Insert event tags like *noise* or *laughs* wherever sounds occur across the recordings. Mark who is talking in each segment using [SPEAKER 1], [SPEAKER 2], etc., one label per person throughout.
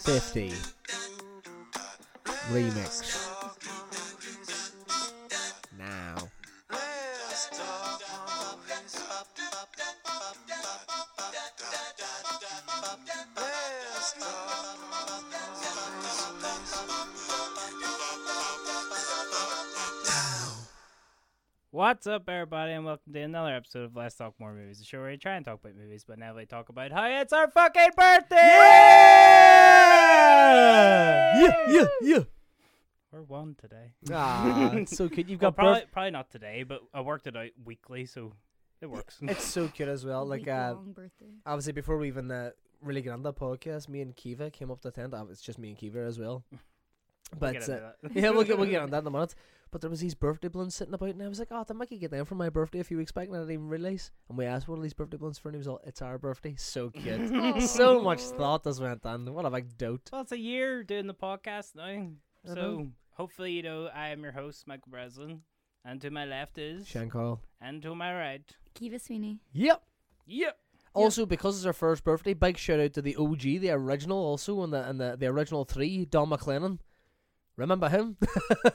[SPEAKER 1] Fifty remix now.
[SPEAKER 2] What's up, everybody, and welcome to another episode of Let's Talk More Movies, the show where we try and talk about movies, but now we talk about how it's our fucking birthday!
[SPEAKER 1] Yeah, yeah, yeah.
[SPEAKER 2] We're one today. *laughs*
[SPEAKER 1] Ah, it's so cute. You've
[SPEAKER 2] Well,
[SPEAKER 1] got
[SPEAKER 2] probably,
[SPEAKER 1] birth-
[SPEAKER 2] probably not today, but I worked it out weekly, so it works. *laughs*
[SPEAKER 1] It's so cute as well. Like, uh,
[SPEAKER 3] Week-long birthday.
[SPEAKER 1] obviously, before we even uh, really get on the podcast, me and Kiva came up to the tent. Uh, It's just me and Kiva as
[SPEAKER 2] *laughs*
[SPEAKER 1] well. But
[SPEAKER 2] get
[SPEAKER 1] uh,
[SPEAKER 2] into that.
[SPEAKER 1] yeah, we'll get we'll get
[SPEAKER 2] *laughs*
[SPEAKER 1] on that in a minute. But there was these birthday balloons sitting about, and I was like, "Oh, they might get them for my birthday a few weeks back," and I didn't even realize. And we asked one of these birthday balloons for, and he was all, "It's our birthday." So cute. so much thought this went on. What a big dote.
[SPEAKER 2] well, it's a year doing the podcast now,
[SPEAKER 1] I know.
[SPEAKER 2] so hopefully, you know, I am your host, Michael Breslin, and to my left is,
[SPEAKER 1] Shan Carl.
[SPEAKER 2] and to my right,
[SPEAKER 3] Kiva Sweeney.
[SPEAKER 1] Yep.
[SPEAKER 2] yep.
[SPEAKER 1] Also, because it's our first birthday, big shout out to the OG, the original, also, and the and the, the original three, Don McLennan. Remember him? *laughs*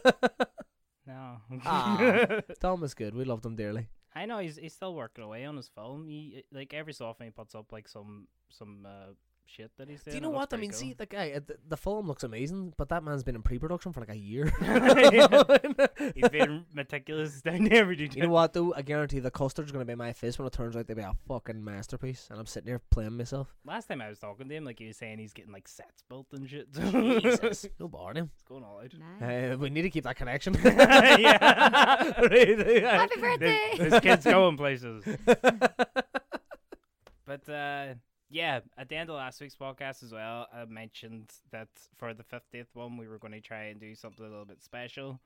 [SPEAKER 2] No.
[SPEAKER 1] Ah. Don was good. We loved him dearly.
[SPEAKER 2] *laughs* I know he's he's still working away on his film. He uh, like every so often he puts up like some some uh, shit that he's doing.
[SPEAKER 1] Do you know
[SPEAKER 2] It looks
[SPEAKER 1] what? I
[SPEAKER 2] pretty
[SPEAKER 1] mean,
[SPEAKER 2] cool.
[SPEAKER 1] see, the guy, uh, the, the film looks amazing, but that man's been in pre production for like a
[SPEAKER 2] *laughs*
[SPEAKER 1] year. *laughs*
[SPEAKER 2] he's been meticulous down to every
[SPEAKER 1] You know
[SPEAKER 2] detail.
[SPEAKER 1] what though? I guarantee the custard's gonna be my face when it turns out to be a fucking masterpiece, and I'm sitting there playing
[SPEAKER 2] *laughs*
[SPEAKER 1] myself.
[SPEAKER 2] Last time I was talking to him, like he was saying he's getting like sets built and shit. *laughs*
[SPEAKER 1] Jesus, no bargain.
[SPEAKER 2] It's going all out.
[SPEAKER 3] Nice.
[SPEAKER 1] Uh, we need to keep that connection. *laughs*
[SPEAKER 2] Yeah.
[SPEAKER 1] Really, I-
[SPEAKER 3] Happy birthday!
[SPEAKER 2] This, this kid's going places. But uh, yeah, at the end of last week's podcast as well, I mentioned that for the fiftieth one we were going to try and do something a little bit special,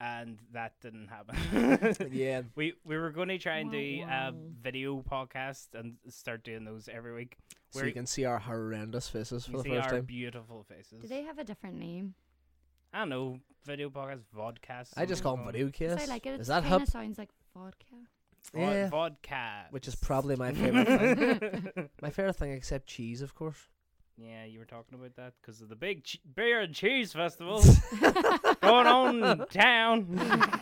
[SPEAKER 2] and that didn't happen.
[SPEAKER 1] *laughs*
[SPEAKER 2] *laughs*
[SPEAKER 1] yeah.
[SPEAKER 2] We we were going to try and
[SPEAKER 3] Wah,
[SPEAKER 2] do a
[SPEAKER 3] wah.
[SPEAKER 2] video podcast and start doing those every week.
[SPEAKER 1] So
[SPEAKER 2] Where
[SPEAKER 1] you can see our horrendous faces for
[SPEAKER 2] you
[SPEAKER 1] the
[SPEAKER 2] see
[SPEAKER 1] first
[SPEAKER 2] our
[SPEAKER 1] time.
[SPEAKER 2] beautiful faces.
[SPEAKER 3] Do they have a different name?
[SPEAKER 2] I don't know video podcast, vodcast.
[SPEAKER 1] I just call them video
[SPEAKER 3] Yes.
[SPEAKER 1] kiss.
[SPEAKER 3] I like it.
[SPEAKER 1] Is
[SPEAKER 3] It
[SPEAKER 1] that
[SPEAKER 3] kind
[SPEAKER 1] hub?
[SPEAKER 3] of sounds like vodka.
[SPEAKER 1] *laughs* Yeah.
[SPEAKER 2] vodka,
[SPEAKER 1] Which is probably my favorite
[SPEAKER 2] thing.
[SPEAKER 1] My favorite thing, except cheese, of course.
[SPEAKER 2] *laughs* yeah, you were talking about that because of the big che- beer and cheese festival going on
[SPEAKER 1] *laughs*
[SPEAKER 2] in town.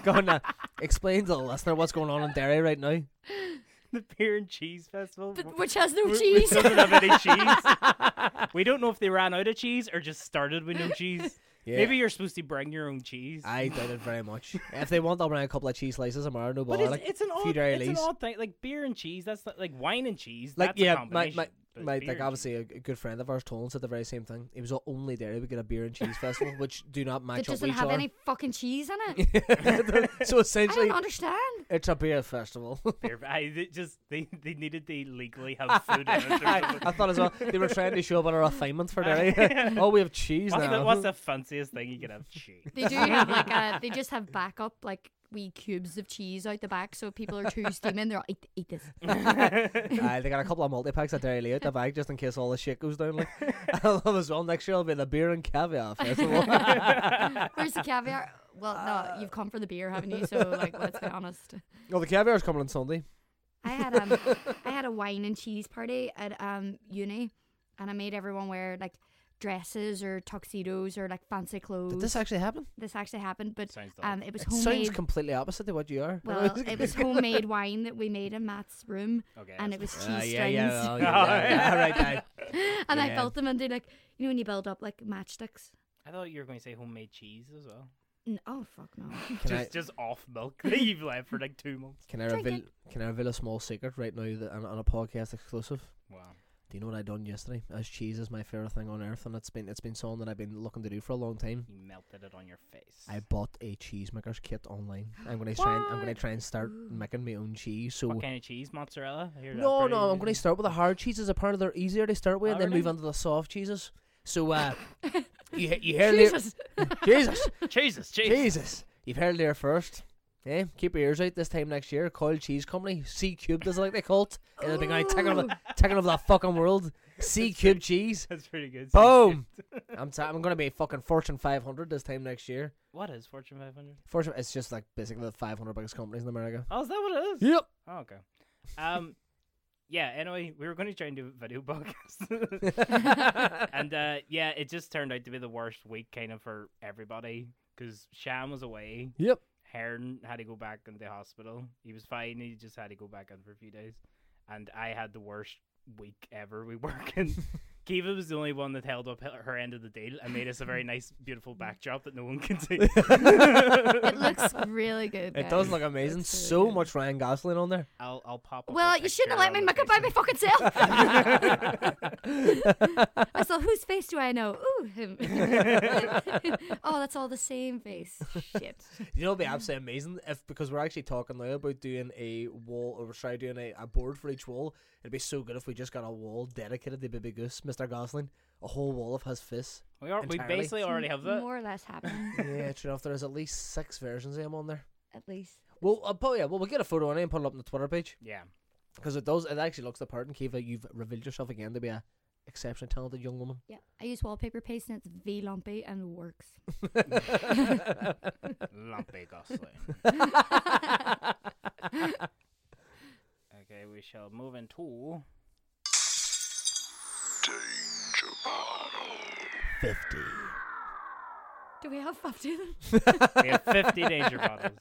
[SPEAKER 1] Go on now. Explain to the listener what's going on in Derry right now.
[SPEAKER 2] *laughs* the beer and cheese festival.
[SPEAKER 3] But
[SPEAKER 2] we-
[SPEAKER 3] which has no
[SPEAKER 2] we-
[SPEAKER 3] cheese.
[SPEAKER 2] We doesn't have any
[SPEAKER 1] *laughs*
[SPEAKER 2] cheese. we don't know if they ran out of cheese or just started with no cheese.
[SPEAKER 1] Yeah.
[SPEAKER 2] Maybe you're supposed to bring your own cheese.
[SPEAKER 1] I doubt it very much. if they want, I'll bring a couple of cheese slices tomorrow. No
[SPEAKER 2] *laughs* but
[SPEAKER 1] bother.
[SPEAKER 2] it's,
[SPEAKER 1] Like,
[SPEAKER 2] it's an
[SPEAKER 1] few
[SPEAKER 2] odd,
[SPEAKER 1] dry
[SPEAKER 2] it's an
[SPEAKER 1] leaves.
[SPEAKER 2] odd thing. Like beer and cheese. That's not, like wine and cheese.
[SPEAKER 1] like
[SPEAKER 2] that's a
[SPEAKER 1] yeah, my
[SPEAKER 2] combination,
[SPEAKER 1] my,
[SPEAKER 2] but
[SPEAKER 1] my
[SPEAKER 2] beer
[SPEAKER 1] like
[SPEAKER 2] and
[SPEAKER 1] obviously a g- good friend of ours, Tolan, said the very same thing. He was all, only Derry. We get a beer and cheese festival, which do not
[SPEAKER 3] That
[SPEAKER 1] match up
[SPEAKER 3] doesn't
[SPEAKER 1] with each
[SPEAKER 3] have
[SPEAKER 1] other.
[SPEAKER 3] any fucking cheese in
[SPEAKER 1] *laughs*
[SPEAKER 3] it.
[SPEAKER 1] so
[SPEAKER 3] I
[SPEAKER 1] essentially,
[SPEAKER 3] don't understand.
[SPEAKER 1] it's a beer festival.
[SPEAKER 2] beer. I they just they, they needed to legally
[SPEAKER 1] *laughs*
[SPEAKER 2] have food. in it or
[SPEAKER 1] I, I
[SPEAKER 2] something.
[SPEAKER 1] thought as well they were trying to show up on our refinement for
[SPEAKER 2] *laughs*
[SPEAKER 1] Derry. oh, we have cheese
[SPEAKER 2] What's
[SPEAKER 1] now.
[SPEAKER 2] the, what's the fanciest thing you can have? Cheese.
[SPEAKER 1] *laughs*
[SPEAKER 3] They do have like a. They just have backup like wee cubes of cheese out the back, so if people
[SPEAKER 1] *laughs*
[SPEAKER 3] are too steaming, they're like, eat, eat this.
[SPEAKER 1] Aye, they got a couple of multi packs at Dairy Lee out the bag just in case all the shit goes down.
[SPEAKER 2] *laughs*
[SPEAKER 1] Like, I love as well. Next year I'll be the beer and caviar *laughs*
[SPEAKER 2] *laughs*
[SPEAKER 1] festival.
[SPEAKER 3] Where's the caviar? Well, no, you've come for the beer, haven't you? So like, let's be honest.
[SPEAKER 1] well, the caviar's coming on Sunday.
[SPEAKER 3] I
[SPEAKER 1] *laughs*
[SPEAKER 3] had um, I had a wine and cheese party at um uni, and I made everyone wear like dresses or tuxedos or like fancy clothes.
[SPEAKER 1] Did this actually happen?
[SPEAKER 3] This actually happened, but
[SPEAKER 2] Sounds dull.
[SPEAKER 3] um, it was
[SPEAKER 1] It sounds *laughs*
[SPEAKER 3] homemade.
[SPEAKER 1] completely opposite to what you are.
[SPEAKER 3] well,
[SPEAKER 1] *laughs*
[SPEAKER 3] it was homemade wine that we made in Matt's room,
[SPEAKER 2] Okay.
[SPEAKER 3] and
[SPEAKER 2] *laughs*
[SPEAKER 3] it was cheese
[SPEAKER 1] Ah,
[SPEAKER 3] strings.
[SPEAKER 1] yeah, yeah, well, yeah, yeah, yeah, right, aye.
[SPEAKER 3] *laughs* and I
[SPEAKER 1] Yeah.
[SPEAKER 3] felt them and they like you know when you build up like matchsticks.
[SPEAKER 2] I thought you were going to say homemade cheese as well.
[SPEAKER 3] N- oh fuck no!
[SPEAKER 1] Can
[SPEAKER 2] just
[SPEAKER 1] I,
[SPEAKER 2] just off milk *laughs* that you've left for like two months.
[SPEAKER 1] can I
[SPEAKER 3] Drink
[SPEAKER 1] reveal? Can I reveal a small secret right now that, on, on a podcast exclusive?
[SPEAKER 2] Wow.
[SPEAKER 1] Do you know what I done yesterday? As cheese is my favorite thing on earth, and it's been it's been something that I've been looking to do for a long time.
[SPEAKER 2] You melted it on your face.
[SPEAKER 1] I bought a cheesemaker's kit online. I'm gonna try. And, I'm gonna try and start
[SPEAKER 3] Ooh.
[SPEAKER 1] making my own cheese. So
[SPEAKER 2] what kind of cheese? Mozzarella? I hear that
[SPEAKER 1] no,
[SPEAKER 2] pretty
[SPEAKER 1] no, I'm
[SPEAKER 2] good.
[SPEAKER 1] gonna start with the hard cheeses. Apparently, they're easier to start with,
[SPEAKER 2] Oh,
[SPEAKER 1] and then move
[SPEAKER 2] really?
[SPEAKER 1] on to the soft cheeses. So
[SPEAKER 2] *laughs*
[SPEAKER 1] uh, you he- you heard there,
[SPEAKER 3] *laughs* Jesus.
[SPEAKER 1] Jesus,
[SPEAKER 2] *laughs* Jesus, Jesus.
[SPEAKER 1] Jesus, you've heard there first. Yeah, keep your ears out this time next year. Coil Cheese Company, C Cubed is like they call it. It'll be going taking over, taking over the fucking world. C Cube cheese.
[SPEAKER 2] *laughs* That's pretty good.
[SPEAKER 1] Boom. *laughs* I'm t- I'm gonna be fucking Fortune 500 this time next year.
[SPEAKER 2] What is Fortune 500?
[SPEAKER 1] Fortune, it's just like basically the 500 biggest companies in America.
[SPEAKER 2] Oh, is that what it is?
[SPEAKER 1] Yep.
[SPEAKER 2] Oh, okay. Um, yeah. Anyway, we were going to try and do a
[SPEAKER 3] *laughs*
[SPEAKER 2] video podcast, and uh, yeah, it just turned out to be the worst week kind of for everybody because Sham was away.
[SPEAKER 1] Yep.
[SPEAKER 2] Hearn had to go back into hospital. He was fine. He just had to go back in for a few days, and I had the worst week ever. We *laughs* working. Kiva was the only one that held up her her end of the deal and made us a very nice, beautiful backdrop that no one can
[SPEAKER 3] *laughs*
[SPEAKER 2] see.
[SPEAKER 3] it looks really
[SPEAKER 1] *laughs*
[SPEAKER 3] good.
[SPEAKER 1] It
[SPEAKER 3] guys.
[SPEAKER 1] does look amazing.
[SPEAKER 3] It's really
[SPEAKER 1] so
[SPEAKER 3] good.
[SPEAKER 1] much Ryan Gosling on there.
[SPEAKER 2] I'll, I'll pop. Up a
[SPEAKER 3] Well, you shouldn't have let
[SPEAKER 2] picture
[SPEAKER 3] me
[SPEAKER 2] on
[SPEAKER 3] make
[SPEAKER 2] the
[SPEAKER 3] it by my
[SPEAKER 2] Facebook.
[SPEAKER 3] fucking self. *laughs* I saw whose face do I know? Ooh, him. *laughs* oh, that's all the same face.
[SPEAKER 2] *laughs*
[SPEAKER 3] Shit.
[SPEAKER 1] You know, it'd be absolutely amazing if because we're actually talking now about doing a wall or try doing a, a board for each wall. It'd be so good if we just got a wall dedicated to Baby Goose, Mr. Gosling, a whole wall of his fist.
[SPEAKER 2] We, are, we
[SPEAKER 1] Entirely.
[SPEAKER 2] basically already have that.
[SPEAKER 3] More or less happening,
[SPEAKER 1] yeah, true enough. There's at least six versions of him on there.
[SPEAKER 3] at least.
[SPEAKER 1] Well, uh, but yeah, well, we'll get a photo on it and put it up on the Twitter page.
[SPEAKER 2] Yeah.
[SPEAKER 1] Because it does, it actually looks the part. And Kiva, you've revealed yourself again to be a exceptionally talented young woman. *laughs*
[SPEAKER 3] Yeah. I use wallpaper paste and it's V lumpy and works.
[SPEAKER 2] Lumpy Gosling. *laughs* okay, we shall move into.
[SPEAKER 1] Fifty.
[SPEAKER 3] Do we have 50 of them?
[SPEAKER 2] We have 50 danger bottles.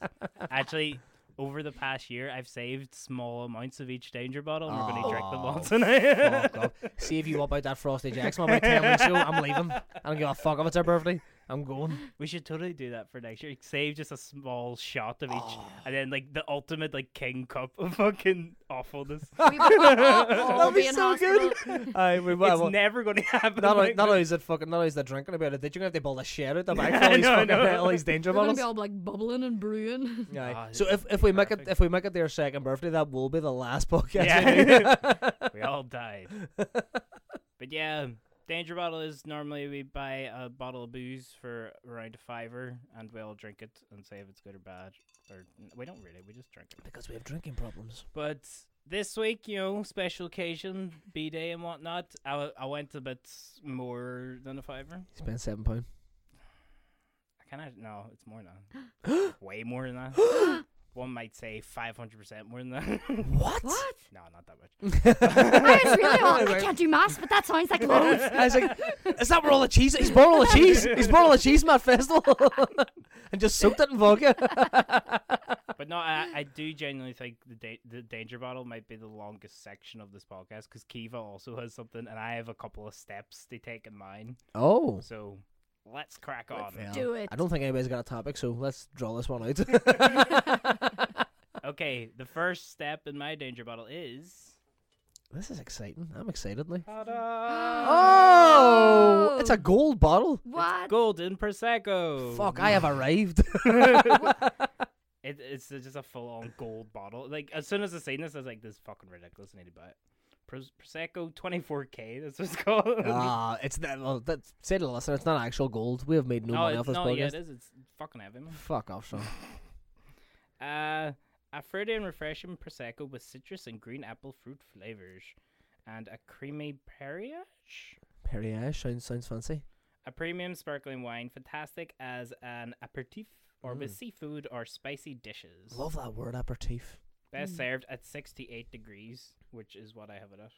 [SPEAKER 2] Actually, over the past year, I've saved small amounts of each danger bottle, and we're going to drink them all
[SPEAKER 1] Oh,
[SPEAKER 2] tonight. *laughs*
[SPEAKER 1] fuck up. See if you want about that Frosty Jackson about ten weeks ago. I'm leaving. I don't give a fuck if it's her birthday. I'm going.
[SPEAKER 2] we should totally do that for next year. Save just a small shot of each, and then like the ultimate like king cup of fucking awfulness.
[SPEAKER 3] We *laughs* would all
[SPEAKER 1] That'd
[SPEAKER 3] be in hospital. *laughs*
[SPEAKER 1] I, we,
[SPEAKER 2] it's *laughs*
[SPEAKER 1] well,
[SPEAKER 2] never going to happen.
[SPEAKER 1] not, only,
[SPEAKER 2] like
[SPEAKER 1] not
[SPEAKER 2] that.
[SPEAKER 1] only is it fucking, not only is it drinking about it, did you have to build a shed
[SPEAKER 2] *laughs*
[SPEAKER 1] out the back for
[SPEAKER 2] I
[SPEAKER 1] all these,
[SPEAKER 2] know, I
[SPEAKER 1] fucking,
[SPEAKER 2] know.
[SPEAKER 1] all these danger
[SPEAKER 3] *laughs* They're going to be
[SPEAKER 1] bottles?
[SPEAKER 3] all like bubbling and brewing.
[SPEAKER 1] Aye.
[SPEAKER 2] Ah,
[SPEAKER 1] so
[SPEAKER 2] this
[SPEAKER 1] if, if
[SPEAKER 2] would be
[SPEAKER 1] we make it
[SPEAKER 2] perfect.
[SPEAKER 1] if we make it their second birthday, that will be the last *laughs* podcast. we do.
[SPEAKER 2] Yeah. *laughs* we all died. But yeah, danger bottle is normally we buy a bottle of booze for around a fiver and we all drink it and say if it's good or bad. Or we don't really, we just drink it.
[SPEAKER 1] *laughs* because we have drinking problems.
[SPEAKER 2] But this week, you know, special occasion, B day and whatnot, I, w- I went a bit more than a fiver.
[SPEAKER 1] Spend seven pound.
[SPEAKER 2] I kind of no, it's more than that. Way more than that. One might say five hundred percent more than that.
[SPEAKER 1] What?
[SPEAKER 3] *laughs* What?
[SPEAKER 2] *laughs* no, not that much.
[SPEAKER 3] I was *laughs* really all, I can't do maths, but that sounds like loads.
[SPEAKER 1] I was like, *laughs* is that where all the cheese? He's bought all the cheese. He's bought all the cheese, Matt Festival, *laughs* and just soaked it in vodka.
[SPEAKER 2] But no, I, I do genuinely think the da- the danger bottle might be the longest section of this podcast because Kiva also has something, and I have a couple of steps to take in mine.
[SPEAKER 1] *laughs* Oh.
[SPEAKER 2] So let's crack on.
[SPEAKER 3] do it.
[SPEAKER 1] I don't think anybody's got a topic, so let's draw this *laughs* one out.
[SPEAKER 2] Okay, the first step in my danger bottle is
[SPEAKER 1] this is exciting. I'm excited. Like.
[SPEAKER 2] ta-da,
[SPEAKER 1] *gasps* Oh, it's a gold bottle.
[SPEAKER 3] What?
[SPEAKER 2] golden prosecco.
[SPEAKER 1] Fuck, I have *laughs* arrived.
[SPEAKER 2] It, it's just a full on gold bottle. Like as soon as I seen this, I was like, "This is fucking ridiculous. I need to buy it." Pros- prosecco 24k. That's what it's *laughs* called.
[SPEAKER 1] Ah, it's not. Well, that say to the listener, it's not actual gold. We have made no,
[SPEAKER 2] no,
[SPEAKER 1] money
[SPEAKER 2] it-
[SPEAKER 1] off this
[SPEAKER 2] no,
[SPEAKER 1] podcast.
[SPEAKER 2] yeah, it is. It's fucking heavy, man.
[SPEAKER 1] Fuck off, Sean.
[SPEAKER 2] Uh, a fruity and refreshing prosecco with citrus and green apple fruit flavors, and a creamy perriage.
[SPEAKER 1] Perrier sounds sounds fancy.
[SPEAKER 2] A premium sparkling wine, fantastic as an aperitif or with seafood or spicy dishes.
[SPEAKER 1] Love that word aperitif.
[SPEAKER 2] Best served at 68 degrees, which is what I have it at.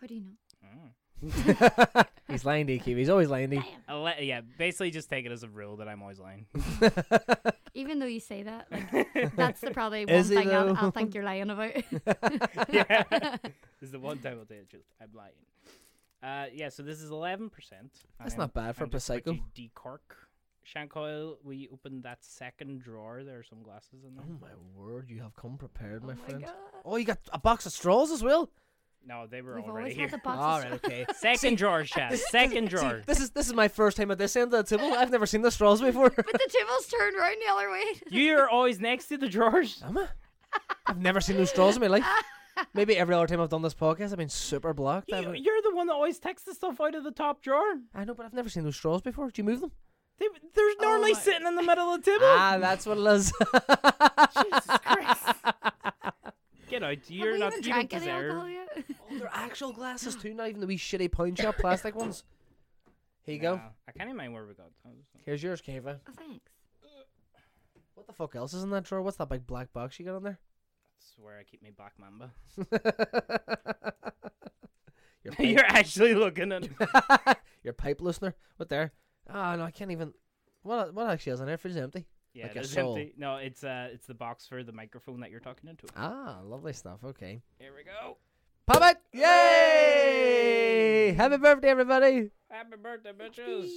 [SPEAKER 3] How do you know?
[SPEAKER 2] Mm.
[SPEAKER 1] *laughs* He's lying to you, Kiwi. He's always lying to you.
[SPEAKER 2] I'll let- yeah, basically just take it as a rule that I'm always lying. *laughs*
[SPEAKER 1] *laughs*
[SPEAKER 3] Even though you say that, like, that's the probably one
[SPEAKER 1] Is he
[SPEAKER 3] thing I'll,
[SPEAKER 1] though?
[SPEAKER 3] I'll think you're lying about. *laughs* Oh
[SPEAKER 2] yeah. This is the one time I'll tell you the truth. I'm lying. Uh, yeah, so this is 11%.
[SPEAKER 1] That's not bad for
[SPEAKER 2] I'm just
[SPEAKER 1] Prosecco.
[SPEAKER 2] quickly Decork. Shankoil, will you open that second drawer? There are some glasses in there.
[SPEAKER 1] Oh my word, you have come prepared,
[SPEAKER 3] Oh
[SPEAKER 1] my
[SPEAKER 3] my
[SPEAKER 1] friend.
[SPEAKER 3] God.
[SPEAKER 1] Oh, you got a box of straws as well.
[SPEAKER 2] No, they were
[SPEAKER 3] We've
[SPEAKER 2] already
[SPEAKER 3] always
[SPEAKER 2] here.
[SPEAKER 3] had the boxes.
[SPEAKER 1] All right, okay.
[SPEAKER 2] *laughs*
[SPEAKER 1] *laughs*
[SPEAKER 2] Second drawer, Shaz. Second drawer.
[SPEAKER 1] This is this is my first time at this end of the table. I've never seen the straws *laughs* before.
[SPEAKER 3] *laughs* But the tables turned around the other way.
[SPEAKER 2] You are always next to the
[SPEAKER 1] *laughs*
[SPEAKER 2] drawers.
[SPEAKER 1] Am I? I've never seen those straws in my life. Maybe every other time I've done this podcast, I've been super blocked. I
[SPEAKER 2] You,
[SPEAKER 1] haven't-
[SPEAKER 2] you're the one that always takes the stuff out of the top drawer.
[SPEAKER 1] I know, but I've never seen those straws before. Do you move *gasps* them?
[SPEAKER 2] They, they're normally sitting in the middle of the table.
[SPEAKER 1] Oh Ah, that's what it is. *laughs*
[SPEAKER 2] Jesus Christ. Get out. You're
[SPEAKER 3] Have we even
[SPEAKER 2] not. You don't
[SPEAKER 3] drank any alcohol
[SPEAKER 2] deserve.
[SPEAKER 3] yet? Oh,
[SPEAKER 1] They're actual glasses too, not even the wee shitty pound *laughs* shop plastic ones. Here you go.
[SPEAKER 2] Nah, I can't even mind where we got. I was-
[SPEAKER 1] Here's yours, Keva.
[SPEAKER 3] oh, thanks.
[SPEAKER 1] What the fuck else is in that drawer? What's that big black box you got on there?
[SPEAKER 2] That's where I keep my black mamba.
[SPEAKER 1] *laughs* your, pipe,
[SPEAKER 2] *laughs* You're actually looking at.
[SPEAKER 1] *laughs* your pipe listener. What there? Oh no, I can't even. What what actually is in there? Fridge is empty.
[SPEAKER 2] Yeah,
[SPEAKER 1] Like a
[SPEAKER 2] it's
[SPEAKER 1] soul.
[SPEAKER 2] empty. No, it's uh, it's the box for the microphone that you're talking into.
[SPEAKER 1] Ah, lovely stuff. Okay.
[SPEAKER 2] Here we go.
[SPEAKER 1] Pop it! Yay! Happy birthday, everybody!
[SPEAKER 2] Happy birthday, bitches.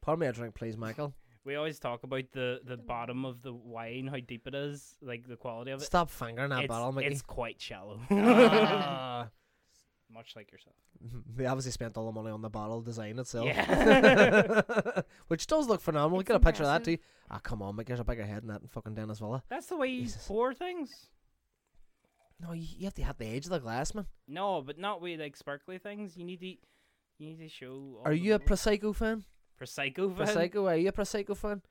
[SPEAKER 1] Pour me a drink, please, Michael.
[SPEAKER 2] We always talk about the the bottom of the wine, how deep it is, like the quality of it.
[SPEAKER 1] Stop fingering that
[SPEAKER 2] it's,
[SPEAKER 1] bottle, Mickey. *laughs*
[SPEAKER 2] it's quite shallow.
[SPEAKER 1] Ah.
[SPEAKER 2] *laughs* Much like yourself.
[SPEAKER 1] *laughs* they obviously spent all the money on the bottle design itself.
[SPEAKER 2] Yeah.
[SPEAKER 1] *laughs* Which does look phenomenal.
[SPEAKER 3] It's
[SPEAKER 1] Get a picture of that too.
[SPEAKER 3] impressive.
[SPEAKER 1] Ah, come on, Mick. There's a bigger head in that in fucking Dennis Villa.
[SPEAKER 2] That's the way you
[SPEAKER 1] Jesus.
[SPEAKER 2] pour things.
[SPEAKER 1] No, you, you have to hit the edge of the glass, man.
[SPEAKER 2] No, but not with like sparkly things. You need to, you need to show. all
[SPEAKER 1] Are
[SPEAKER 2] the
[SPEAKER 1] you a
[SPEAKER 2] little-
[SPEAKER 1] Prosecco fan?
[SPEAKER 2] Prosecco? fan?
[SPEAKER 1] Prosecco, are you a Prosecco fan?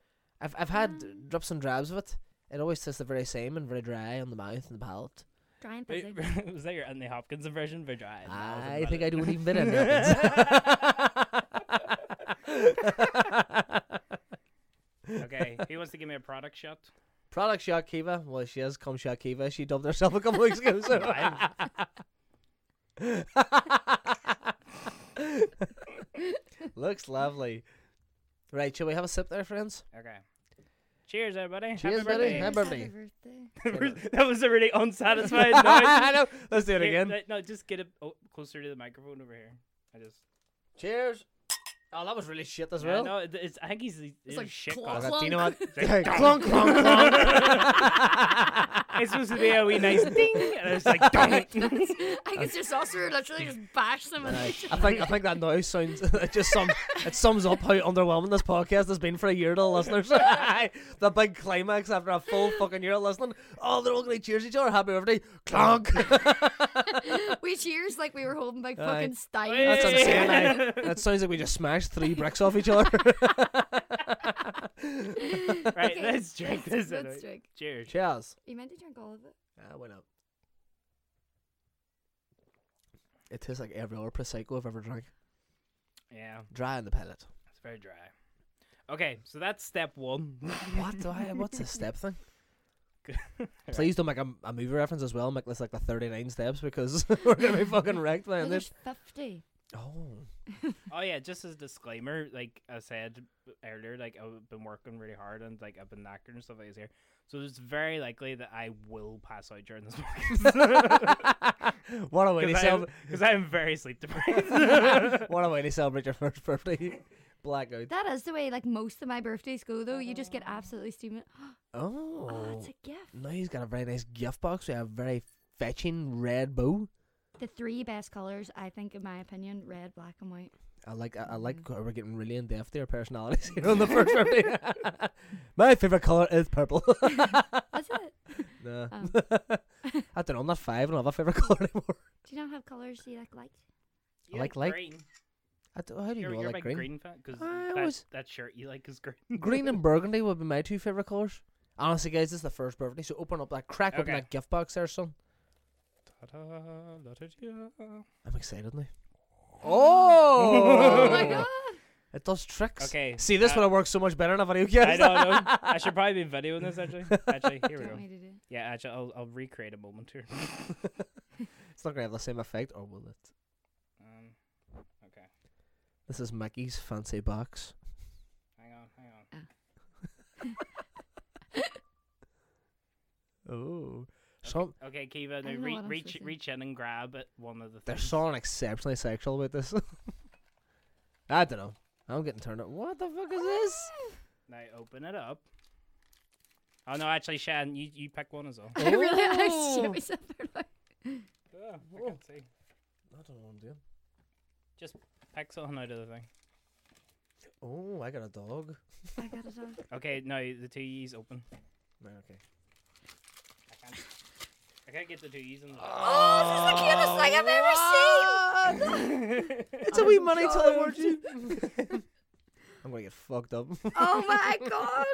[SPEAKER 1] I've I've had drips and drabs of it. It always tastes the very same and very dry on the mouth and the palate.
[SPEAKER 3] Dry and
[SPEAKER 2] Wait,
[SPEAKER 3] fizzy.
[SPEAKER 2] *laughs* was that your Anthony Hopkins impression? Very dry. No, wasn't
[SPEAKER 1] I
[SPEAKER 2] that
[SPEAKER 1] think
[SPEAKER 2] it?
[SPEAKER 1] I don't even bit in *laughs*
[SPEAKER 2] *laughs*
[SPEAKER 1] that.
[SPEAKER 2] okay, he wants to give me a product shot.
[SPEAKER 1] *laughs* Product Shakiva. Well, she has come Shakiva. She dubbed herself a couple weeks ago. So.
[SPEAKER 2] *laughs*
[SPEAKER 1] *laughs* Looks lovely. Right, shall we have a sip there, friends?
[SPEAKER 2] Okay. Cheers, everybody.
[SPEAKER 1] Cheers,
[SPEAKER 2] Happy
[SPEAKER 1] buddy.
[SPEAKER 2] birthday.
[SPEAKER 1] Happy birthday.
[SPEAKER 2] *laughs* that was a really
[SPEAKER 1] *laughs*
[SPEAKER 2] unsatisfying noise.
[SPEAKER 1] I know. Let's do it
[SPEAKER 2] Here,
[SPEAKER 1] again.
[SPEAKER 2] no, No, just get it oh, closer to the microphone over here. I just.
[SPEAKER 1] Cheers. Oh, that was really shit as
[SPEAKER 2] Yeah,
[SPEAKER 1] well.
[SPEAKER 2] no, it- it's. I think he's. It's,
[SPEAKER 3] like
[SPEAKER 2] shit.
[SPEAKER 3] clunk.
[SPEAKER 2] cock.
[SPEAKER 1] Do you know what?
[SPEAKER 2] Like,
[SPEAKER 1] Clunk, clunk, *laughs* clunk.
[SPEAKER 2] *laughs* It's supposed to be a wee *laughs* nice ding, and it's like dunk.
[SPEAKER 3] I guess your saucer literally just bashed them.
[SPEAKER 1] I
[SPEAKER 3] Right.
[SPEAKER 1] think I think that noise sounds *laughs* it just sum it sums up how underwhelming this podcast has been for a year to the listeners. *laughs* the big climax after a full fucking year of listening. Oh, they're all gonna cheers each other. Happy birthday, clunk.
[SPEAKER 3] *laughs*
[SPEAKER 1] *laughs*
[SPEAKER 3] we cheers like we were holding big
[SPEAKER 1] Aye.
[SPEAKER 3] fucking
[SPEAKER 1] *laughs* That's
[SPEAKER 3] steins.
[SPEAKER 1] what I'm saying.
[SPEAKER 3] *laughs*
[SPEAKER 1] aye. That sounds like we just smashed three bricks off each other.
[SPEAKER 2] *laughs* Right,
[SPEAKER 3] Okay,
[SPEAKER 2] let's drink this.
[SPEAKER 3] Let's
[SPEAKER 2] anyway.
[SPEAKER 3] drink.
[SPEAKER 1] *laughs*
[SPEAKER 2] Cheers.
[SPEAKER 1] Cheers.
[SPEAKER 3] You meant to drink all of it.
[SPEAKER 1] Ah, why not? It tastes like every other prosecco I've ever drank.
[SPEAKER 2] Yeah,
[SPEAKER 1] Dry on the palate.
[SPEAKER 2] it's very dry. Okay, so that's step one.
[SPEAKER 1] *laughs* What
[SPEAKER 2] *laughs*
[SPEAKER 1] do I? What's a step thing?
[SPEAKER 2] Good.
[SPEAKER 1] *laughs* Please don't make a, a movie reference as well. Make this like the 39 steps because *laughs* we're gonna be fucking wrecked by
[SPEAKER 3] No,
[SPEAKER 1] this.
[SPEAKER 3] there's *laughs* 50.
[SPEAKER 1] Oh,
[SPEAKER 2] Oh yeah, just as a disclaimer, like I said earlier, like I've been working really hard and like I've been knackered and stuff like this here. So it's very likely that I will pass out during this podcast.
[SPEAKER 1] *laughs* what a way to
[SPEAKER 2] Because I'm,
[SPEAKER 1] celebrate!
[SPEAKER 2] 'cause I'm very sleep
[SPEAKER 1] *laughs*
[SPEAKER 2] deprived. *laughs*
[SPEAKER 1] What a way to celebrate your first birthday. *laughs*
[SPEAKER 2] *laughs*
[SPEAKER 1] Blackout.
[SPEAKER 3] That is the way like most of my birthdays go though. You just get absolutely steaming.
[SPEAKER 1] Oh,
[SPEAKER 3] Oh, it's a gift.
[SPEAKER 1] now he's got a very nice gift box with a very fetching red bow.
[SPEAKER 3] The three best colors, I think, in my opinion, red, black, and *laughs* white.
[SPEAKER 1] I like I, I like
[SPEAKER 2] Mm.
[SPEAKER 1] how we're getting really in depth there personalities here
[SPEAKER 2] *laughs*
[SPEAKER 1] on the first birthday. *laughs* My favorite color is purple. *laughs*
[SPEAKER 3] That's it.
[SPEAKER 1] no.
[SPEAKER 3] Um.
[SPEAKER 2] Oh.
[SPEAKER 1] *laughs* I don't know. I'm not five. I don't have a favorite *laughs* color anymore.
[SPEAKER 3] Do you not have colors you like like?
[SPEAKER 2] You
[SPEAKER 1] like light?
[SPEAKER 2] green.
[SPEAKER 1] I don't, how do you
[SPEAKER 2] You're,
[SPEAKER 1] know? I
[SPEAKER 2] you're a
[SPEAKER 1] like
[SPEAKER 2] big
[SPEAKER 1] green. Green.
[SPEAKER 2] green, *laughs* fan because
[SPEAKER 1] I
[SPEAKER 2] that,
[SPEAKER 1] was-
[SPEAKER 2] that shirt you like is green. *laughs*
[SPEAKER 1] and burgundy would be my two favorite colors. Honestly, guys, this is the first birthday, so open up that crack, open
[SPEAKER 2] Okay.
[SPEAKER 1] that gift box there, son.
[SPEAKER 2] Ta-da, la-da-da.
[SPEAKER 1] I'm excited now. Oh!
[SPEAKER 3] *laughs* Oh my god!
[SPEAKER 1] It does tricks.
[SPEAKER 2] Okay,
[SPEAKER 1] See, this
[SPEAKER 2] uh,
[SPEAKER 1] would have worked so much better in a video game.
[SPEAKER 2] I don't know. I should probably be videoing
[SPEAKER 3] *laughs*
[SPEAKER 2] this actually. Actually,
[SPEAKER 3] Do
[SPEAKER 2] here we
[SPEAKER 3] you
[SPEAKER 2] go.
[SPEAKER 3] want me to *laughs* do?
[SPEAKER 2] Yeah, actually, I'll, I'll recreate a moment
[SPEAKER 3] *laughs*
[SPEAKER 2] here.
[SPEAKER 1] *laughs* It's not going to have the same effect, or will it?
[SPEAKER 2] Um, okay.
[SPEAKER 1] This is Mickey's fancy box.
[SPEAKER 2] Hang on, hang on.
[SPEAKER 1] Oh. Some,
[SPEAKER 2] Okay, Kiva, now
[SPEAKER 3] don't know
[SPEAKER 2] re-
[SPEAKER 3] what I'm
[SPEAKER 2] reach
[SPEAKER 3] supposed to-
[SPEAKER 2] reach in and grab at one of the
[SPEAKER 1] there's
[SPEAKER 2] things.
[SPEAKER 1] something exceptionally sexual about this. *laughs* I don't know. I'm getting turned on. What the fuck is this?
[SPEAKER 2] Now open it up. Oh no, actually, Shan,
[SPEAKER 3] Ah,
[SPEAKER 2] you, you pick one as well.
[SPEAKER 3] I really, I *laughs*
[SPEAKER 1] Oh.
[SPEAKER 3] shit myself.
[SPEAKER 2] Ah, I can
[SPEAKER 1] I
[SPEAKER 2] see.
[SPEAKER 1] don't know what I'm doing.
[SPEAKER 2] Just pick something out of the thing.
[SPEAKER 1] Oh, I got a dog.
[SPEAKER 3] I got it on.
[SPEAKER 2] Okay, now the two E's open.
[SPEAKER 1] Right, okay.
[SPEAKER 2] I can't. I can't get the two E's in the.
[SPEAKER 1] Ah.
[SPEAKER 3] Oh, this is the cutest thing I've ever *laughs* seen.
[SPEAKER 2] Oh,
[SPEAKER 1] It's a wee money till I word you.
[SPEAKER 2] *laughs*
[SPEAKER 1] *laughs* I'm gonna get fucked up. *laughs*
[SPEAKER 3] Oh my god.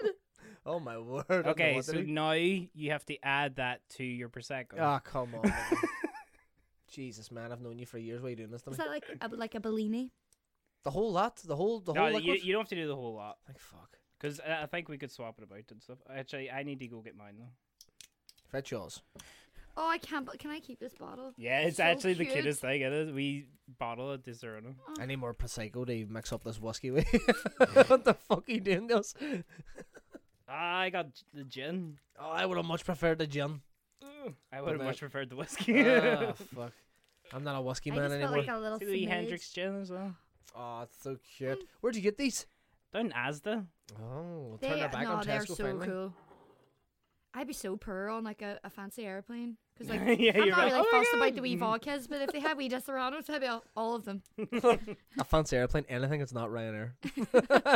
[SPEAKER 1] oh my word. I don't know
[SPEAKER 2] okay,
[SPEAKER 1] what to
[SPEAKER 2] so
[SPEAKER 1] do.
[SPEAKER 2] now you have to add that to your prosecco.
[SPEAKER 1] Ah, come on. *laughs* Jesus, man, I've known you for years. Why are you doing this to me?
[SPEAKER 3] Is that like a, like a Bellini?
[SPEAKER 1] The whole lot, the whole, the
[SPEAKER 2] no,
[SPEAKER 1] whole.
[SPEAKER 2] you,
[SPEAKER 1] liquid?
[SPEAKER 2] you don't have to do the whole lot
[SPEAKER 1] Like fuck.
[SPEAKER 2] because I think we could swap it about and stuff. Actually, I need to go get mine though.
[SPEAKER 1] Fetch yours.
[SPEAKER 3] Oh, I can't. But can I keep this bottle?
[SPEAKER 2] Yeah, it's
[SPEAKER 3] So
[SPEAKER 2] actually the
[SPEAKER 3] cute.
[SPEAKER 2] cutest thing. It is. We bottle it this Zerno.
[SPEAKER 1] I need more prosecco to mix up this whiskey with. *laughs* what the fuck are you doing this?
[SPEAKER 2] Ah, I got g- the gin.
[SPEAKER 1] Oh, I would have much preferred the gin. *laughs*
[SPEAKER 2] I would have
[SPEAKER 1] that-
[SPEAKER 2] much preferred the whiskey. *laughs*
[SPEAKER 1] ah, fuck. I'm not a whiskey
[SPEAKER 3] I
[SPEAKER 1] man
[SPEAKER 3] just felt
[SPEAKER 1] anymore.
[SPEAKER 3] like a little
[SPEAKER 2] See the wee
[SPEAKER 3] smidge.
[SPEAKER 2] Hendrix gin as well.
[SPEAKER 1] Oh, it's so cute. Where'd you get these?
[SPEAKER 2] Down in Asda.
[SPEAKER 1] Oh,
[SPEAKER 3] They,
[SPEAKER 1] turn their back
[SPEAKER 3] no,
[SPEAKER 1] on
[SPEAKER 3] they're
[SPEAKER 1] Tesco
[SPEAKER 3] so
[SPEAKER 1] finally.
[SPEAKER 3] cool. I'd be so poor on like a, a fancy airplane.
[SPEAKER 1] *laughs*
[SPEAKER 3] Cause like
[SPEAKER 2] *laughs* Yeah,
[SPEAKER 3] I'm
[SPEAKER 2] you're
[SPEAKER 3] not
[SPEAKER 2] right.
[SPEAKER 3] really
[SPEAKER 2] Oh my
[SPEAKER 3] fussed about the wee vodkas, but if they had wee Desperados, I'd be all, all
[SPEAKER 1] *laughs*
[SPEAKER 3] of them. *laughs*
[SPEAKER 2] *laughs*
[SPEAKER 1] A fancy airplane, anything that's not Ryanair.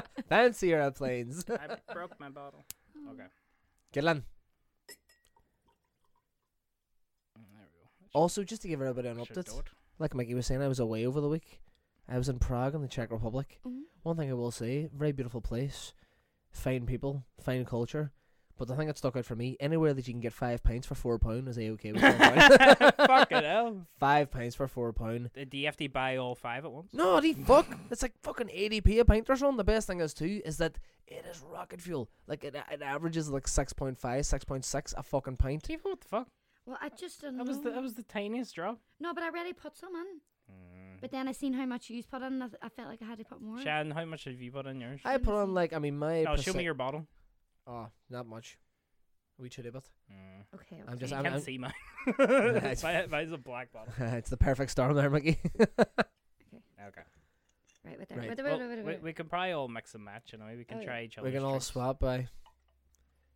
[SPEAKER 1] *laughs* fancy airplanes.
[SPEAKER 2] I broke my bottle. Okay,
[SPEAKER 1] Get in.
[SPEAKER 2] Mm, there we go.
[SPEAKER 1] Also, just to give her a bit of an
[SPEAKER 2] Should do
[SPEAKER 1] update,
[SPEAKER 2] it.
[SPEAKER 1] like Mickey was saying, I was away over the week. I was in Prague in the Czech Republic.
[SPEAKER 3] Mhm.
[SPEAKER 1] One thing I will say, very beautiful place, fine people, fine culture. But the thing that stuck out for me, anywhere that you can get five pints for four pound is a
[SPEAKER 2] *laughs*
[SPEAKER 1] okay with four pound.
[SPEAKER 2] Fucking hell.
[SPEAKER 1] Five pints for four pound.
[SPEAKER 2] Did you have to buy all five at once?
[SPEAKER 1] No, the fuck. It's like fucking 80p a pint or something. The best thing is too is that it is rocket fuel. Like it, it averages like 6.5, 6.6 a fucking pint.
[SPEAKER 2] Steve, what the fuck?
[SPEAKER 3] Well, I just don't know.
[SPEAKER 2] That was
[SPEAKER 1] um,
[SPEAKER 2] the that was the tiniest drop.
[SPEAKER 3] No, but I really put some in. But then I seen how much you put in. and I, th- I felt like I had to put more. in.
[SPEAKER 2] Shannon, how much have you put in yours?
[SPEAKER 1] I put on like I mean my.
[SPEAKER 2] No, show
[SPEAKER 1] perce-
[SPEAKER 2] me your bottle.
[SPEAKER 1] Oh, not much. We should have it.
[SPEAKER 2] Mm.
[SPEAKER 3] Okay.
[SPEAKER 1] I'm
[SPEAKER 3] okay.
[SPEAKER 1] just.
[SPEAKER 2] You
[SPEAKER 1] I'm,
[SPEAKER 2] can't
[SPEAKER 1] I'm- *laughs*
[SPEAKER 2] see *laughs* mine.
[SPEAKER 1] Nice.
[SPEAKER 2] mine. Mine's a black bottle.
[SPEAKER 1] *laughs* it's the perfect storm there, Mickey.
[SPEAKER 2] Okay.
[SPEAKER 3] right with there.
[SPEAKER 1] Right.
[SPEAKER 3] Right. Wait, wait, wait,
[SPEAKER 2] Well,
[SPEAKER 3] wait,
[SPEAKER 2] we,
[SPEAKER 3] wait.
[SPEAKER 2] we can probably all mix and match, you know. We can
[SPEAKER 3] Oh, yeah.
[SPEAKER 2] try each other.
[SPEAKER 1] *laughs* we can all swap by.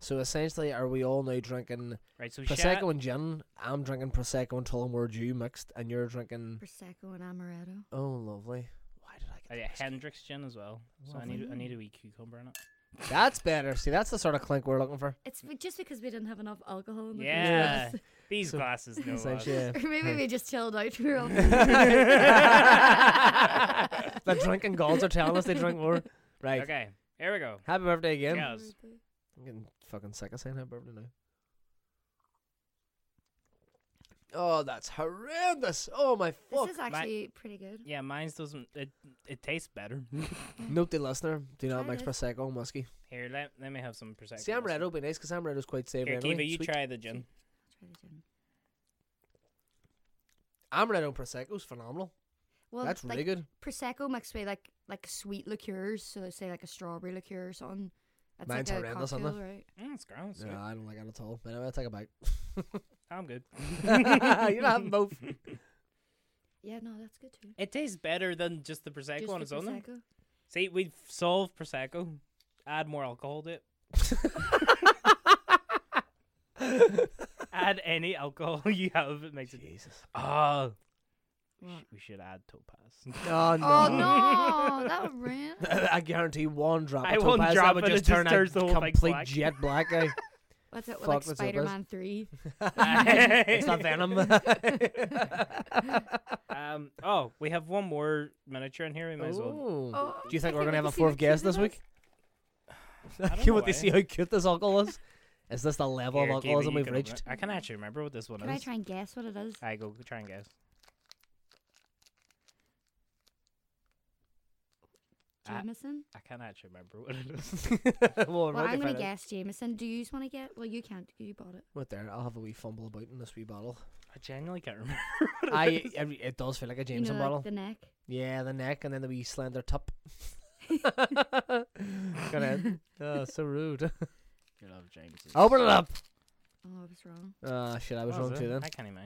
[SPEAKER 1] So essentially, are we all now drinking
[SPEAKER 2] Right, so
[SPEAKER 1] prosecco
[SPEAKER 2] Shan-
[SPEAKER 1] and gin? I'm drinking prosecco until I'm word you mixed, and you're drinking.
[SPEAKER 3] Prosecco and amaretto.
[SPEAKER 1] Oh, lovely. Why did I get?
[SPEAKER 2] Oh,
[SPEAKER 1] that
[SPEAKER 2] yeah,
[SPEAKER 1] whiskey?
[SPEAKER 2] Hendrix gin as well. So I need I need a wee cucumber in it.
[SPEAKER 1] That's better. See, that's the sort of clink we're looking
[SPEAKER 2] *laughs*
[SPEAKER 1] for.
[SPEAKER 3] It's be- just because we didn't have enough alcohol in the
[SPEAKER 1] *laughs*
[SPEAKER 3] *laughs*
[SPEAKER 2] Yeah,
[SPEAKER 3] first
[SPEAKER 2] these
[SPEAKER 1] So-
[SPEAKER 2] glasses uh, know us.
[SPEAKER 1] Essentially,
[SPEAKER 2] *laughs*
[SPEAKER 1] yeah.
[SPEAKER 3] glass. Maybe we just chilled out. We were
[SPEAKER 1] *laughs*
[SPEAKER 3] all *laughs*
[SPEAKER 1] the drinking gods are telling us they drink more. *laughs* Right.
[SPEAKER 2] Okay, here we go.
[SPEAKER 1] Happy birthday again.
[SPEAKER 2] Yes.
[SPEAKER 1] I'm getting fucking sick of saying happy birthday now. Oh, that's horrendous. Oh my fuck.
[SPEAKER 3] This is actually pretty good.
[SPEAKER 2] Yeah, mine's doesn't. It it tastes
[SPEAKER 1] *laughs*
[SPEAKER 2] better.
[SPEAKER 1] Note the listener, do not
[SPEAKER 3] Try
[SPEAKER 1] mix
[SPEAKER 3] this.
[SPEAKER 1] prosecco and whiskey.
[SPEAKER 2] Here, let, let me have some prosecco.
[SPEAKER 1] See, amaretto would be nice because amaretto's quite savoury.
[SPEAKER 2] Here, Kiva,
[SPEAKER 1] Anyway.
[SPEAKER 2] you
[SPEAKER 1] Sweet.
[SPEAKER 2] try
[SPEAKER 1] *laughs*
[SPEAKER 2] the gin.
[SPEAKER 3] Try the gin.
[SPEAKER 1] Amaretto and prosecco's phenomenal.
[SPEAKER 3] Well,
[SPEAKER 1] that's
[SPEAKER 3] like,
[SPEAKER 1] really good.
[SPEAKER 3] Prosecco mixed with like like sweet liqueurs, so let's say like a strawberry liqueur or something. That's
[SPEAKER 1] Mine's
[SPEAKER 3] like a
[SPEAKER 1] horrendous, isn't
[SPEAKER 3] cocktail, right?
[SPEAKER 2] Mm, it's ground.
[SPEAKER 1] No, I don't like it at all. But anyway, I'll take it back. *laughs*
[SPEAKER 2] I'm good. *laughs*
[SPEAKER 1] You're not having both.
[SPEAKER 3] Yeah, no, that's good too.
[SPEAKER 2] It tastes better than just the prosecco
[SPEAKER 3] Just
[SPEAKER 2] on
[SPEAKER 3] the
[SPEAKER 2] its own. though.
[SPEAKER 3] Prosecco.
[SPEAKER 2] See, we've solved prosecco. Add more alcohol to it. add any alcohol *laughs* you have. It makes it.
[SPEAKER 1] Jesus.
[SPEAKER 2] *laughs* Oh,
[SPEAKER 3] What?
[SPEAKER 2] we should add topaz.
[SPEAKER 1] *laughs*
[SPEAKER 2] *laughs*
[SPEAKER 1] Oh *laughs* no.
[SPEAKER 3] Oh no, that would ruin.
[SPEAKER 1] *laughs*
[SPEAKER 3] it.
[SPEAKER 1] *laughs* I guarantee one drop.
[SPEAKER 2] I
[SPEAKER 1] of
[SPEAKER 2] won't
[SPEAKER 1] Topaz,
[SPEAKER 2] drop
[SPEAKER 1] that would
[SPEAKER 2] it, it
[SPEAKER 1] just
[SPEAKER 2] just
[SPEAKER 1] turn a
[SPEAKER 2] turns the whole thing
[SPEAKER 1] complete
[SPEAKER 2] black.
[SPEAKER 1] jet black.
[SPEAKER 2] *laughs*
[SPEAKER 1] eh? *laughs*
[SPEAKER 3] What's it?
[SPEAKER 1] Fuck,
[SPEAKER 3] like
[SPEAKER 1] what's it, Buzz?
[SPEAKER 3] Spider-Man Three.
[SPEAKER 1] it's not
[SPEAKER 2] *laughs*
[SPEAKER 1] venom. *laughs*
[SPEAKER 2] um. Oh, we have one more miniature in here. We might as well.
[SPEAKER 1] Ooh.
[SPEAKER 3] Oh,
[SPEAKER 1] Do you think
[SPEAKER 3] I
[SPEAKER 1] we're gonna
[SPEAKER 3] we
[SPEAKER 1] have a
[SPEAKER 3] can see
[SPEAKER 1] fourth
[SPEAKER 3] what
[SPEAKER 1] guest
[SPEAKER 3] Cuba
[SPEAKER 1] this *laughs* week?
[SPEAKER 2] I don't
[SPEAKER 1] you
[SPEAKER 2] know
[SPEAKER 1] want to
[SPEAKER 2] why.
[SPEAKER 1] see how cute this alcohol is? Is this the level of
[SPEAKER 2] Here, Kiwi,
[SPEAKER 1] alcoholism
[SPEAKER 2] you
[SPEAKER 1] we've
[SPEAKER 2] can open
[SPEAKER 1] reached?
[SPEAKER 2] it. I can actually remember what this one
[SPEAKER 3] Can I
[SPEAKER 2] is.
[SPEAKER 3] try and guess what it is?
[SPEAKER 2] I go try and guess. I-
[SPEAKER 3] Jameson.
[SPEAKER 2] I can't actually remember what it
[SPEAKER 1] *laughs*
[SPEAKER 2] is.
[SPEAKER 1] well,
[SPEAKER 3] well,
[SPEAKER 1] right, if
[SPEAKER 3] I'm
[SPEAKER 1] I
[SPEAKER 3] gonna
[SPEAKER 1] did-
[SPEAKER 3] guess Jameson. Do you want to get? Well, you can't. You bought it.
[SPEAKER 1] Wait there, I'll have a wee fumble about in this wee
[SPEAKER 3] *laughs*
[SPEAKER 1] bottle.
[SPEAKER 2] *laughs* I genuinely can't remember. *laughs*
[SPEAKER 1] I, I it does feel like a Jameson
[SPEAKER 3] you know,
[SPEAKER 1] bottle.
[SPEAKER 3] Like the neck.
[SPEAKER 1] *laughs*
[SPEAKER 3] *laughs*
[SPEAKER 1] Yeah, the neck and then the wee slender *laughs* top. Got it. Oh, so
[SPEAKER 2] *laughs*
[SPEAKER 1] rude.
[SPEAKER 2] You love James's.
[SPEAKER 1] Open it up.
[SPEAKER 3] Oh, I was wrong.
[SPEAKER 1] Ah, shit, I was
[SPEAKER 2] Oh, is
[SPEAKER 1] wrong
[SPEAKER 2] it?
[SPEAKER 1] too then.
[SPEAKER 2] I can't even.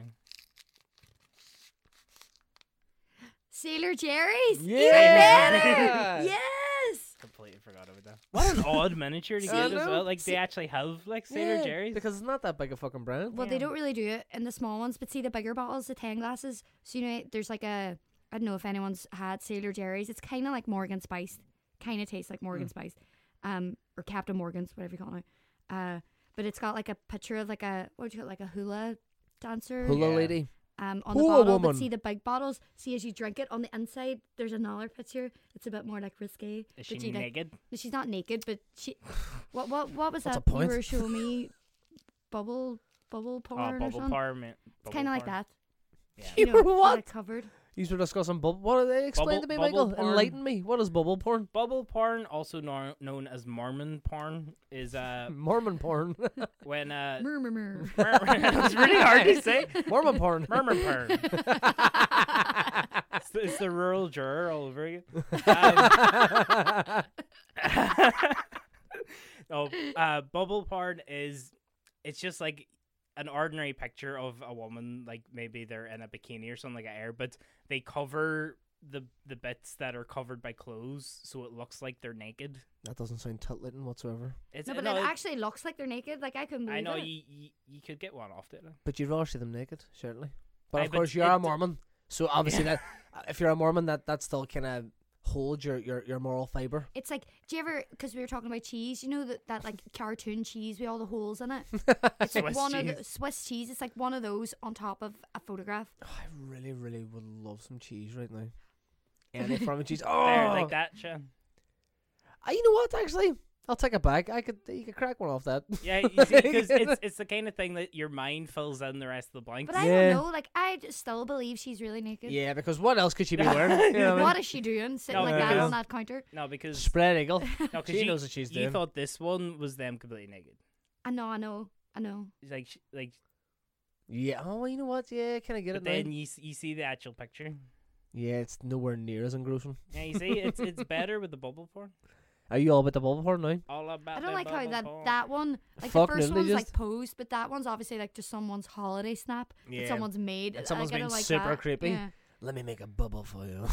[SPEAKER 3] Sailor Jerry's. Even
[SPEAKER 1] Yeah.
[SPEAKER 3] better. yes.
[SPEAKER 1] *laughs*
[SPEAKER 2] *laughs* Completely forgot about that. What an odd miniature to
[SPEAKER 1] *laughs* I
[SPEAKER 2] get as
[SPEAKER 1] know.
[SPEAKER 2] well. Like they
[SPEAKER 1] See-
[SPEAKER 2] actually have like Sailor
[SPEAKER 1] Yeah,
[SPEAKER 2] Jerry's.
[SPEAKER 1] because it's not that big a fucking brand.
[SPEAKER 3] Well, they
[SPEAKER 2] Yeah.
[SPEAKER 3] don't really do it in the small ones, but see the bigger bottles, the 10 glasses. So, you know, there's like a, I don't know if anyone's had Sailor Jerry's. It's kind of like Morgan Spice. Kind of tastes like
[SPEAKER 1] Mm.
[SPEAKER 3] Morgan Spice. Um, or Captain Morgan's, whatever you call it. Uh, but it's got like a picture of like a, what do you call it, like a hula dancer
[SPEAKER 1] Hula
[SPEAKER 2] Yeah.
[SPEAKER 1] lady.
[SPEAKER 3] um, on the
[SPEAKER 1] Hula
[SPEAKER 3] bottle.
[SPEAKER 1] woman.
[SPEAKER 3] But see the big bottles, see as you drink it on the inside, there's another picture. It's a bit more like risque.
[SPEAKER 2] Is
[SPEAKER 3] but
[SPEAKER 2] she
[SPEAKER 3] you like-
[SPEAKER 2] naked?
[SPEAKER 3] no, she's not naked, but she. What what what was
[SPEAKER 1] What's
[SPEAKER 3] that
[SPEAKER 1] the point? Ah,
[SPEAKER 3] you were showing me? Bubble bubble porn
[SPEAKER 2] Oh,
[SPEAKER 3] or
[SPEAKER 2] bubble
[SPEAKER 3] something.
[SPEAKER 2] par, man.
[SPEAKER 3] It's kind of like that.
[SPEAKER 2] Yeah.
[SPEAKER 1] You were
[SPEAKER 3] kinda
[SPEAKER 1] *laughs* what?
[SPEAKER 3] covered.
[SPEAKER 1] You were discussing bubble. What are they? Explain
[SPEAKER 2] Bubble-
[SPEAKER 1] to me,
[SPEAKER 2] bubble
[SPEAKER 1] Michael.
[SPEAKER 2] porn.
[SPEAKER 1] Enlighten me. What is bubble porn?
[SPEAKER 2] Bubble porn, also nor- known as Mormon porn,
[SPEAKER 3] *laughs*
[SPEAKER 2] is uh
[SPEAKER 1] Mormon porn. *laughs*
[SPEAKER 2] when uh
[SPEAKER 3] Murmur murmur.
[SPEAKER 2] *laughs*
[SPEAKER 3] *laughs*
[SPEAKER 2] it's really hard to say.
[SPEAKER 1] Mormon porn. *laughs*
[SPEAKER 2] *laughs* Murmur porn. it's, the, it's the rural juror all
[SPEAKER 3] *laughs*
[SPEAKER 2] over again. Um, *laughs* no, Um, uh, bubble porn is it's just like an ordinary picture of a woman, like maybe they're in a bikini or something like that, but they cover the the bits that are covered by clothes, so it looks like they're naked.
[SPEAKER 1] that doesn't sound titillating whatsoever.
[SPEAKER 2] It's, *laughs*
[SPEAKER 3] No, but
[SPEAKER 2] no,
[SPEAKER 3] it actually looks like they're naked. Like I couldn't believe
[SPEAKER 2] I know
[SPEAKER 3] it.
[SPEAKER 2] you, you you could get one off it.
[SPEAKER 1] But you'd rather see them naked, certainly. But
[SPEAKER 2] Aye,
[SPEAKER 1] of
[SPEAKER 2] but
[SPEAKER 1] course, you are
[SPEAKER 2] it
[SPEAKER 1] a
[SPEAKER 2] d-
[SPEAKER 1] Mormon, so obviously
[SPEAKER 2] *laughs*
[SPEAKER 1] that if you're a Mormon, that that still kind of holds your, your your moral fiber.
[SPEAKER 3] It's like, do you ever? Because we were talking about cheese. You know that,
[SPEAKER 2] *laughs*
[SPEAKER 3] that like cartoon cheese with all the holes in it. It's like
[SPEAKER 2] Swiss
[SPEAKER 3] one of
[SPEAKER 2] cheese.
[SPEAKER 3] the Swiss cheese. It's like one of those on top of a photograph.
[SPEAKER 1] I really, really would love some cheese right now. Any form of cheese. Oh,
[SPEAKER 2] There, like that, Sean.
[SPEAKER 1] Ah, you know what? Actually, I'll take it back. I could you could crack one off that.
[SPEAKER 2] Yeah,
[SPEAKER 3] *laughs*
[SPEAKER 2] you see, because it's it's the kind of thing that your mind fills in the rest of the blanks.
[SPEAKER 3] uh, But I
[SPEAKER 1] Yeah.
[SPEAKER 3] don't know. Like I d- still believe she's really naked.
[SPEAKER 1] yeah, because what else could she be wearing? You know what I mean?
[SPEAKER 3] What is she doing sitting
[SPEAKER 2] No,
[SPEAKER 3] like
[SPEAKER 2] yeah.
[SPEAKER 3] that on that counter?
[SPEAKER 2] no, because
[SPEAKER 1] Spread eagle.
[SPEAKER 2] *laughs* no, 'cause
[SPEAKER 1] she
[SPEAKER 2] you,
[SPEAKER 1] knows what she's
[SPEAKER 2] You
[SPEAKER 1] doing.
[SPEAKER 2] thought this one was them completely naked.
[SPEAKER 3] *laughs* I know, I know, I know.
[SPEAKER 2] It's like sh- like,
[SPEAKER 1] Yeah. Oh, well, you know what? Yeah, can I get
[SPEAKER 2] but
[SPEAKER 1] it now?
[SPEAKER 2] then you s- you see the actual picture.
[SPEAKER 1] Yeah, it's nowhere near as engrossing.
[SPEAKER 2] Yeah, you see, it's
[SPEAKER 3] *laughs*
[SPEAKER 2] it's better with the bubble porn.
[SPEAKER 1] Are you all about the bubble porn now?
[SPEAKER 2] All about.
[SPEAKER 3] I don't
[SPEAKER 2] the
[SPEAKER 3] like how
[SPEAKER 2] bubble
[SPEAKER 3] that
[SPEAKER 2] porn.
[SPEAKER 3] that one, like
[SPEAKER 1] Fuck,
[SPEAKER 3] the first
[SPEAKER 1] no, they
[SPEAKER 3] one's like
[SPEAKER 1] just-
[SPEAKER 3] posed, but that one's obviously like just someone's holiday snap
[SPEAKER 1] Yeah.
[SPEAKER 3] that someone's made.
[SPEAKER 1] And
[SPEAKER 3] I-
[SPEAKER 1] someone's
[SPEAKER 3] I kinda
[SPEAKER 1] being
[SPEAKER 3] like
[SPEAKER 1] super
[SPEAKER 3] that.
[SPEAKER 1] creepy. *laughs*
[SPEAKER 3] Yeah.
[SPEAKER 1] Let me make a bubble for
[SPEAKER 3] *laughs*
[SPEAKER 1] you.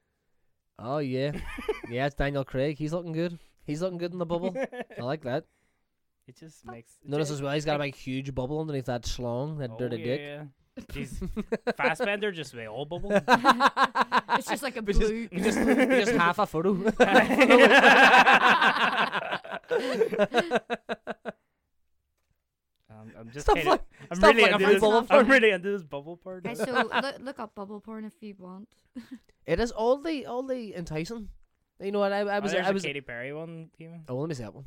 [SPEAKER 1] *laughs* oh yeah, yeah. It's Daniel Craig. He's looking good. He's looking good in the *laughs* bubble. I like that.
[SPEAKER 2] *laughs* It just makes. it
[SPEAKER 1] Notice
[SPEAKER 2] just-
[SPEAKER 1] as well, he's got a big, huge bubble underneath that schlong, that
[SPEAKER 2] oh,
[SPEAKER 1] dirty
[SPEAKER 2] yeah,
[SPEAKER 1] dick.
[SPEAKER 3] *laughs*
[SPEAKER 2] yeah. Jeez, Fassbender just the old bubble.
[SPEAKER 1] *laughs*
[SPEAKER 3] It's just like a
[SPEAKER 1] Which is-
[SPEAKER 3] blue.
[SPEAKER 1] you just, you just half a photo.
[SPEAKER 3] *laughs*
[SPEAKER 2] Um, I'm just
[SPEAKER 1] Stuff
[SPEAKER 2] kinda-
[SPEAKER 1] like-
[SPEAKER 2] I'm
[SPEAKER 1] stuff
[SPEAKER 2] really
[SPEAKER 1] like a
[SPEAKER 2] into
[SPEAKER 1] big
[SPEAKER 2] this.
[SPEAKER 1] bubble
[SPEAKER 2] I'm
[SPEAKER 1] porn.
[SPEAKER 2] really into this bubble part. *laughs*
[SPEAKER 3] Guys, so look, look up bubble porn if you want.
[SPEAKER 1] it is oddly, oddly enticing. You know what? I, I
[SPEAKER 2] I
[SPEAKER 1] was,
[SPEAKER 2] was,
[SPEAKER 1] I was.
[SPEAKER 2] Oh, a Katy Perry one. Even.
[SPEAKER 1] Oh, let me see that one.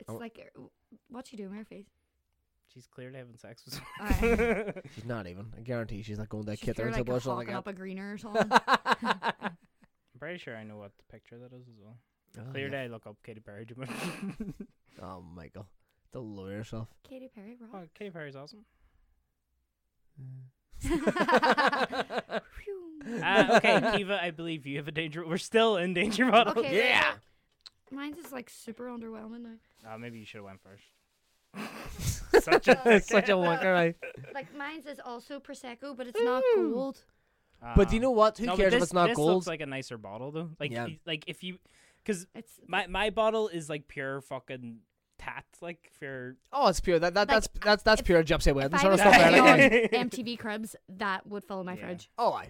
[SPEAKER 3] It's
[SPEAKER 1] Oh.
[SPEAKER 3] like uh, what you do in your face.
[SPEAKER 2] She's clearly having sex with. someone.
[SPEAKER 3] Alright.
[SPEAKER 1] She's not even. I guarantee she's like going to
[SPEAKER 3] She's
[SPEAKER 1] kid her
[SPEAKER 3] here,
[SPEAKER 1] into
[SPEAKER 3] like,
[SPEAKER 1] or something
[SPEAKER 3] hawking
[SPEAKER 1] like
[SPEAKER 3] up a greener
[SPEAKER 1] *laughs*
[SPEAKER 3] or something.
[SPEAKER 1] that.
[SPEAKER 2] *laughs* I'm pretty sure I know what the picture that is as well.
[SPEAKER 1] Oh,
[SPEAKER 2] Clearly,
[SPEAKER 1] yeah.
[SPEAKER 2] I look up Katy Perry. too
[SPEAKER 1] *laughs*
[SPEAKER 2] much.
[SPEAKER 1] Oh, Michael, don't lower yourself.
[SPEAKER 2] *laughs*
[SPEAKER 3] Katy Perry,
[SPEAKER 2] oh, Katy
[SPEAKER 1] *laughs*
[SPEAKER 2] Perry's awesome.
[SPEAKER 3] rock. *laughs*
[SPEAKER 1] *laughs*
[SPEAKER 3] Phew.
[SPEAKER 2] Uh, okay, Kiva, I believe you have a danger. We're still in danger model.
[SPEAKER 3] Okay, wait,
[SPEAKER 1] yeah.
[SPEAKER 3] Mine's is like super underwhelming now.
[SPEAKER 2] Uh, maybe you should have went first. *laughs* Such a *laughs*
[SPEAKER 1] Such a wanker, right?
[SPEAKER 3] Like mine's is also prosecco, but it's not
[SPEAKER 1] Ooh.
[SPEAKER 3] gold.
[SPEAKER 2] Uh,
[SPEAKER 1] But do you know what? Who
[SPEAKER 2] no, but
[SPEAKER 1] cares
[SPEAKER 2] this,
[SPEAKER 1] if it's not
[SPEAKER 2] this
[SPEAKER 1] gold?
[SPEAKER 2] Looks like a nicer bottle though. Like
[SPEAKER 1] Yeah.
[SPEAKER 2] y- like if you, because
[SPEAKER 3] It's
[SPEAKER 2] my my bottle is like pure fucking tat. Like pure.
[SPEAKER 1] oh, it's pure. That, that that's that's that's
[SPEAKER 3] if-
[SPEAKER 1] pure gypsy
[SPEAKER 3] if
[SPEAKER 1] wedding
[SPEAKER 3] I
[SPEAKER 1] sort of
[SPEAKER 3] was
[SPEAKER 1] stuff.
[SPEAKER 2] there,
[SPEAKER 3] sitting
[SPEAKER 1] There,
[SPEAKER 2] like-
[SPEAKER 1] like, *laughs*
[SPEAKER 3] on MTV Cribs, that would fill my
[SPEAKER 2] Yeah.
[SPEAKER 3] fridge.
[SPEAKER 1] oh, I.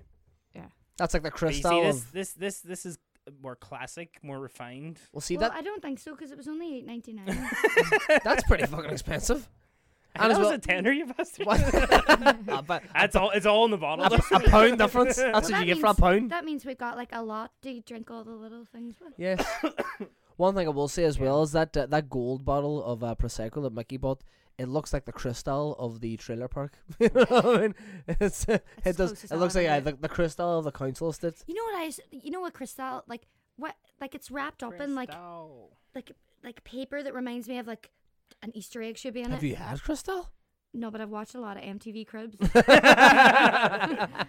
[SPEAKER 3] Yeah.
[SPEAKER 1] That's like the
[SPEAKER 2] But you see
[SPEAKER 1] crystal.
[SPEAKER 2] this
[SPEAKER 1] of,
[SPEAKER 2] this this this is more classic, more refined. *laughs*
[SPEAKER 1] well, see
[SPEAKER 3] well,
[SPEAKER 1] that
[SPEAKER 3] I don't think so because it was only eight
[SPEAKER 1] *laughs*
[SPEAKER 3] ninety nine.
[SPEAKER 1] that's pretty fucking
[SPEAKER 3] *laughs*
[SPEAKER 1] expensive.
[SPEAKER 2] I
[SPEAKER 1] And as
[SPEAKER 2] know it's
[SPEAKER 1] well-
[SPEAKER 2] a tenner, you bastard.
[SPEAKER 1] What? Uh, but
[SPEAKER 2] *laughs* That's all. It's all in the bottle.
[SPEAKER 1] a, a pound
[SPEAKER 2] *laughs*
[SPEAKER 1] difference. That's what you get for a pound.
[SPEAKER 3] That means we've got like a lot to drink all the little things with.
[SPEAKER 1] Yes. One thing I will say as well is that uh, that gold bottle of uh, prosecco that Mickey bought, it looks like the crystal of the trailer park. *laughs* you know what I mean? It's, uh, it
[SPEAKER 3] That's
[SPEAKER 1] does.
[SPEAKER 3] close as
[SPEAKER 1] It looks
[SPEAKER 3] I'll
[SPEAKER 1] like uh,
[SPEAKER 3] ever
[SPEAKER 1] the,
[SPEAKER 3] get.
[SPEAKER 1] the crystal of the council estate.
[SPEAKER 3] You know what I? s- You know what, Cristal? Like what? Like it's wrapped up in like
[SPEAKER 2] Cristal.
[SPEAKER 3] like like paper that reminds me of like an Easter egg should be in
[SPEAKER 1] Have
[SPEAKER 3] it.
[SPEAKER 1] you had crystal?
[SPEAKER 3] No, but I've watched a lot of
[SPEAKER 1] *laughs*
[SPEAKER 3] MTV Cribs. But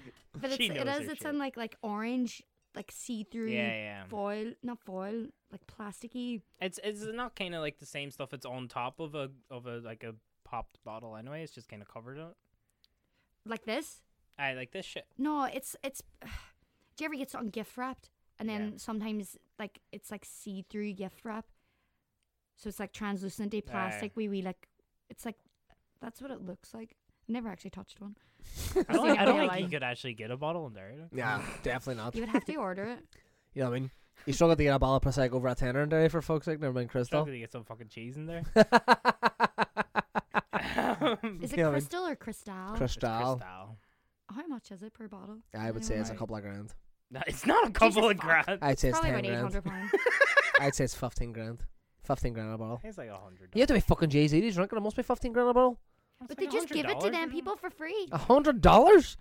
[SPEAKER 3] it's,
[SPEAKER 2] She
[SPEAKER 3] it
[SPEAKER 2] knows
[SPEAKER 3] is.
[SPEAKER 2] her
[SPEAKER 3] It's
[SPEAKER 2] shit.
[SPEAKER 3] in like like orange, like see
[SPEAKER 2] Yeah,
[SPEAKER 3] through
[SPEAKER 2] yeah.
[SPEAKER 3] foil, not foil, like plasticky.
[SPEAKER 2] It's it's not kind of like the same stuff. It's on top of a of a like a popped bottle anyway. It's just kind of covered in it.
[SPEAKER 3] Like this?
[SPEAKER 2] I like this shit.
[SPEAKER 3] *sighs* No, it's it's. Do you ever get something gift wrapped and then
[SPEAKER 2] Yeah.
[SPEAKER 3] sometimes like it's like see through gift wrap, so it's like translucent day plastic. wee wee like it's like that's what it looks like. Never actually touched one.
[SPEAKER 2] I don't,
[SPEAKER 3] Yeah,
[SPEAKER 2] think- I don't
[SPEAKER 3] yeah,
[SPEAKER 2] think you
[SPEAKER 3] like-
[SPEAKER 2] could actually get a bottle in there.
[SPEAKER 1] Yeah, *laughs* definitely not.
[SPEAKER 3] You would have to order it.
[SPEAKER 1] *laughs* You know what I mean? You struggle to get a bottle of Prosecco over a tenner in there for folks like never mind
[SPEAKER 2] Still
[SPEAKER 1] Crystal.
[SPEAKER 2] gonna get some fucking cheese in
[SPEAKER 3] *laughs*
[SPEAKER 2] there.
[SPEAKER 1] *laughs*
[SPEAKER 3] Oh. Is it
[SPEAKER 1] Yeah, I mean-
[SPEAKER 3] crystal or crystal?
[SPEAKER 1] Crystal.
[SPEAKER 2] Cristal.
[SPEAKER 3] How much is it per bottle?
[SPEAKER 1] I would say it's a
[SPEAKER 3] Right.
[SPEAKER 1] couple of grand.
[SPEAKER 2] No, it's not a couple
[SPEAKER 3] Jesus
[SPEAKER 2] of
[SPEAKER 3] fuck.
[SPEAKER 2] grand.
[SPEAKER 1] I'd say it's
[SPEAKER 3] Probably
[SPEAKER 1] ten
[SPEAKER 3] about eight
[SPEAKER 1] grand. *laughs*
[SPEAKER 3] hundred pounds.
[SPEAKER 1] I'd say it's fifteen grand. Fifteen grand a bottle.
[SPEAKER 2] It's like a hundred.
[SPEAKER 1] You have to be fucking Jay Z to drink it. It must be fifteen grand a bottle.
[SPEAKER 3] But they just give it to them people for free.
[SPEAKER 1] A hundred dollars?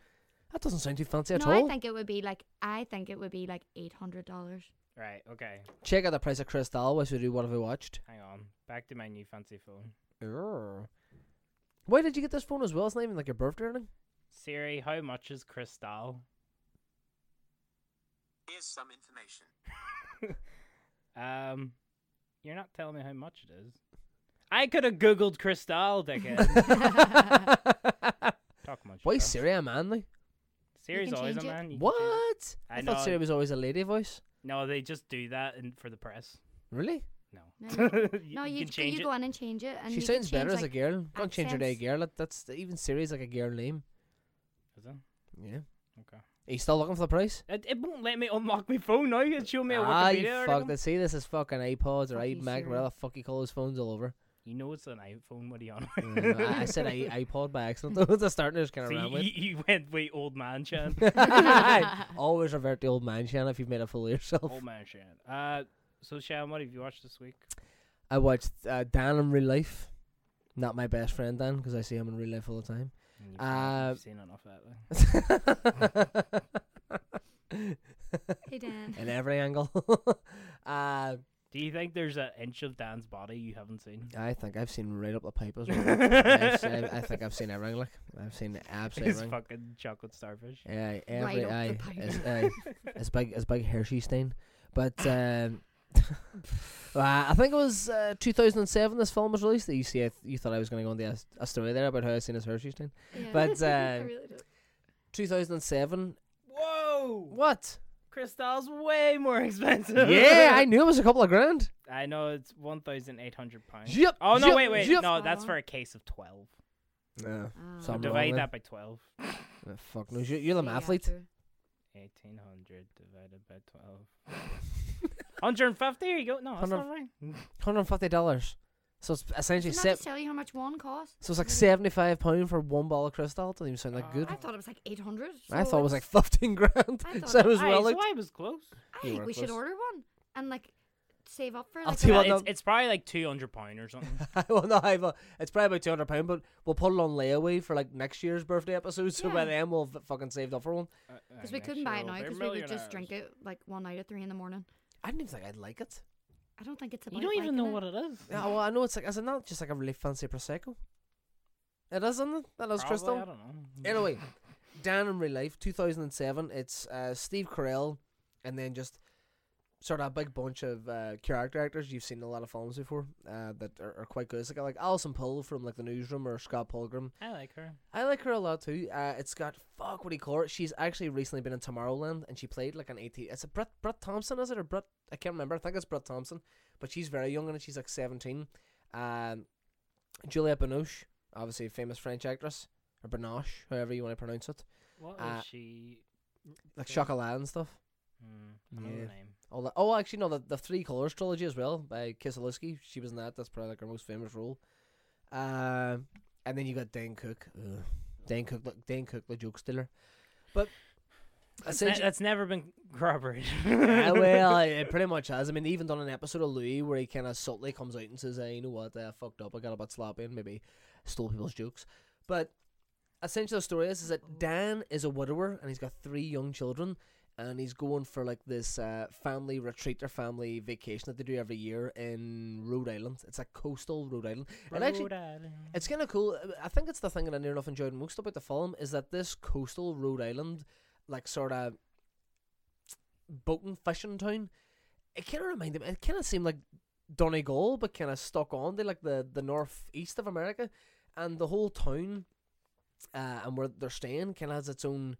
[SPEAKER 1] That doesn't sound too fancy at
[SPEAKER 3] no,
[SPEAKER 1] all.
[SPEAKER 3] I think it would be like I think it would be like eight hundred dollars.
[SPEAKER 2] *laughs* Right. Okay.
[SPEAKER 1] Check out the price of Cristal, which we do what have we watched.
[SPEAKER 2] Hang on. Back to my new fancy phone.
[SPEAKER 1] Err. Why did you get this phone as well? It's not even like your birthday or
[SPEAKER 3] *laughs*
[SPEAKER 1] anything.
[SPEAKER 2] Siri, how much is Cristal?
[SPEAKER 4] Here's some information.
[SPEAKER 2] Um, you're not telling me how much it is. I could have googled Cristal,
[SPEAKER 1] *laughs*
[SPEAKER 2] dickhead. Talk much.
[SPEAKER 1] Why is Siri a man? Like?
[SPEAKER 2] Siri's
[SPEAKER 3] can
[SPEAKER 2] always a
[SPEAKER 3] change it.
[SPEAKER 2] man. you can change it.
[SPEAKER 1] What? I,
[SPEAKER 2] I
[SPEAKER 1] thought
[SPEAKER 2] know.
[SPEAKER 1] Siri was always a lady voice.
[SPEAKER 2] No, they just do that in, for the press.
[SPEAKER 1] Really?
[SPEAKER 2] No.
[SPEAKER 3] No,
[SPEAKER 2] *laughs*
[SPEAKER 3] you-
[SPEAKER 2] You-
[SPEAKER 3] No, you,
[SPEAKER 2] you can
[SPEAKER 3] g-
[SPEAKER 2] change
[SPEAKER 3] you
[SPEAKER 2] it.
[SPEAKER 3] go in and change it. And
[SPEAKER 1] she
[SPEAKER 3] you can
[SPEAKER 1] sounds better
[SPEAKER 3] change,
[SPEAKER 1] as a
[SPEAKER 3] like-
[SPEAKER 1] girl. Don't change her to a
[SPEAKER 3] accents.
[SPEAKER 1] girl. That, that's even Siri's like a girl name.
[SPEAKER 2] Is it?
[SPEAKER 1] Yeah.
[SPEAKER 2] Okay.
[SPEAKER 1] Are you still looking for the price?
[SPEAKER 2] It, it won't let me unlock my phone now. It's showing me a
[SPEAKER 1] ah,
[SPEAKER 2] Wikipedia
[SPEAKER 1] you
[SPEAKER 2] article.
[SPEAKER 1] fuck that. See, this is fucking iPods or
[SPEAKER 3] Fuck you,
[SPEAKER 1] iMac,
[SPEAKER 3] Siri.
[SPEAKER 1] whatever the fuck you call those phones all
[SPEAKER 3] *laughs*
[SPEAKER 1] over.
[SPEAKER 2] You know it's an iPhone. What are you
[SPEAKER 1] *laughs*
[SPEAKER 2] on?
[SPEAKER 1] Mm, I, I said
[SPEAKER 2] *laughs*
[SPEAKER 1] I, iPod by accident. *laughs* That's the starting just kind of
[SPEAKER 2] so
[SPEAKER 1] ran
[SPEAKER 2] you,
[SPEAKER 1] with. *laughs*
[SPEAKER 2] you- you went way old man, Chan.
[SPEAKER 1] Always revert to old man, Shannon, if you've made a fool of yourself.
[SPEAKER 2] old man, Shan. Uh, so Shan, what have you watched this week?
[SPEAKER 1] I watched uh, Dan in real life. Not my best friend, Dan, because I see him in real life all the time.
[SPEAKER 2] And You've,
[SPEAKER 1] Uh,
[SPEAKER 2] you've seen enough of that. though.
[SPEAKER 1] *laughs* *laughs*
[SPEAKER 3] Hey Dan.
[SPEAKER 1] in every
[SPEAKER 2] *laughs*
[SPEAKER 1] angle. uh,
[SPEAKER 2] Do you think there's an inch of Dan's body you haven't seen?
[SPEAKER 1] I think I've seen right up the pipe
[SPEAKER 2] *laughs*
[SPEAKER 1] as well. I've seen- Uh, I, I think I've seen everything. Like I've seen absolutely
[SPEAKER 2] His
[SPEAKER 1] everything.
[SPEAKER 2] fucking chocolate starfish.
[SPEAKER 1] Aye,
[SPEAKER 3] Right
[SPEAKER 1] every
[SPEAKER 3] up the
[SPEAKER 1] aye,
[SPEAKER 3] pipe.
[SPEAKER 1] it's, aye, it's big, it's big Hershey stain. But
[SPEAKER 3] *laughs*
[SPEAKER 1] um, *laughs* well, I think it was uh, 2007. This film was released. That you see, I th- you thought I was going to go on the a, a story there about how I seen his Hershey stain.
[SPEAKER 3] Yeah.
[SPEAKER 1] But,
[SPEAKER 3] *laughs* I
[SPEAKER 1] uh,
[SPEAKER 3] really don't.
[SPEAKER 1] 2007.
[SPEAKER 2] *laughs* Whoa! *laughs*
[SPEAKER 1] What?
[SPEAKER 2] Crystal's way more *laughs* expensive.
[SPEAKER 1] yeah, I knew it was a couple of grand.
[SPEAKER 2] *laughs* I know it's one thousand eight hundred pounds.
[SPEAKER 1] Yep.
[SPEAKER 2] Oh no!
[SPEAKER 1] yep,
[SPEAKER 2] wait, wait.
[SPEAKER 1] Yep.
[SPEAKER 2] No, that's
[SPEAKER 3] Aw.
[SPEAKER 2] for a case of twelve.
[SPEAKER 1] No,
[SPEAKER 2] Oh.
[SPEAKER 3] Ah.
[SPEAKER 1] so I'm wrong
[SPEAKER 2] Divide
[SPEAKER 1] then.
[SPEAKER 2] that by twelve.
[SPEAKER 1] Uh, fuck no. You're, you're the
[SPEAKER 3] See,
[SPEAKER 1] mathlete.
[SPEAKER 3] after.
[SPEAKER 2] Eighteen hundred divided by twelve.
[SPEAKER 1] *laughs*
[SPEAKER 2] Hundred and fifty. There you go. No, that's
[SPEAKER 1] Hundred-
[SPEAKER 2] not right.
[SPEAKER 1] Hundred and fifty dollars. So it's essentially
[SPEAKER 3] Didn't I
[SPEAKER 1] se-
[SPEAKER 3] just tell you how much one costs?
[SPEAKER 1] So it's like
[SPEAKER 3] Really?
[SPEAKER 1] seventy-five pound for one bottle of crystal. Doesn't even sound that good.
[SPEAKER 3] I thought it was like eight hundred.
[SPEAKER 1] I Oh, thought it was like fifteen grand. *laughs*
[SPEAKER 3] I thought
[SPEAKER 1] so it was
[SPEAKER 2] Aye,
[SPEAKER 1] well.
[SPEAKER 2] so
[SPEAKER 1] looked-
[SPEAKER 2] I was close.
[SPEAKER 1] *laughs*
[SPEAKER 3] I
[SPEAKER 1] You
[SPEAKER 3] think
[SPEAKER 1] were
[SPEAKER 3] we should
[SPEAKER 1] close.
[SPEAKER 3] order one and like save up for. Like,
[SPEAKER 1] I'll tell you
[SPEAKER 3] a-
[SPEAKER 1] what,
[SPEAKER 2] Uh, it's,
[SPEAKER 1] no-
[SPEAKER 2] it's probably like two hundred pound
[SPEAKER 1] *laughs*
[SPEAKER 2] or something.
[SPEAKER 1] well, no, I've, uh, it's probably about two hundred pound, but we'll put it on layaway for like next year's birthday episode. So by
[SPEAKER 3] Yeah.
[SPEAKER 1] then we'll have fucking saved up for one.
[SPEAKER 3] Because we couldn't buy it now because we would just drink it like one night at three in the morning.
[SPEAKER 1] I didn't even think I'd like it.
[SPEAKER 3] I don't think it's about
[SPEAKER 2] You don't even
[SPEAKER 3] liking
[SPEAKER 2] know
[SPEAKER 3] it.
[SPEAKER 2] what it is.
[SPEAKER 1] Yeah, well, I know it's like is it not just like a really fancy prosecco? It is, isn't it? That is
[SPEAKER 2] Probably, I
[SPEAKER 1] crystal.
[SPEAKER 2] don't know. *laughs*
[SPEAKER 1] Anyway, Dan in Real Life, 2007. It's uh, Steve Carell, and then just sort of a big bunch of uh, character actors you've seen in a lot of films before uh, that are, are quite good. It's like like Alison Poole from like The Newsroom or Scott Pilgrim.
[SPEAKER 2] I like her.
[SPEAKER 1] I like her a lot too. Uh, it's got fuck what do you call it? She's actually recently been in Tomorrowland and she played like an eighteen. It's a Brett Brett Thompson, is it or Brett? I can't remember. I think it's Brett Thompson, but she's very young and she's like seventeen. Um, Juliette Binoche, obviously a famous French actress or Binoche, however you want to pronounce it,
[SPEAKER 2] What is
[SPEAKER 1] Uh,
[SPEAKER 2] she?
[SPEAKER 1] like
[SPEAKER 2] Okay.
[SPEAKER 1] Chocolat and stuff.
[SPEAKER 2] Mm, I know the
[SPEAKER 1] Yeah.
[SPEAKER 2] name.
[SPEAKER 1] All that. Oh, actually, no, the, the Three Colors trilogy as well by Kieselowski. She was in that. That's probably like her most famous role. Um, and then you got Dan Cook. Ugh. Dan Cook, look, Dan Cook, the joke stealer. But
[SPEAKER 2] That's, ne-
[SPEAKER 1] essentially,
[SPEAKER 2] that's never been corroborated.
[SPEAKER 1] *laughs*
[SPEAKER 2] *laughs*
[SPEAKER 1] yeah, well, it pretty much has. I mean, even done an episode of Louis where he kind of subtly comes out and says, "Hey, you know what? I fucked up. I got a bit sloppy and maybe stole people's jokes." But essentially, the story is is that Dan is a widower and he's got three young children, and he's going for like this uh, family retreat or family vacation that they do every year in Rhode Island. It's like coastal Rhode Island. It actually
[SPEAKER 2] Rhode Island.
[SPEAKER 1] it's kind of cool. I think it's the thing that I near enough enjoyed most about the film is that this coastal Rhode Island, like sort of boating fishing town, it kind of reminded me. It kind of seemed like Donegal, but kind of stuck on to like the the northeast of America, and the whole town, uh, and where they're staying, kind of has its own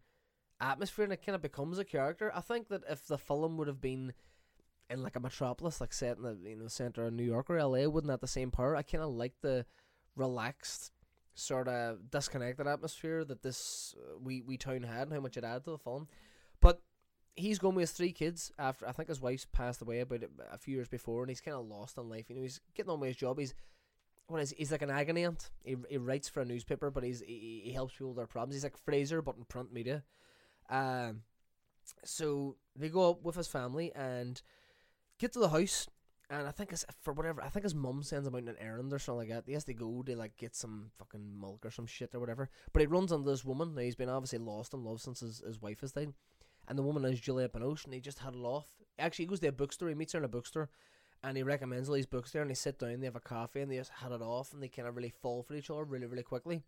[SPEAKER 1] atmosphere and it kind of becomes a character. I think that if the film would have been in like a metropolis, like set in the you know center of New York or LA, wouldn't have the same power. I kind of like the relaxed, sort of disconnected atmosphere that this uh, wee wee town had and how much it added to the film. But he's gone with his three kids after I think his wife's passed away about a- a few years before, and he's kind of lost in life. You know, he's getting on with his job. He's what is he? he's like an agony aunt. He, he writes for a newspaper, but he's he, he helps people with their problems. He's like Fraser, but in print media. Um, so they go up with his family and get to the house. And I think it's for whatever. I think his mum sends him out on an errand or something like that. He has to go to like get some fucking milk or some shit or whatever. But he runs into this woman. Now he's been obviously lost in love since his, his wife has died. And the woman is Juliette Binoche, and he just had it off. Actually, he goes to a bookstore. He meets her in a bookstore, and he recommends all these books there. And they sit down, they have a coffee, and they just had it off, and they kind of really fall for each other really, really quickly.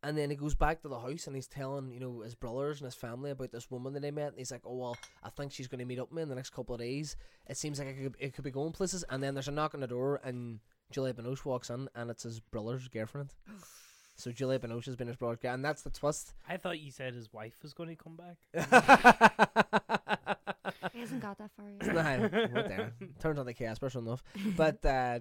[SPEAKER 1] And then he goes back to the house and he's telling, you know, his brothers and his family about this woman that he met. And he's like, oh, well, I think she's going to meet up with me in the next couple of days. It seems like it could, it could be going places. And then there's a knock on the door and Juliette Binoche walks in and it's his brother's girlfriend. So Juliette Binoche has been his brother's girlfriend. And that's the twist.
[SPEAKER 2] I thought you said his wife was going to come back.
[SPEAKER 1] *laughs*
[SPEAKER 3] He hasn't got that far yet.
[SPEAKER 1] nah, we're there. Turns out the Casper, sure enough. But uh,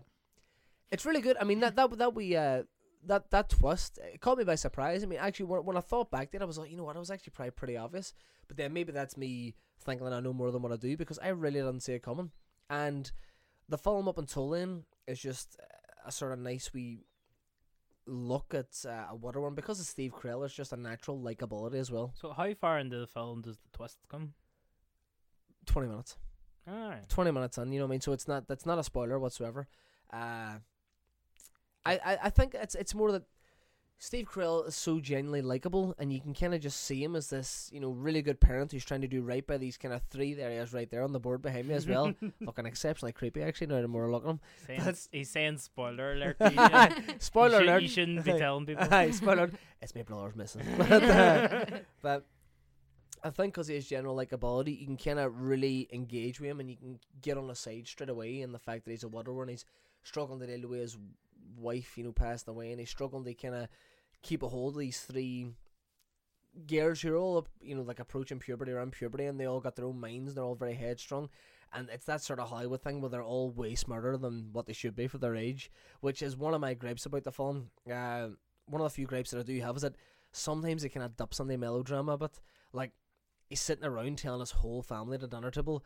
[SPEAKER 1] it's really good. I mean, that that that we uh, that that twist it caught me by surprise. I mean, actually, when, when I thought back then, I was like, you know what, I was actually probably pretty obvious. But then maybe that's me thinking that I know more than what I do because I really didn't see it coming. And the film up until then is just uh, a sort of nice wee look at uh, a water one because it's Steve Carell. It's just a natural likability as well.
[SPEAKER 2] So how far into the film does the twist come?
[SPEAKER 1] Twenty minutes.
[SPEAKER 2] All right.
[SPEAKER 1] 20 minutes in, you know what I mean? So it's not that's not a spoiler whatsoever. Uh I, I, I think it's it's more that Steve Carell is so genuinely likable and you can kind of just see him as this, you know, really good parent who's trying to do right by these kind of three there he is right there on the board behind me as
[SPEAKER 2] *laughs*
[SPEAKER 1] well. Looking exceptionally creepy actually now the more I look at him.
[SPEAKER 2] Saying, he's
[SPEAKER 1] *laughs*
[SPEAKER 2] saying spoiler alert. uh, to you, yeah. You
[SPEAKER 1] Spoiler
[SPEAKER 2] should-
[SPEAKER 1] alert.
[SPEAKER 2] You
[SPEAKER 1] *laughs*
[SPEAKER 2] shouldn't be telling people.
[SPEAKER 1] Aye,
[SPEAKER 3] *laughs*
[SPEAKER 1] spoiler. It's my brother's
[SPEAKER 2] *laughs*
[SPEAKER 1] missing. uh, *laughs* But, uh, but I think because he has general likability, you can kind of really engage with him and you can get on his side straight away. And the fact that he's a widower and he's struggling to deal with his wife, you know, passed away, and he's struggling to kind of keep a hold of these three girls who are all, up- you know, like approaching puberty or in puberty, and they all got their own minds, and they're all very headstrong. And it's that sort of Hollywood thing where they're all way smarter than what they should be for their age, which is one of my gripes about the film. Uh, one of the few gripes that I do have is that sometimes it kind of dips on the melodrama, but like he's sitting around telling his whole family at a dinner table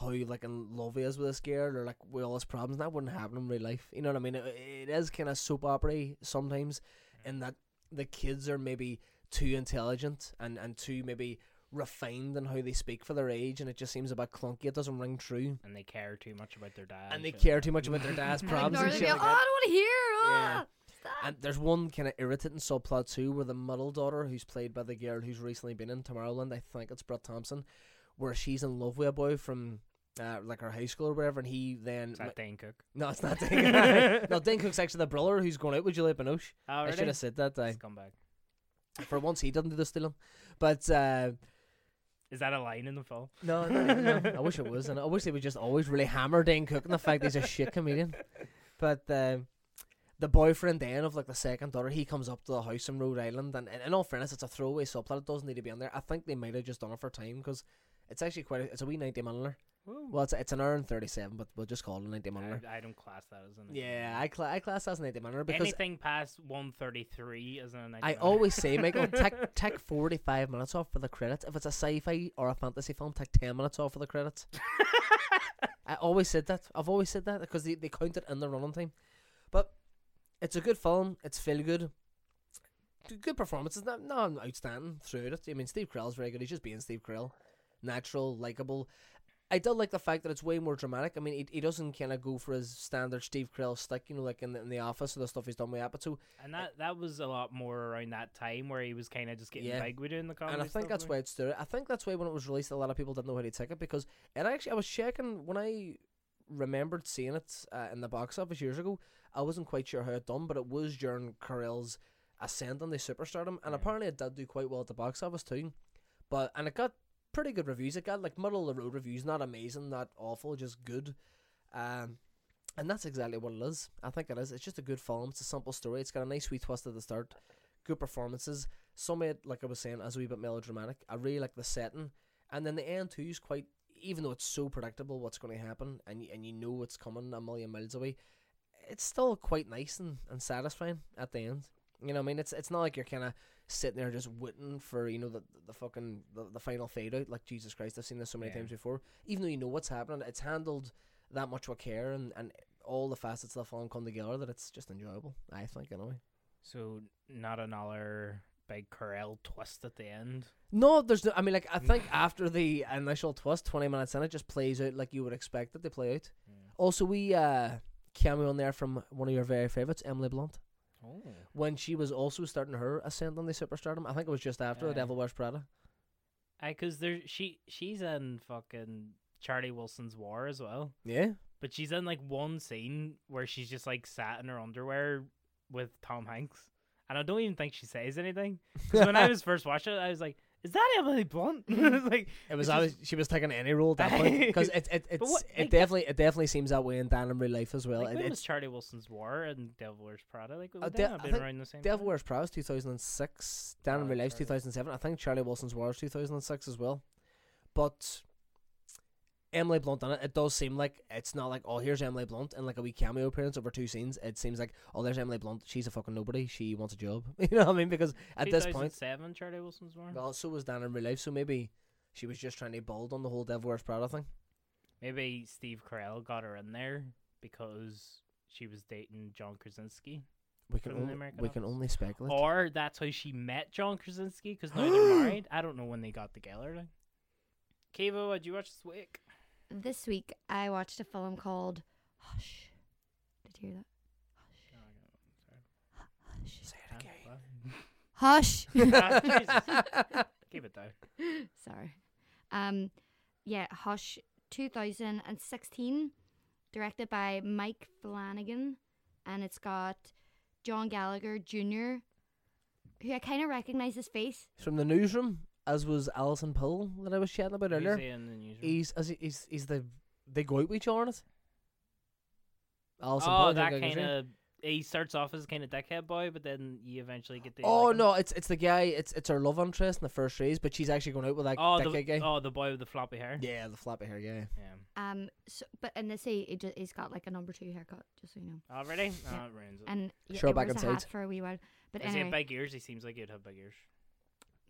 [SPEAKER 1] how like in love he is with this girl or like with all his problems. That wouldn't happen in real life. You know what I mean? It, it is kind of soap opera sometimes, in that the kids are maybe too intelligent and and too maybe refined in how they speak for their age, and it just seems a bit clunky. It doesn't ring true.
[SPEAKER 2] And they care too much about their dad.
[SPEAKER 1] And they
[SPEAKER 2] so-
[SPEAKER 1] care too much about their dad's
[SPEAKER 3] And
[SPEAKER 1] problems
[SPEAKER 3] ignore
[SPEAKER 1] and
[SPEAKER 3] the
[SPEAKER 1] shit
[SPEAKER 3] girl.
[SPEAKER 1] like
[SPEAKER 3] oh, *laughs* I
[SPEAKER 1] that.
[SPEAKER 3] don't want to hear.
[SPEAKER 1] Yeah.
[SPEAKER 3] Oh, stop.
[SPEAKER 1] And there's one kind of irritating subplot too, where the middle daughter, who's played by the girl who's recently been in Tomorrowland, I think it's Brett Thompson, where she's in love with a boy from uh, like her high school or whatever, and he then
[SPEAKER 2] Is that Dane Cook?
[SPEAKER 1] no, it's not Dane. *laughs* no, Dane Cook's actually the brother who's going out with Juliette Binoche.
[SPEAKER 2] Oh,
[SPEAKER 1] I should have said that. I,
[SPEAKER 2] Scumbag.
[SPEAKER 1] for once, he doesn't do the stealing, but. Uh,
[SPEAKER 2] Is that a line in the film?
[SPEAKER 1] No, no, no. I wish it was, and I wish they would just always really hammer Dane Cook and the fact that he's a shit
[SPEAKER 2] *laughs*
[SPEAKER 1] comedian. But um, the boyfriend then of like the second daughter, he comes up to the house in Rhode Island, and, and in all fairness, it's a throwaway subplot. It doesn't need to be on there. I think they might have just done it for time because it's actually quite. A, it's a wee ninety minuter. Well, it's it's an hour and thirty seven, but we'll just call it a ninety minuter.
[SPEAKER 2] I, I don't class that as an.
[SPEAKER 1] Yeah, I cla I class that as a ninety minuter because.
[SPEAKER 2] Anything past 133 is an.
[SPEAKER 1] I always
[SPEAKER 2] *laughs*
[SPEAKER 1] say, Michael, take, take 45 minutes off for the credits. If it's a sci fi or a fantasy film, take 10 minutes off for the credits. I always said that. I've always said that because they, they count it in the running time. But it's a good film. It's feel good. G- Good performances. Not, not outstanding throughout it. I mean, Steve Carell's very good. He's just being Steve Carell. Natural, likable. I do like the fact that it's way more dramatic. I mean, he, he doesn't kind of go for his standard Steve Carell stick, you know, like in the, in the office or the stuff he's done with Apatow.
[SPEAKER 2] And that that was a lot more around that time where he was kind of just getting
[SPEAKER 1] Yeah.
[SPEAKER 2] big with doing the comedy.
[SPEAKER 1] and I think
[SPEAKER 2] stuff,
[SPEAKER 1] that's
[SPEAKER 2] like.
[SPEAKER 1] why it's stood out. I think that's why when it was released, a lot of people didn't know how to take it because it actually. I was checking when I remembered seeing it uh, in the box office years ago. I wasn't quite sure how it done, but it was during Carell's ascent on the superstardom, and
[SPEAKER 2] Yeah.
[SPEAKER 1] apparently it did do quite well at the box office too. But and it got pretty good reviews. It got like middle of the road reviews, not amazing, not awful, just good. Um, and that's exactly what it is. I think it is. It's just a good film. It's a simple story. It's got a nice sweet twist at the start. good performances. Some of it, like I was saying, as a wee bit melodramatic. I really like the setting, and then the end too is quite. Even though it's so predictable what's going to happen, and y- and you know what's coming a million miles away, it's still quite nice and, and satisfying at the end. You know, what I mean, it's it's not like you're kind of sitting there just waiting for you know the the fucking the, the final fade out. Like Jesus Christ, I've seen this so many
[SPEAKER 2] Yeah.
[SPEAKER 1] times before. Even though you know what's happening, it's handled that much with care, and and all the facets of the film come together that it's just enjoyable. I think anyway.
[SPEAKER 2] So not another big Corel twist at the end.
[SPEAKER 1] No, there's no. I mean, like I think after the initial twist, twenty minutes in, it just plays out like you would expect it to play out. Also, we uh cameo on there from one of your very favorites, Emily Blunt,
[SPEAKER 2] Oh.
[SPEAKER 1] when she was also starting her ascent on the superstardom. I think it was just after The
[SPEAKER 2] Aye.
[SPEAKER 1] Devil Wears Prada.
[SPEAKER 2] Because there she she's in fucking Charlie Wilson's War as well.
[SPEAKER 1] Yeah,
[SPEAKER 2] But she's in like one scene where she's just like sat in her underwear with Tom Hanks. And I don't even think she says anything. *laughs* 'Cause
[SPEAKER 1] *laughs*
[SPEAKER 2] when I was first watching it, I was like, is that Emily Blunt? *laughs* like
[SPEAKER 1] it was.
[SPEAKER 2] It's
[SPEAKER 1] always, she was taking any role at that point
[SPEAKER 2] *laughs*
[SPEAKER 1] because it it it's,
[SPEAKER 2] what-
[SPEAKER 1] it
[SPEAKER 2] like-
[SPEAKER 1] definitely it definitely seems that way in Dan in real life as well.
[SPEAKER 2] like,
[SPEAKER 1] It-
[SPEAKER 2] when
[SPEAKER 1] it's
[SPEAKER 2] was Charlie Wilson's War and Devil Wears Prada? Like, would
[SPEAKER 1] Uh,
[SPEAKER 2] that
[SPEAKER 1] De-
[SPEAKER 2] not
[SPEAKER 1] I
[SPEAKER 2] been
[SPEAKER 1] think
[SPEAKER 2] around the same
[SPEAKER 1] Devil
[SPEAKER 2] time?
[SPEAKER 1] Wears Prada 2006, Dan in
[SPEAKER 2] Oh,
[SPEAKER 1] Real Life's
[SPEAKER 2] Charlie.
[SPEAKER 1] 2007. I think Charlie Wilson's War is 2006 as well. But Emily Blunt on it, it does seem like it's not like, oh, here's Emily Blunt and like a wee cameo appearance over two scenes. It seems like, oh, there's Emily Blunt. She's a fucking nobody. She wants a job. *laughs* You know what I mean? Because at this point,
[SPEAKER 2] 2007 Charlie Wilson's War?
[SPEAKER 1] well, so was Dan in Real Life. So maybe she was just trying to build on the whole Devil Wears Prada thing.
[SPEAKER 2] Maybe Steve Carell got her in there because she was dating John Krasinski.
[SPEAKER 1] We can
[SPEAKER 2] From the
[SPEAKER 1] only,
[SPEAKER 2] American Oh.
[SPEAKER 1] we can
[SPEAKER 2] Office.
[SPEAKER 1] only speculate.
[SPEAKER 2] Or that's how she met John Krasinski because
[SPEAKER 1] *gasps*
[SPEAKER 2] now they're married. I don't know when they got together. Like. Kiva, what did you watch this week?
[SPEAKER 3] This week I watched a film called Hush. Did you hear that?
[SPEAKER 1] Say it again.
[SPEAKER 3] Hush.
[SPEAKER 1] *laughs*
[SPEAKER 2] Ah, Keep it down.
[SPEAKER 3] Sorry. Um, yeah, Hush, 2016, directed by Mike Flanagan, and it's got John Gallagher Jr., who I kind of recognize his face.
[SPEAKER 1] It's from the newsroom, as was Alison Pill that I was chatting about
[SPEAKER 2] Who's
[SPEAKER 1] earlier.
[SPEAKER 2] he in the newsroom?
[SPEAKER 1] He's as he- he's he's the they go out with each other on it. Alison
[SPEAKER 2] oh,
[SPEAKER 1] Paul,
[SPEAKER 2] that
[SPEAKER 1] Jake
[SPEAKER 2] kind
[SPEAKER 1] Gyllenhaal.
[SPEAKER 2] of. He starts off as kind of dickhead boy, but then you eventually get the.
[SPEAKER 1] Oh
[SPEAKER 2] like,
[SPEAKER 1] no, it's it's the guy. It's it's her love interest in the first series, but she's actually going out with that
[SPEAKER 2] Oh,
[SPEAKER 1] that
[SPEAKER 2] the,
[SPEAKER 1] guy.
[SPEAKER 2] oh, the boy with the floppy hair.
[SPEAKER 1] Yeah, the flappy hair guy.
[SPEAKER 2] yeah.
[SPEAKER 3] Um, so, but in this, he, he ju- he's got like a number two haircut, just so you know.
[SPEAKER 1] *laughs*
[SPEAKER 2] Already? Oh, it ruins it.
[SPEAKER 3] And yeah,
[SPEAKER 1] Show
[SPEAKER 3] he
[SPEAKER 1] back
[SPEAKER 3] wears a
[SPEAKER 1] inside.
[SPEAKER 3] hat for a wee while. But
[SPEAKER 2] Is he
[SPEAKER 3] anyway,
[SPEAKER 2] have big ears? He seems like he'd have big ears.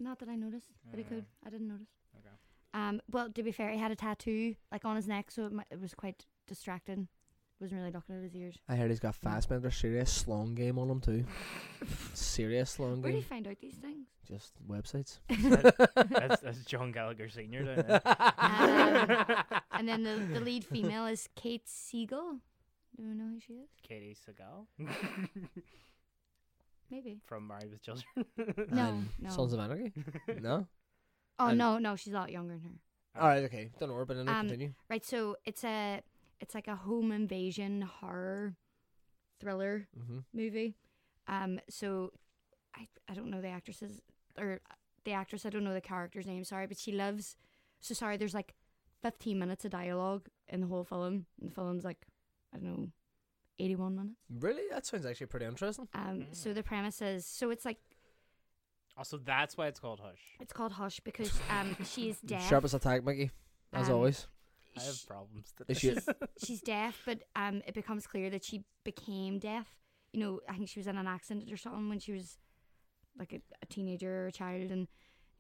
[SPEAKER 3] not that I noticed, but he
[SPEAKER 2] Mm.
[SPEAKER 3] could. I didn't notice.
[SPEAKER 2] Okay.
[SPEAKER 3] Um, well, to be fair, he had a tattoo like on his neck, so it, mi- it was quite distracting. Wasn't really looking at his ears.
[SPEAKER 1] I heard he's got Fassbender serious slong game on him
[SPEAKER 2] *laughs*
[SPEAKER 1] too. serious slong
[SPEAKER 3] Where do
[SPEAKER 1] game.
[SPEAKER 3] you find out these things?
[SPEAKER 1] Just websites.
[SPEAKER 2] That's, that's John Gallagher Senior. eh? down there. *laughs*
[SPEAKER 3] Um, And then the, the lead female is Kate Siegel. Do you know who she is?
[SPEAKER 2] Katie Seagal
[SPEAKER 3] Maybe.
[SPEAKER 2] *laughs* from Married with Children. Uh, *laughs*
[SPEAKER 3] No,
[SPEAKER 1] And
[SPEAKER 3] no.
[SPEAKER 1] Sons of Anarchy. no.
[SPEAKER 3] Oh
[SPEAKER 1] And-
[SPEAKER 3] no, no, she's a lot younger than her.
[SPEAKER 1] All right. Okay. Don't worry. But
[SPEAKER 3] Um,
[SPEAKER 1] continue.
[SPEAKER 3] Right, so it's a it's like a home invasion horror thriller
[SPEAKER 1] Mm-hmm.
[SPEAKER 3] movie. Um, so I I don't know the actresses or the actress. I don't know the character's name. Sorry, but she lives. So sorry. There's like 15 minutes of dialogue in the whole film. And the film's like I don't know, 81 minutes.
[SPEAKER 1] Really, that sounds actually pretty interesting.
[SPEAKER 3] Um, so the premise is so it's like
[SPEAKER 2] Also, that's why it's called Hush.
[SPEAKER 3] It's called Hush because um, she
[SPEAKER 2] *laughs*
[SPEAKER 3] is deaf.
[SPEAKER 1] Sharpest attack, Mickey. As
[SPEAKER 3] Um,
[SPEAKER 1] always.
[SPEAKER 2] I
[SPEAKER 3] Sh-
[SPEAKER 2] have problems.
[SPEAKER 1] Is she-
[SPEAKER 3] She's deaf, but um, it becomes clear that she became deaf. You know, I think she was in an accident or something when she was like a, a teenager or a child, and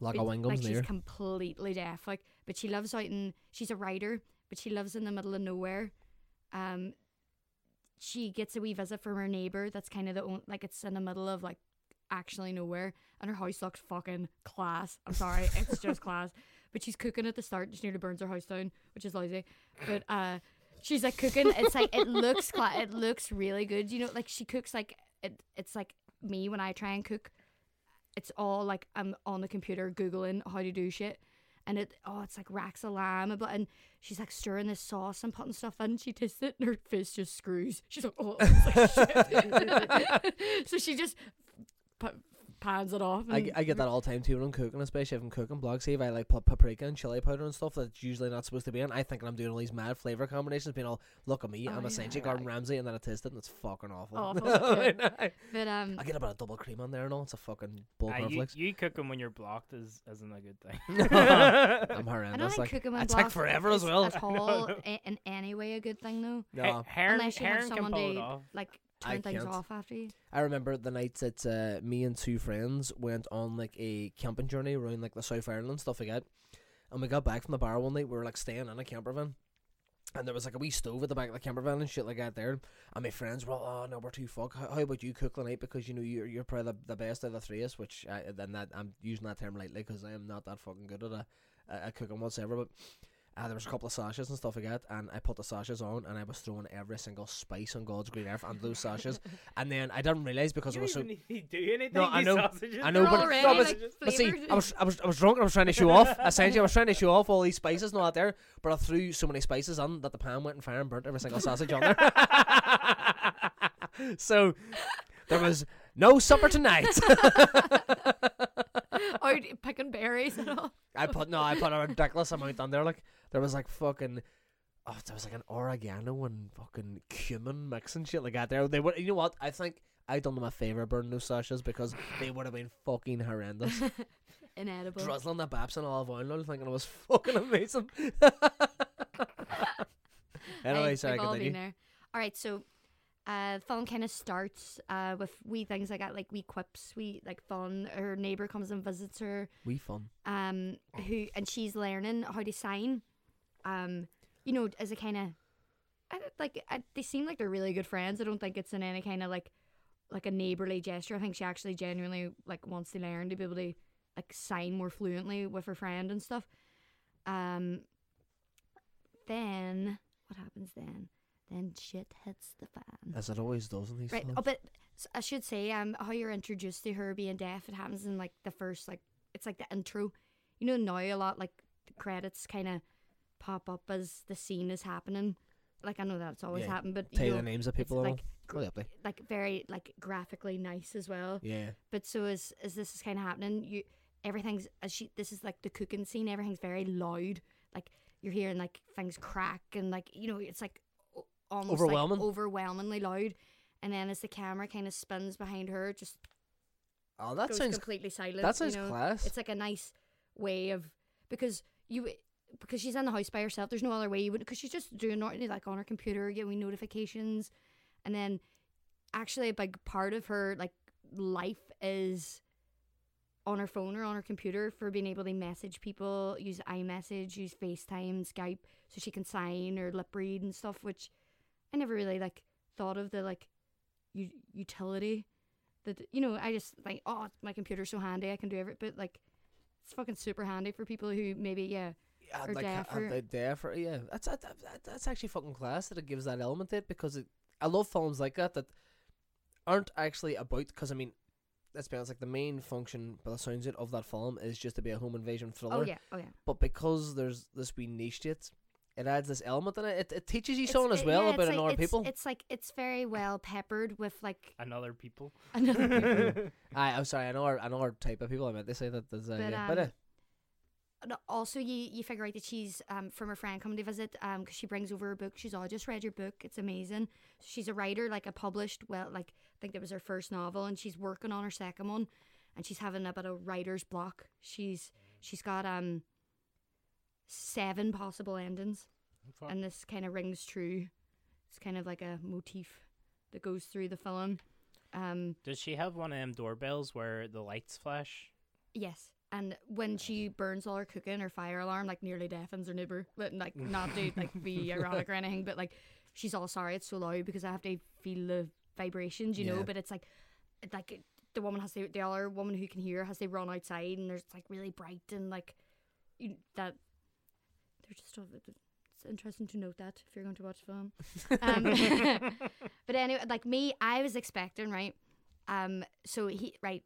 [SPEAKER 1] Like a
[SPEAKER 3] it's- like
[SPEAKER 1] Wingum's
[SPEAKER 3] she's
[SPEAKER 1] near.
[SPEAKER 3] completely deaf. Like, but she lives out in. She's a writer, but she lives in the middle of nowhere. Um, she gets a wee visit from her neighbor. That's kind of the only, like it's in the middle of like actually nowhere, and her house looks fucking class. I'm sorry, it's just class. But she's cooking at the start. and She nearly burns her house down, which is lousy. But uh, she's like cooking. It's like it looks cla- it looks really good. You know, like she cooks like it. It's like me when I try and cook. It's all like I'm on the computer googling how to do shit, and it oh it's like racks of lamb, but and she's like stirring this sauce and putting stuff in. She tastes it, and her face just *laughs* screws. She's like oh, it's like shit. so she just put, pans it off.
[SPEAKER 1] I, g-
[SPEAKER 3] and-
[SPEAKER 1] I get that all the time too when I'm cooking, especially if I'm cooking blog. See if I like put paprika and chili powder and stuff that's usually not supposed to be in. I think I'm doing all these mad flavor combinations, being all look at me,
[SPEAKER 3] Oh,
[SPEAKER 1] I'm
[SPEAKER 3] yeah,
[SPEAKER 1] essentially Gordon Ramsay, and then I taste it and it's fucking awful. *laughs*
[SPEAKER 3] Awful,
[SPEAKER 1] I know.
[SPEAKER 3] But um,
[SPEAKER 1] I get about a double cream on there and all. It's a fucking bull
[SPEAKER 2] Ah, you,
[SPEAKER 1] cornflakes.
[SPEAKER 2] you cooking when you're blocked is isn't a good *laughs* thing.
[SPEAKER 1] *laughs*
[SPEAKER 2] *laughs*
[SPEAKER 1] I'm
[SPEAKER 3] I don't
[SPEAKER 1] horrendous.
[SPEAKER 3] think
[SPEAKER 1] Like,
[SPEAKER 3] cooking
[SPEAKER 1] *laughs*
[SPEAKER 3] with
[SPEAKER 1] I take
[SPEAKER 3] black
[SPEAKER 1] forever
[SPEAKER 3] is
[SPEAKER 1] as
[SPEAKER 3] *laughs*
[SPEAKER 1] well.
[SPEAKER 3] At all, i- in any way, a good thing though.
[SPEAKER 1] No.
[SPEAKER 2] He- Heron,
[SPEAKER 3] Unless you have
[SPEAKER 2] Heron can
[SPEAKER 3] someone
[SPEAKER 2] pull it
[SPEAKER 3] to-
[SPEAKER 2] off.
[SPEAKER 3] Like
[SPEAKER 1] I
[SPEAKER 3] turn things
[SPEAKER 1] can't.
[SPEAKER 3] off after you.
[SPEAKER 1] I remember the night that uh, me and two friends went on like a camping journey around like the South Ireland stuff like that. And we got back from the bar one night. We were like staying in a camper van, and there was like a wee stove at the back of the camper van and shit like that there. And my friends were, all, oh no, we're too fuck. How, how about you cook the night because you know you're you're probably the, the best out of the three of us. Which I, then that I'm using that term lightly because I am not that fucking good at a, a, a cooking whatsoever. But uh, there was a couple of sashes and stuff like that, and I put the sashes on, and I was throwing every single spice on God's green earth and those sashes. And then I didn't realize because I was so
[SPEAKER 2] do anything.
[SPEAKER 1] No, I
[SPEAKER 2] you
[SPEAKER 1] know-
[SPEAKER 2] Sausages.
[SPEAKER 1] I know,
[SPEAKER 3] They're
[SPEAKER 1] but,
[SPEAKER 3] already,
[SPEAKER 1] no, but,
[SPEAKER 2] *laughs*
[SPEAKER 3] like,
[SPEAKER 1] but see,
[SPEAKER 3] flavoured.
[SPEAKER 1] I was, I was, I was drunk. and I was trying to show off. Essentially, I was trying to show off all these spices and all that there. But I threw so many spices on that the pan went on fire and burnt every single sausage on there. *laughs* so there was no supper tonight. *laughs*
[SPEAKER 3] Out picking berries
[SPEAKER 1] *laughs*
[SPEAKER 3] and all.
[SPEAKER 1] I put no, I put a ridiculous amount on there. Like there was like fucking. Oh, there was like an oregano and fucking cumin mix and shit like that. There, they would. You know what? I think I done them a favor burning those sashes because they would have been fucking horrendous.
[SPEAKER 3] Inedible.
[SPEAKER 1] drizzling the baps and olive oil and all, thinking it was fucking amazing. *laughs* anyway,
[SPEAKER 3] Aye,
[SPEAKER 1] sorry,
[SPEAKER 3] we've all been
[SPEAKER 1] continue.
[SPEAKER 3] there. All right, so uh, film kind of starts uh, with wee things like that, like wee quips, wee like fun. Her neighbor comes and visits her,
[SPEAKER 1] We fun.
[SPEAKER 3] um, who and she's learning how to sign, um, you know, as a kind of, I don't, like I, they seem like they're really good friends. I don't think it's in any kind of like, like a neighborly gesture. I think she actually genuinely like wants to learn to be able to like sign more fluently with her friend and stuff. Um, then what happens then? Then shit hits the fan.
[SPEAKER 1] As it always does in these
[SPEAKER 3] Right.
[SPEAKER 1] films.
[SPEAKER 3] Oh, but s- I should say, um, how you're introduced to her being deaf, it happens in like the first, like it's like the intro. You know, now a lot like the credits kind of pop up as the scene is happening. Like I know that's always
[SPEAKER 1] Yeah,
[SPEAKER 3] happened, but
[SPEAKER 1] Tell
[SPEAKER 3] you
[SPEAKER 1] you
[SPEAKER 3] know,
[SPEAKER 1] the names of
[SPEAKER 3] it's
[SPEAKER 1] people.
[SPEAKER 3] like
[SPEAKER 1] all. Really up there.
[SPEAKER 3] like very like graphically nice as well.
[SPEAKER 1] Yeah.
[SPEAKER 3] But so as as this is kind of happening, you everything's as she this is like the cooking scene. Everything's very loud. Like you're hearing like things crack and like you know it's like o- almost like,
[SPEAKER 1] Overwhelming.
[SPEAKER 3] overwhelmingly loud. And then as the camera kind of spins behind her, it just
[SPEAKER 1] Oh, that
[SPEAKER 3] goes
[SPEAKER 1] sounds.
[SPEAKER 3] completely silent.
[SPEAKER 1] That sounds
[SPEAKER 3] you know?
[SPEAKER 1] class.
[SPEAKER 3] It's like a nice way of because you because she's in the house by herself. There's no other way you would because she's just doing ordinary like on her computer, getting notifications, and then actually a big part of her like life is on her phone or on her computer for being able to message people, use iMessage, use FaceTime, Skype, so she can sign or lip read and stuff. Which I never really like thought of the like u- utility that you know. I just think, oh, my computer's so handy, I can do everything. But like, it's fucking super handy for people who maybe yeah,
[SPEAKER 1] Yeah,
[SPEAKER 3] or
[SPEAKER 1] like, uh, ha-
[SPEAKER 3] deaf
[SPEAKER 1] have
[SPEAKER 3] or-
[SPEAKER 1] they deaf or- yeah, that's that, that, that's actually fucking class that it gives that element to it because it, I love films like that that aren't actually about because I mean, let's be honest, like the main function by the sounds of it of that film is just to be a home invasion thriller.
[SPEAKER 3] oh yeah, oh yeah.
[SPEAKER 1] but because there's this wee niche to it, it adds this element in it. It, it teaches you
[SPEAKER 3] It's-
[SPEAKER 1] something as
[SPEAKER 3] it-
[SPEAKER 1] well
[SPEAKER 3] yeah,
[SPEAKER 1] about
[SPEAKER 3] it's
[SPEAKER 1] another
[SPEAKER 3] like, it's-
[SPEAKER 1] people.
[SPEAKER 3] It's like it's very well peppered with
[SPEAKER 1] *laughs*
[SPEAKER 3] like
[SPEAKER 2] and other *laughs* people.
[SPEAKER 3] another
[SPEAKER 1] I, I'm sorry, I know our, I know our type of people. I meant to say that. There's, uh,
[SPEAKER 3] But,
[SPEAKER 1] yeah. but
[SPEAKER 3] um,
[SPEAKER 1] uh,
[SPEAKER 3] And also you you figure out that she's um from her friend coming to visit um because she brings over her book she's all "I just read your book it's amazing she's a writer like a published well like I think that was her first novel and she's working on her second one and she's having a bit of writer's block she's she's got um seven possible endings
[SPEAKER 1] uh,
[SPEAKER 3] and this kind of rings true it's kind of like a motif that goes through the film um
[SPEAKER 2] Does she have one of them doorbells where the lights flash?
[SPEAKER 3] Yes. And when she burns all her cooking, her fire alarm like nearly deafens her neighbor. But like not to like be ironic or anything, but like she's all sorry it's so loud because I have to feel the vibrations, you know.
[SPEAKER 1] Yeah.
[SPEAKER 3] But it's like it- like it- the woman has to the other woman who can hear has to run outside, and there's like really bright and like you, that. They're just all. It's interesting to note that if you're going to watch film.
[SPEAKER 1] *laughs*
[SPEAKER 3] Um, *laughs* but anyway, like me, I was expecting right. Um. So he right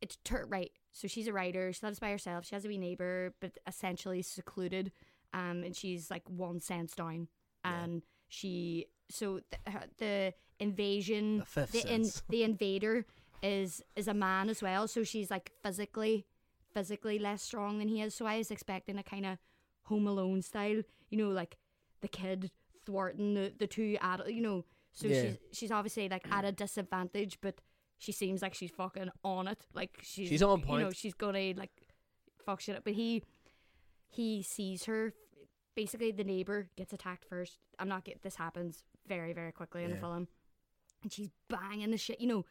[SPEAKER 3] it's her right. So she's a writer. She lives by herself. She has a wee neighbor, but essentially secluded. Um, and she's like one sense down, and she so the, her, the invasion,
[SPEAKER 1] The fifth
[SPEAKER 3] the in-
[SPEAKER 1] sense.
[SPEAKER 3] the invader is is a man as well, so she's like physically physically less strong than he is. So I was expecting a kind of Home Alone style, you know, like the kid thwarting the the two adult, you know. So
[SPEAKER 1] Yeah.
[SPEAKER 3] she's she's obviously like at a disadvantage, but she seems like she's fucking on it. Like she's
[SPEAKER 1] She's on
[SPEAKER 3] You know,
[SPEAKER 1] point.
[SPEAKER 3] she's gonna like fuck shit up. But he he sees her. Basically, the neighbor gets attacked first. I'm not get this happens very very quickly in the
[SPEAKER 1] Yeah.
[SPEAKER 3] film, and she's banging the shit. You know,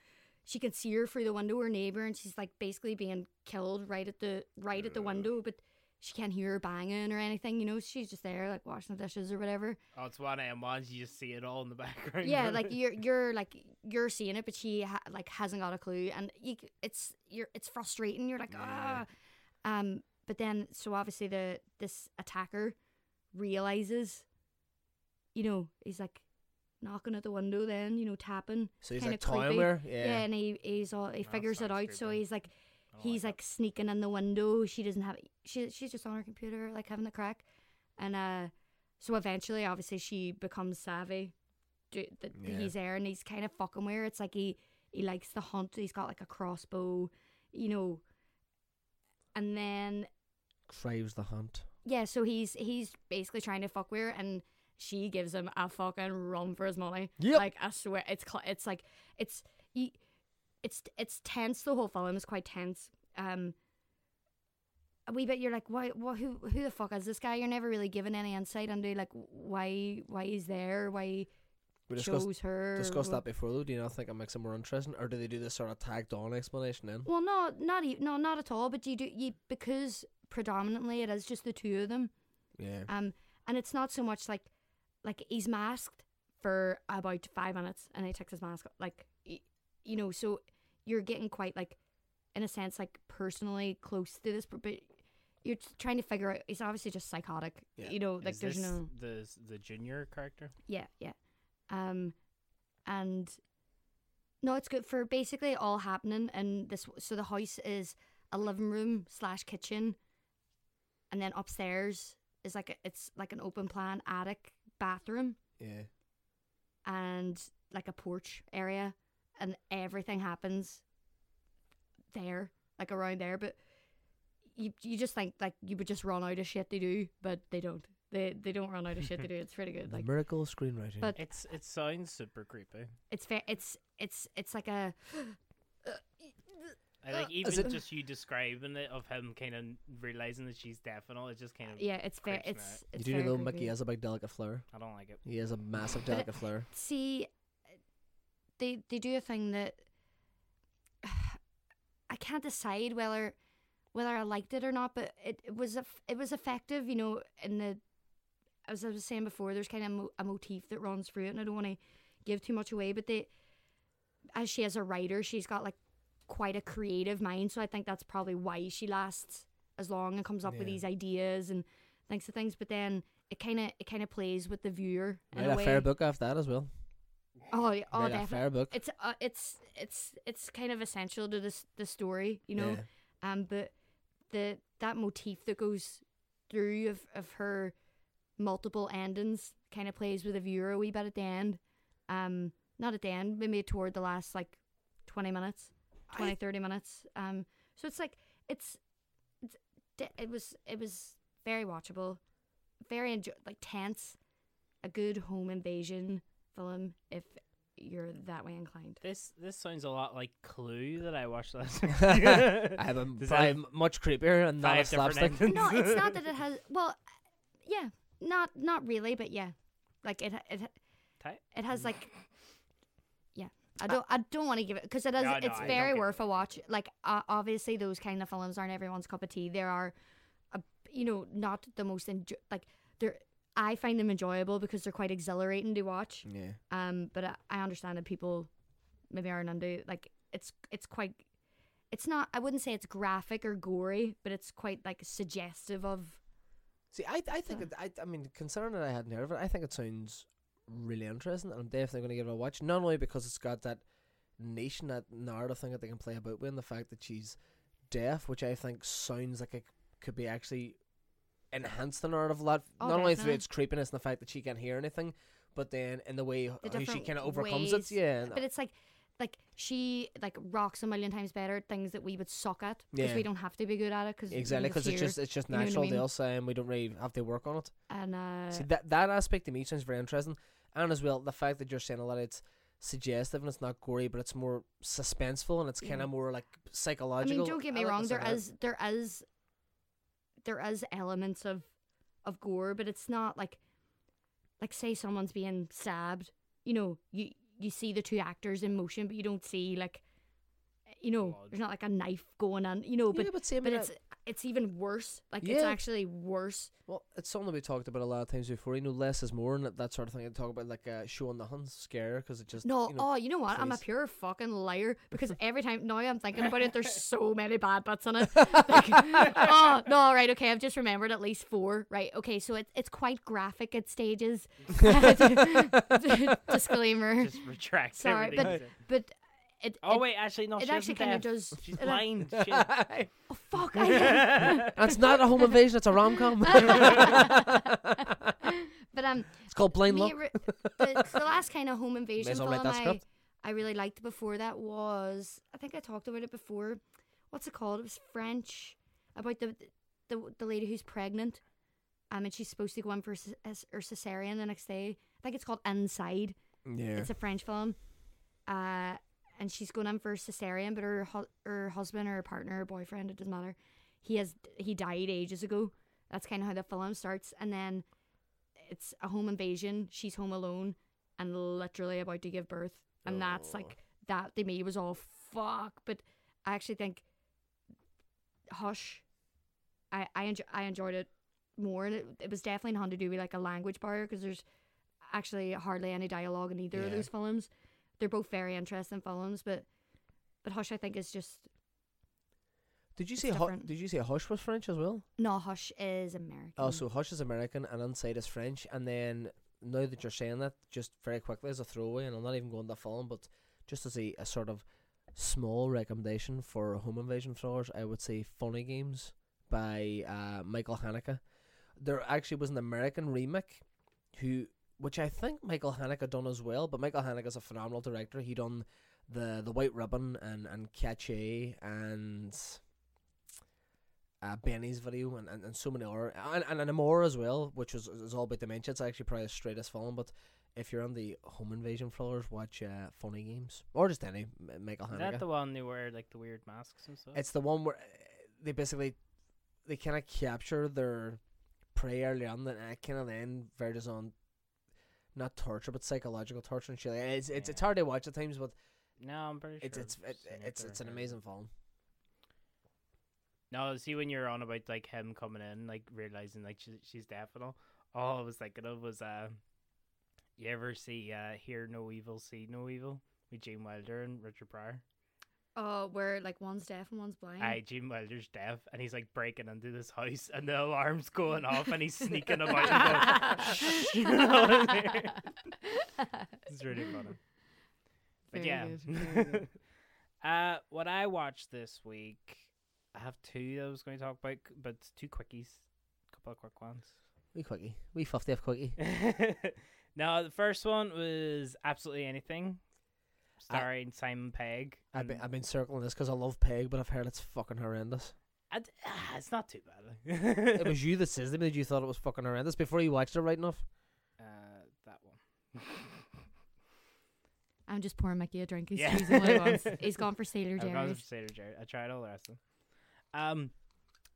[SPEAKER 3] she can see her through the window, her neighbor, and she's like basically being killed right at the right at the window, but she can't hear her banging or anything. You know, she's just there like washing the dishes or whatever.
[SPEAKER 2] Oh, it's one of them ones you just see it all in the *laughs* background.
[SPEAKER 3] Yeah, like you're you're like you're seeing it, but she ha- like hasn't got a clue, and you, c- it's you're it's frustrating. You're like ah,
[SPEAKER 2] Yeah.
[SPEAKER 3] um. But then, so obviously the this attacker realizes, you know, he's like knocking at the window. Then you know tapping.
[SPEAKER 1] So he's
[SPEAKER 3] kinda
[SPEAKER 1] like toying
[SPEAKER 3] creepy.
[SPEAKER 1] with her. Yeah.
[SPEAKER 3] Yeah, and he he's all he
[SPEAKER 2] That
[SPEAKER 3] figures it out.
[SPEAKER 2] Oh, sounds
[SPEAKER 3] So
[SPEAKER 2] creepy.
[SPEAKER 3] he's like
[SPEAKER 2] I don't
[SPEAKER 3] he's
[SPEAKER 2] that.
[SPEAKER 3] like sneaking in the window. She doesn't have she she's just on her computer, like having a crack. And uh so eventually obviously she becomes savvy. Do, that
[SPEAKER 1] Yeah.
[SPEAKER 3] he's there and he's kind of fucking with her. It's like he he likes the hunt. He's got like a crossbow, you know. And then
[SPEAKER 1] Craves the hunt.
[SPEAKER 3] yeah, so he's he's basically trying to fuck with her and she gives him a fucking run for his money.
[SPEAKER 1] Yep.
[SPEAKER 3] Like I swear it's cl- it's like it's you, it's it's tense the whole film is quite tense. Um a wee bit you're like why what who who the fuck is this guy? You're never really given any insight into like why why he's there, why he
[SPEAKER 1] We discussed
[SPEAKER 3] chose her.
[SPEAKER 1] discussed
[SPEAKER 3] wha-
[SPEAKER 1] that before though. Do you not think it makes it more interesting, or do they do this sort of tagged on explanation in?
[SPEAKER 3] Well, no, not e- no, not at all. But you do you because predominantly it is just the two of them.
[SPEAKER 1] Yeah.
[SPEAKER 3] Um, and it's not so much like like he's masked for about five minutes, and he takes his mask off. like y- you know. So you're getting quite like in a sense like personally close to this, but but you're t- trying to figure out. He's obviously just psychotic,
[SPEAKER 1] Yeah.
[SPEAKER 3] you know. Like
[SPEAKER 2] Is
[SPEAKER 3] there's
[SPEAKER 2] this
[SPEAKER 3] no
[SPEAKER 2] the the junior character.
[SPEAKER 3] yeah, yeah. Um, and no, it's good for basically all happening in this. So the house is a living room slash kitchen, and then upstairs is like a, it's like an open plan attic bathroom
[SPEAKER 1] Yeah.
[SPEAKER 3] and like a porch area, and everything happens there, like around there. But you you just think like you would just run out of shit to do, but they don't. They they don't run out of shit to do. It's pretty good.
[SPEAKER 1] *laughs* The
[SPEAKER 3] Like
[SPEAKER 1] miracle of screenwriting.
[SPEAKER 3] but
[SPEAKER 2] It's it sounds super creepy.
[SPEAKER 3] it's fair. It's it's it's like a
[SPEAKER 2] I
[SPEAKER 3] *gasps*
[SPEAKER 2] like even
[SPEAKER 1] it-
[SPEAKER 2] just you describing it of him kind of realizing that she's deaf and all. It just kind of
[SPEAKER 3] yeah. It's fair.
[SPEAKER 2] Creeps me
[SPEAKER 3] It's,
[SPEAKER 1] you
[SPEAKER 3] it's
[SPEAKER 1] do
[SPEAKER 3] very
[SPEAKER 1] know
[SPEAKER 3] creepy.
[SPEAKER 1] Mickey has a big delicate flower.
[SPEAKER 2] I don't like it.
[SPEAKER 1] He has a massive
[SPEAKER 3] But it-
[SPEAKER 1] delicate flower.
[SPEAKER 3] See, they they do a thing that *sighs* I can't decide whether whether I liked it or not, but it, it was a, it was effective. You know, in the as I was saying before, there's kind of a, mo- a motif that runs through it, and I don't want to give too much away, but they as she is a writer, she's got like quite a creative mind, so I think that's probably why she lasts as long and comes up with
[SPEAKER 1] Yeah.
[SPEAKER 3] these ideas and thinks of things. But then it kind of it kind of plays with the viewer in
[SPEAKER 1] Read a
[SPEAKER 3] a way.
[SPEAKER 1] fair book after that as well.
[SPEAKER 3] Oh, yeah, oh,
[SPEAKER 1] Read a
[SPEAKER 3] definitely.
[SPEAKER 1] fair book.
[SPEAKER 3] It's uh, it's it's it's kind of essential to this the story, you know.
[SPEAKER 1] Yeah.
[SPEAKER 3] Um, but the that motif that goes through of of her multiple endings kind of plays with the viewer a wee bit at the end. Um, not at the end, maybe toward the last like twenty minutes, 20, 30 minutes. Um, so it's like it's, it's d- it was it was very watchable, very enjoy- like tense, a good home invasion film if you're that way inclined.
[SPEAKER 2] This this sounds a lot like Clue that I watched *laughs* last.
[SPEAKER 1] I
[SPEAKER 2] *laughs*
[SPEAKER 1] have a probably
[SPEAKER 2] Does that-
[SPEAKER 1] m- much creepier and not a
[SPEAKER 2] Five different
[SPEAKER 1] slapstick.
[SPEAKER 2] endings.
[SPEAKER 3] no, it's not that it has. Well, yeah, not not really, but yeah, like it it
[SPEAKER 2] Ti-
[SPEAKER 3] it has
[SPEAKER 2] *laughs*
[SPEAKER 3] like, yeah. I don't I don't want to give it because it is
[SPEAKER 2] No, no,
[SPEAKER 3] it's
[SPEAKER 2] I don't
[SPEAKER 3] very
[SPEAKER 2] get it.
[SPEAKER 3] worth a watch. Like uh, obviously those kind of films aren't everyone's cup of tea. There are, a, you know, not the most enjo- like they're. I find them enjoyable because they're quite exhilarating to
[SPEAKER 2] *laughs*
[SPEAKER 3] watch.
[SPEAKER 1] Yeah.
[SPEAKER 3] Um, but I, I understand that people maybe aren't into like it's it's quite it's not I wouldn't say it's graphic or gory, but it's quite like suggestive of
[SPEAKER 1] See, I I think it, I I mean, considering that I hadn't heard of it, I think it sounds really interesting, and I'm definitely going to give it a watch. Not only because it's got that niche and that narrative thing that they can play about with, and the fact that she's deaf, which I think sounds like it could be actually enhance the narrative a lot.
[SPEAKER 3] Oh,
[SPEAKER 1] not only through
[SPEAKER 3] definitely.
[SPEAKER 1] its creepiness and the fact that she can't hear anything, but then in the way how she
[SPEAKER 3] different
[SPEAKER 1] kind of overcomes it.
[SPEAKER 3] ways,
[SPEAKER 1] Yeah, and
[SPEAKER 3] but it's like like she like rocks a million times better at things that we would suck at because
[SPEAKER 1] Yeah.
[SPEAKER 3] we don't have to be good at it because
[SPEAKER 1] Exactly, because it's just it's just
[SPEAKER 3] you know what I
[SPEAKER 1] natural
[SPEAKER 3] mean?
[SPEAKER 1] to us, and we don't really have to work on it.
[SPEAKER 3] and uh,
[SPEAKER 1] See that that aspect to me sounds very interesting, and as well the fact that you're saying a lot, it's suggestive and it's not gory, but it's more suspenseful and it's
[SPEAKER 3] Yeah.
[SPEAKER 1] kind of more like
[SPEAKER 3] Mm-hmm. I
[SPEAKER 1] psychological.
[SPEAKER 3] mean don't get me
[SPEAKER 1] like the
[SPEAKER 3] wrong there
[SPEAKER 1] sound of it.
[SPEAKER 3] is there is there is elements of of gore but it's not like like say someone's being stabbed you know you you see the two actors in motion but you don't see like you know
[SPEAKER 2] Blood.
[SPEAKER 3] there's not like a knife going on you know but
[SPEAKER 1] yeah, but see, I
[SPEAKER 3] but
[SPEAKER 1] mean, I-
[SPEAKER 3] it's it's even worse like
[SPEAKER 1] Yeah.
[SPEAKER 3] it's actually worse
[SPEAKER 1] Well, it's something we talked about a lot of times before. You know, less is more, and that, that sort of thing. I talk about like uh, showing the hunt scare because it just
[SPEAKER 3] No,
[SPEAKER 1] you know,
[SPEAKER 3] oh, you know what? I'm a
[SPEAKER 1] please.
[SPEAKER 3] pure fucking liar
[SPEAKER 1] *laughs*
[SPEAKER 3] because every time now I'm thinking about it, there's so many bad bits in it. Like, oh no, right? Okay, I've just remembered at least four. Right? Okay, so it's it's quite graphic
[SPEAKER 1] *laughs*
[SPEAKER 3] at stages. *laughs* Disclaimer.
[SPEAKER 2] Just retract
[SPEAKER 3] Sorry,
[SPEAKER 2] everything.
[SPEAKER 3] but-
[SPEAKER 2] you said.
[SPEAKER 3] But it,
[SPEAKER 2] oh
[SPEAKER 3] it-
[SPEAKER 2] wait, actually no.
[SPEAKER 3] it
[SPEAKER 2] she
[SPEAKER 3] actually
[SPEAKER 2] isn't
[SPEAKER 3] kinda
[SPEAKER 2] deaf.
[SPEAKER 3] does-
[SPEAKER 2] She's
[SPEAKER 3] it-
[SPEAKER 2] blind. Shit.
[SPEAKER 3] *laughs* oh,
[SPEAKER 1] *laughs*
[SPEAKER 3] fuck! I,
[SPEAKER 1] that's not a
[SPEAKER 3] *laughs*
[SPEAKER 1] home invasion. It's a rom com.
[SPEAKER 3] but um,
[SPEAKER 1] it's called Blind
[SPEAKER 3] me,
[SPEAKER 1] Love.
[SPEAKER 3] re- the, the last kind of home invasion
[SPEAKER 1] as well
[SPEAKER 3] film
[SPEAKER 1] write that
[SPEAKER 3] I,
[SPEAKER 1] script.
[SPEAKER 3] I really liked before that was I think I talked about it before. What's it called? It was French about the the, the lady who's pregnant, um, and she's supposed to go in for c- s- her cesarean the next day. I think it's called Inside.
[SPEAKER 1] Yeah,
[SPEAKER 3] It's a French film, uh, and she's going in for cesarean, but her hu- her husband or her partner or boyfriend, it doesn't matter. He has he died ages ago. That's kind of how the film starts, and then it's a home invasion. She's home alone and literally about to give birth, and that's like that to me was all fuck. But I actually think Hush, I I, enjo- I enjoyed it more, and it, it was definitely nothing to do with like a language barrier because there's actually hardly any dialogue in either of
[SPEAKER 1] Yeah.
[SPEAKER 3] those films. They're both very interesting films, but but Hush I think is just
[SPEAKER 1] did you
[SPEAKER 3] it's
[SPEAKER 1] say Hu-
[SPEAKER 3] different.
[SPEAKER 1] did you say Hush was French as well?
[SPEAKER 3] no Hush is American.
[SPEAKER 1] Oh, so Hush is American and Inside is French. And then now that you're saying that, just very quickly as a throwaway, and I'm not even going that film, but just as a, a sort of small recommendation for home invasion thrillers, I would say Funny Games by uh, Michael Haneke. There actually was an American remake who which I think Michael Haneke done as well, but Michael Haneke is a phenomenal director. He done the the White Ribbon and and Cache and uh, Benny's video and, and, and so many other and and, and more as well, which is is all about dementia. It's actually probably the straightest film, but if you're on the home invasion thrillers, watch uh, Funny Games or just any M- Michael
[SPEAKER 2] Is
[SPEAKER 1] Haneke.
[SPEAKER 2] that the one who wear like the weird masks and stuff?
[SPEAKER 1] It's the one where uh, they basically they kind of capture their prey early on, and it kind of then verges on not torture but psychological torture and shit. like- It's it's, it's
[SPEAKER 2] Yeah.
[SPEAKER 1] hard to watch at times, but
[SPEAKER 2] no, I'm pretty sure.
[SPEAKER 1] it's it's
[SPEAKER 2] I've
[SPEAKER 1] it,
[SPEAKER 2] seen it
[SPEAKER 1] it's
[SPEAKER 2] or
[SPEAKER 1] it's an
[SPEAKER 2] heard it.
[SPEAKER 1] amazing film.
[SPEAKER 2] No, see when you're on about like him coming in, like realizing like she, she's deaf and all. All I was thinking of was uh, you ever see uh, hear no evil, see no evil with Gene Wilder and Richard Pryor.
[SPEAKER 3] Oh, where like one's deaf and one's blind.
[SPEAKER 2] Aye, Gene Wilder's deaf, and he's like breaking into this house, and the alarm's going off, and he's
[SPEAKER 3] *laughs*
[SPEAKER 2] sneaking about. and going, "Shh," *laughs* you know what I mean? *laughs*
[SPEAKER 3] *laughs*
[SPEAKER 2] It's really funny. But
[SPEAKER 3] Very
[SPEAKER 2] yeah. *laughs*
[SPEAKER 3] good, very good.
[SPEAKER 2] uh, what I watched this week, I have two that I was going to talk about, c- but it's two quickies, a couple of quick ones.
[SPEAKER 1] We quickie, we fifty F quickie.
[SPEAKER 2] *laughs* now the first one was absolutely anything, starring Simon Pegg.
[SPEAKER 1] I've been
[SPEAKER 2] and-
[SPEAKER 1] I've been circling this because I love Peg, but I've heard it's fucking
[SPEAKER 2] *laughs*
[SPEAKER 1] horrendous.
[SPEAKER 2] I d- ah, it's not too bad. *laughs*
[SPEAKER 1] it was you that says to me that you thought it was fucking horrendous before you watched it right enough.
[SPEAKER 2] uh, that
[SPEAKER 1] *laughs*
[SPEAKER 2] one.
[SPEAKER 3] I'm just pouring Mickey a drink. He's
[SPEAKER 2] Yeah.
[SPEAKER 3] choosing what
[SPEAKER 2] *laughs*
[SPEAKER 3] he wants. He's gone for Sailor
[SPEAKER 2] I've gone
[SPEAKER 3] Jerry's.
[SPEAKER 2] with Sailor Jerry. I tried all the rest of them. Um,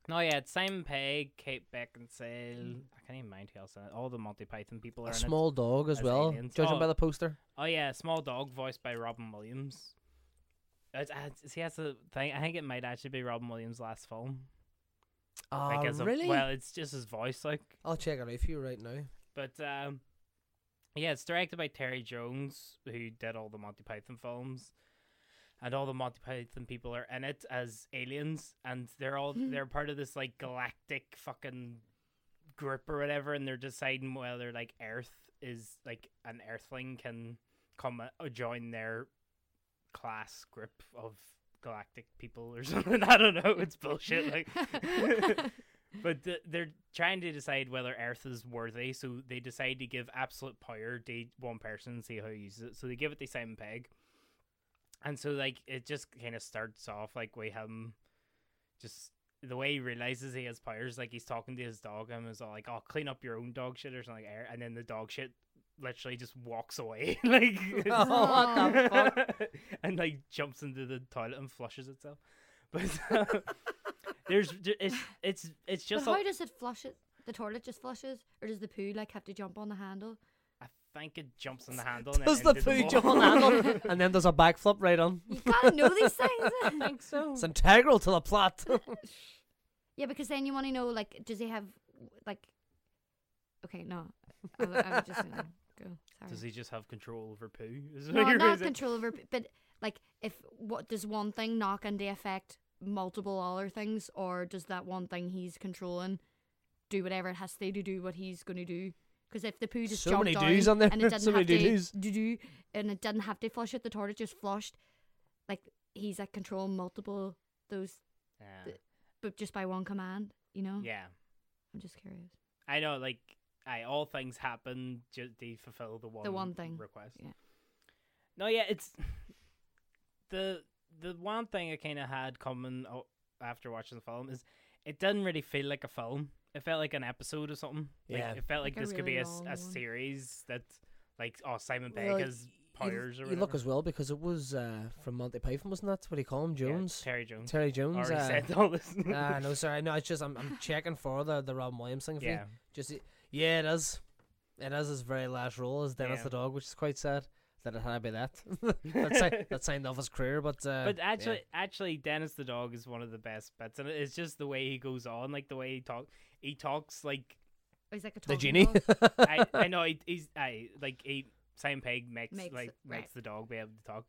[SPEAKER 2] no, yeah, it's Simon Pegg, Kate Beckinsale. I can't even mind who else in it. All the Monty Python people are
[SPEAKER 1] Mm. A
[SPEAKER 2] in it.
[SPEAKER 1] small dog as
[SPEAKER 2] as
[SPEAKER 1] well,
[SPEAKER 2] aliens.
[SPEAKER 1] judging
[SPEAKER 2] Oh.
[SPEAKER 1] by the poster.
[SPEAKER 2] Oh yeah, small dog voiced by Robin Williams. It's, uh, it's- see, that's the thing. I think it might actually be Robin Williams' last film.
[SPEAKER 1] Ah,
[SPEAKER 2] Like, as a-
[SPEAKER 1] Um, really?
[SPEAKER 2] well, it's just his voice, like.
[SPEAKER 1] I'll check it out for you right now.
[SPEAKER 2] But um, yeah, it's directed by Terry Jones, who did all the Monty Python films, and all the Monty Python people are in it as aliens, and they're all they're part of this like galactic fucking group or whatever, and they're deciding whether like Earth is like an Earthling can come a- uh, join their class group of galactic people or *laughs* something. I don't know. *laughs* It's bullshit. Like.
[SPEAKER 3] *laughs*
[SPEAKER 2] *laughs* But th- they're trying to decide whether Earth is worthy, so they decide to give absolute power to one person and see how he uses it. So they give it to Simon Pegg, and so like it just kind of starts off like we him just the way he realizes he has powers like he's talking to his dog and is all like oh clean up your own dog shit or something like that. and then the dog shit literally just walks away *laughs*
[SPEAKER 1] *laughs*
[SPEAKER 2] like it's-
[SPEAKER 1] what the fuck?
[SPEAKER 2] *laughs* and like jumps into the toilet and flushes itself but *laughs* uh, *laughs* there's it's it's it's just
[SPEAKER 3] but
[SPEAKER 2] a-
[SPEAKER 3] how does it flush it? The toilet just flushes, or does the poo like have to jump on the handle?
[SPEAKER 2] I think it jumps on the handle and then
[SPEAKER 1] Does the
[SPEAKER 2] into
[SPEAKER 1] poo
[SPEAKER 2] wall.
[SPEAKER 1] jump
[SPEAKER 2] *laughs*
[SPEAKER 1] on handle *laughs* and then does a backflip right on?
[SPEAKER 3] You gotta know these
[SPEAKER 1] *laughs*
[SPEAKER 3] things.
[SPEAKER 2] think so
[SPEAKER 1] It's integral to the *laughs* plot.
[SPEAKER 3] yeah, because then you want to know like, does he have like? Okay, no, I, w- I was just gonna go. Sorry.
[SPEAKER 2] does he just have control over poo *laughs* Is
[SPEAKER 3] no,
[SPEAKER 2] what you're
[SPEAKER 3] not
[SPEAKER 2] saying?
[SPEAKER 3] control over, p- but like, if what does one thing knock and affect multiple other things, or does that one thing he's controlling do whatever it has to to do what he's going to do? Because if the poo just
[SPEAKER 1] So
[SPEAKER 3] jumped
[SPEAKER 1] many
[SPEAKER 3] down
[SPEAKER 1] do's on there,
[SPEAKER 3] and it
[SPEAKER 1] *laughs*
[SPEAKER 3] didn't
[SPEAKER 1] so
[SPEAKER 3] have
[SPEAKER 1] many
[SPEAKER 3] to
[SPEAKER 1] do's.
[SPEAKER 3] do do, and it didn't have to flush it, the toilet just flushed. Like he's like controlling multiple those,
[SPEAKER 2] yeah.
[SPEAKER 3] th- but just by one command. You know,
[SPEAKER 2] yeah
[SPEAKER 3] I'm just curious.
[SPEAKER 2] I know, like, I all things happen. Ju- they fulfill the one
[SPEAKER 3] one thing,
[SPEAKER 2] request.
[SPEAKER 3] yeah.
[SPEAKER 2] No, yeah, it's the the one thing I kind of had coming o- after watching the film is it didn't really feel like a film. It felt like an episode or something. Like,
[SPEAKER 1] Yeah.
[SPEAKER 2] it felt like,
[SPEAKER 3] Like a
[SPEAKER 2] this could
[SPEAKER 3] really
[SPEAKER 2] be a, s-
[SPEAKER 3] long
[SPEAKER 2] a
[SPEAKER 3] one.
[SPEAKER 2] series that, like, oh Simon Pegg
[SPEAKER 1] Well,
[SPEAKER 2] has powers
[SPEAKER 1] you,
[SPEAKER 2] or
[SPEAKER 1] you
[SPEAKER 2] whatever.
[SPEAKER 1] look as well because it was uh, from Monty Python, wasn't that what he called him?
[SPEAKER 2] Yeah,
[SPEAKER 1] Jones,
[SPEAKER 2] Terry Jones.
[SPEAKER 1] Terry Jones.
[SPEAKER 2] Already
[SPEAKER 1] uh,
[SPEAKER 2] said all this.
[SPEAKER 1] *laughs* Ah,
[SPEAKER 2] *laughs*
[SPEAKER 1] no, sorry. No, it's just I'm, I'm checking for the the Robin Williams thing. for you.
[SPEAKER 2] yeah,
[SPEAKER 1] Just yeah, it is. It is his very last role as Dennis
[SPEAKER 2] Yeah.
[SPEAKER 1] the dog, which is quite sad that it had to be that. *laughs* that,
[SPEAKER 2] *laughs*
[SPEAKER 1] si- that signed off his career, but uh,
[SPEAKER 2] But
[SPEAKER 1] yeah.
[SPEAKER 2] actually, actually, Dennis the dog is one of the best bits, and it's just the way he goes on, like the way he talks. He talks like
[SPEAKER 3] Oh, He's like a
[SPEAKER 1] the
[SPEAKER 3] talking
[SPEAKER 1] genie.
[SPEAKER 3] dog.
[SPEAKER 2] I, I *laughs* know he, he's I like he Simon Pegg makes,
[SPEAKER 3] Makes
[SPEAKER 2] like
[SPEAKER 3] it- right.
[SPEAKER 2] makes the dog be able to talk,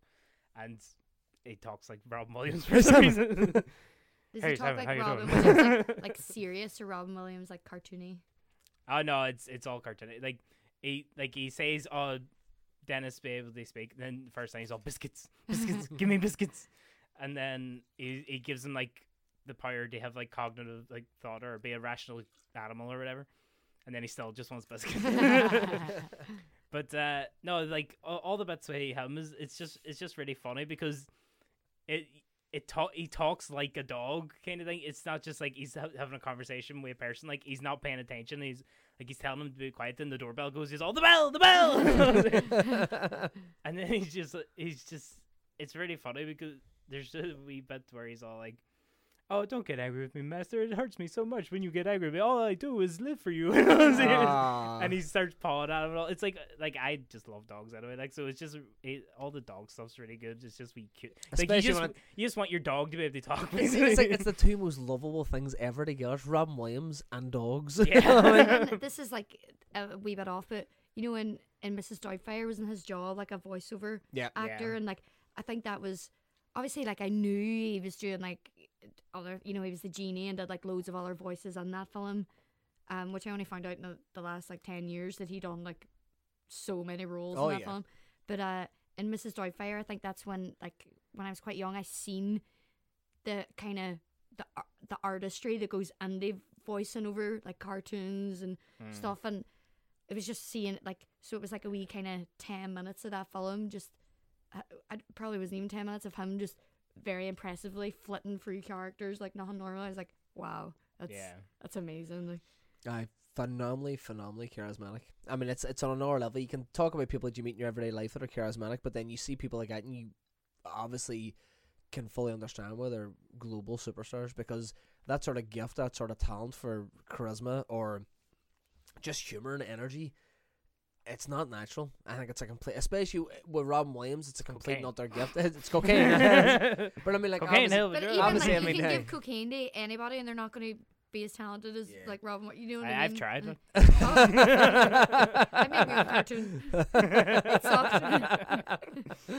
[SPEAKER 2] and he talks like
[SPEAKER 1] *laughs*
[SPEAKER 2] Rob Williams for some reason. *laughs*
[SPEAKER 3] Does
[SPEAKER 2] Hey,
[SPEAKER 3] he talk
[SPEAKER 2] Simon, how
[SPEAKER 3] like
[SPEAKER 2] you
[SPEAKER 3] Robin
[SPEAKER 2] doing?
[SPEAKER 3] Williams,
[SPEAKER 1] *laughs*
[SPEAKER 3] like, like serious, or Robin Williams like cartoony?
[SPEAKER 2] oh no, it's it's all cartoon. Like he like he says, "Oh, Dennis be able to speak." And then the first thing he's all biscuits, biscuits, give me biscuits, and then he he gives him like the power to have like cognitive like thought or be a rational animal or whatever, and then he still just wants biscuits. *laughs* But uh, no, like all, all the bits with him is it's just it's just really funny because it it ta- he talks like a dog kind of thing. It's not just like he's ha- having a conversation with a person. Like he's not paying attention. He's like he's telling him to be quiet. Then the doorbell goes. He's all the bell, the
[SPEAKER 1] *laughs*
[SPEAKER 2] bell, and then he's just he's just it's really funny because there's a wee bit where he's all like. Oh, don't get angry with me, master. It hurts me so much when you get angry with me. All I do is live for you.
[SPEAKER 1] *laughs* Ah.
[SPEAKER 2] and he starts pawing at him. And all. It's like like I just love dogs anyway. Like so, it's just it, all the dog stuff's really good. It's just we cute. Like you
[SPEAKER 1] Especially
[SPEAKER 2] just
[SPEAKER 1] when it-
[SPEAKER 2] you just want your dog to be able to talk.
[SPEAKER 1] It's, it's like
[SPEAKER 2] *laughs* basically.
[SPEAKER 1] it's the two most lovable things ever together: it's Robin Williams and dogs. *laughs*
[SPEAKER 2] yeah.
[SPEAKER 3] *laughs* And this is like uh, a wee bit off, but you know, when and Mrs. Doubtfire was in his job, like a voiceover
[SPEAKER 1] Yeah.
[SPEAKER 3] actor,
[SPEAKER 2] Yeah.
[SPEAKER 3] and like I think that was obviously like I knew he was doing like other, you know, he was the genie and did like loads of other voices on that film, um, which I only found out in the, the last like ten years that he'd done like so many roles
[SPEAKER 1] Oh,
[SPEAKER 3] in that
[SPEAKER 1] yeah.
[SPEAKER 3] film. But uh, in Mrs. Doubtfire, I think that's when like when I was quite young, I seen the kind of the ar- the artistry that goes into voicing over like cartoons and
[SPEAKER 2] Mm.
[SPEAKER 3] stuff and it was just seeing it, like so it was like a wee kind of 10 minutes of that film just I, I probably wasn't even 10 minutes of him just very impressively flitting through characters like nothing normal I was like wow that's
[SPEAKER 2] Yeah.
[SPEAKER 3] that's amazing like
[SPEAKER 1] I phenomenally, phenomenally charismatic. I mean, it's it's on another level. You can talk about people that you meet in your everyday life that are charismatic, but then you see people like that, and you obviously can fully understand why they're global superstars because that sort of gift, that sort of talent for charisma or just humor and energy. It's not natural. I think it's a complete, especially with Robin Williams. It's a complete
[SPEAKER 2] Cocaine.
[SPEAKER 1] not their gift. *laughs* It's
[SPEAKER 2] *laughs*
[SPEAKER 1] cocaine, *laughs* but I mean, like
[SPEAKER 2] Cocaine
[SPEAKER 1] *laughs* obviously-
[SPEAKER 2] Hill.
[SPEAKER 3] but
[SPEAKER 2] sure.
[SPEAKER 3] even
[SPEAKER 1] Obviously, I
[SPEAKER 3] like you
[SPEAKER 1] mean,
[SPEAKER 3] can
[SPEAKER 1] hey.
[SPEAKER 3] give cocaine to anybody and they're not going to be as talented as
[SPEAKER 1] Yeah.
[SPEAKER 3] like Robin Wi- you know what I,
[SPEAKER 2] I, I've
[SPEAKER 3] mean?
[SPEAKER 2] tried.
[SPEAKER 3] Mm.
[SPEAKER 2] One.
[SPEAKER 3] *laughs* Oh. I made me a cartoon.
[SPEAKER 2] *laughs*
[SPEAKER 3] It
[SPEAKER 1] sucked. *laughs*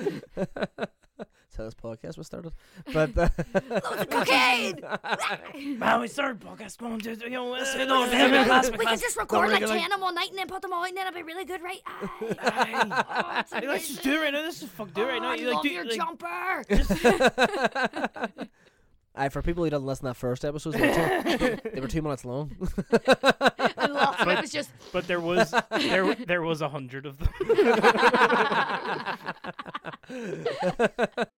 [SPEAKER 1] so this podcast was started, but uh, *laughs*
[SPEAKER 3] Loads of
[SPEAKER 2] *laughs*
[SPEAKER 3] cocaine!
[SPEAKER 2] Man, we started podcast. Come on, dude. You know, let's
[SPEAKER 1] no,
[SPEAKER 2] let's-
[SPEAKER 1] damn it, class,
[SPEAKER 3] we can just record
[SPEAKER 1] we're
[SPEAKER 3] like
[SPEAKER 1] gonna-
[SPEAKER 3] 10 of them all night and then put them all in and it'll be really good
[SPEAKER 2] *laughs*
[SPEAKER 3] right
[SPEAKER 2] Aye.
[SPEAKER 3] Aye. oh,
[SPEAKER 2] Hey,
[SPEAKER 3] it's
[SPEAKER 2] Let's just do it right now. Let's just fuck do it right
[SPEAKER 3] Oh,
[SPEAKER 2] now.
[SPEAKER 3] I
[SPEAKER 2] You, like,
[SPEAKER 3] love
[SPEAKER 2] do-
[SPEAKER 3] your
[SPEAKER 2] like- *laughs*
[SPEAKER 3] jumper.
[SPEAKER 1] Aye, for people who didn't listen to that first episode, they were two, they were two minutes long.
[SPEAKER 3] I love it. It was
[SPEAKER 2] *laughs*
[SPEAKER 3] just
[SPEAKER 2] But there was
[SPEAKER 1] *laughs*
[SPEAKER 2] there *laughs* there was a hundred of them.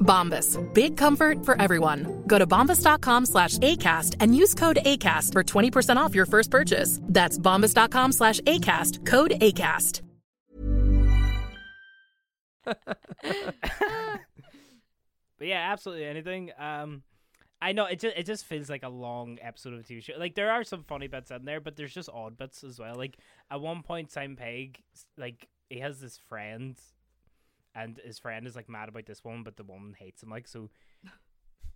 [SPEAKER 5] Bombas. Big comfort for everyone. Go to bombas.com slash ACAST and use code ACAST for 20% off your first purchase. That's bombas.com slash ACAST, code ACAST.
[SPEAKER 2] But yeah, absolutely anything. Um, I know it just it just feels like a long episode of a TV show. Like there are some funny bits in there, but there's just odd bits as well. Like at one point, Simon Pegg, s- like he has this friend, and his friend is like mad about this woman, but the woman hates him. Like
[SPEAKER 3] *laughs*
[SPEAKER 2] so,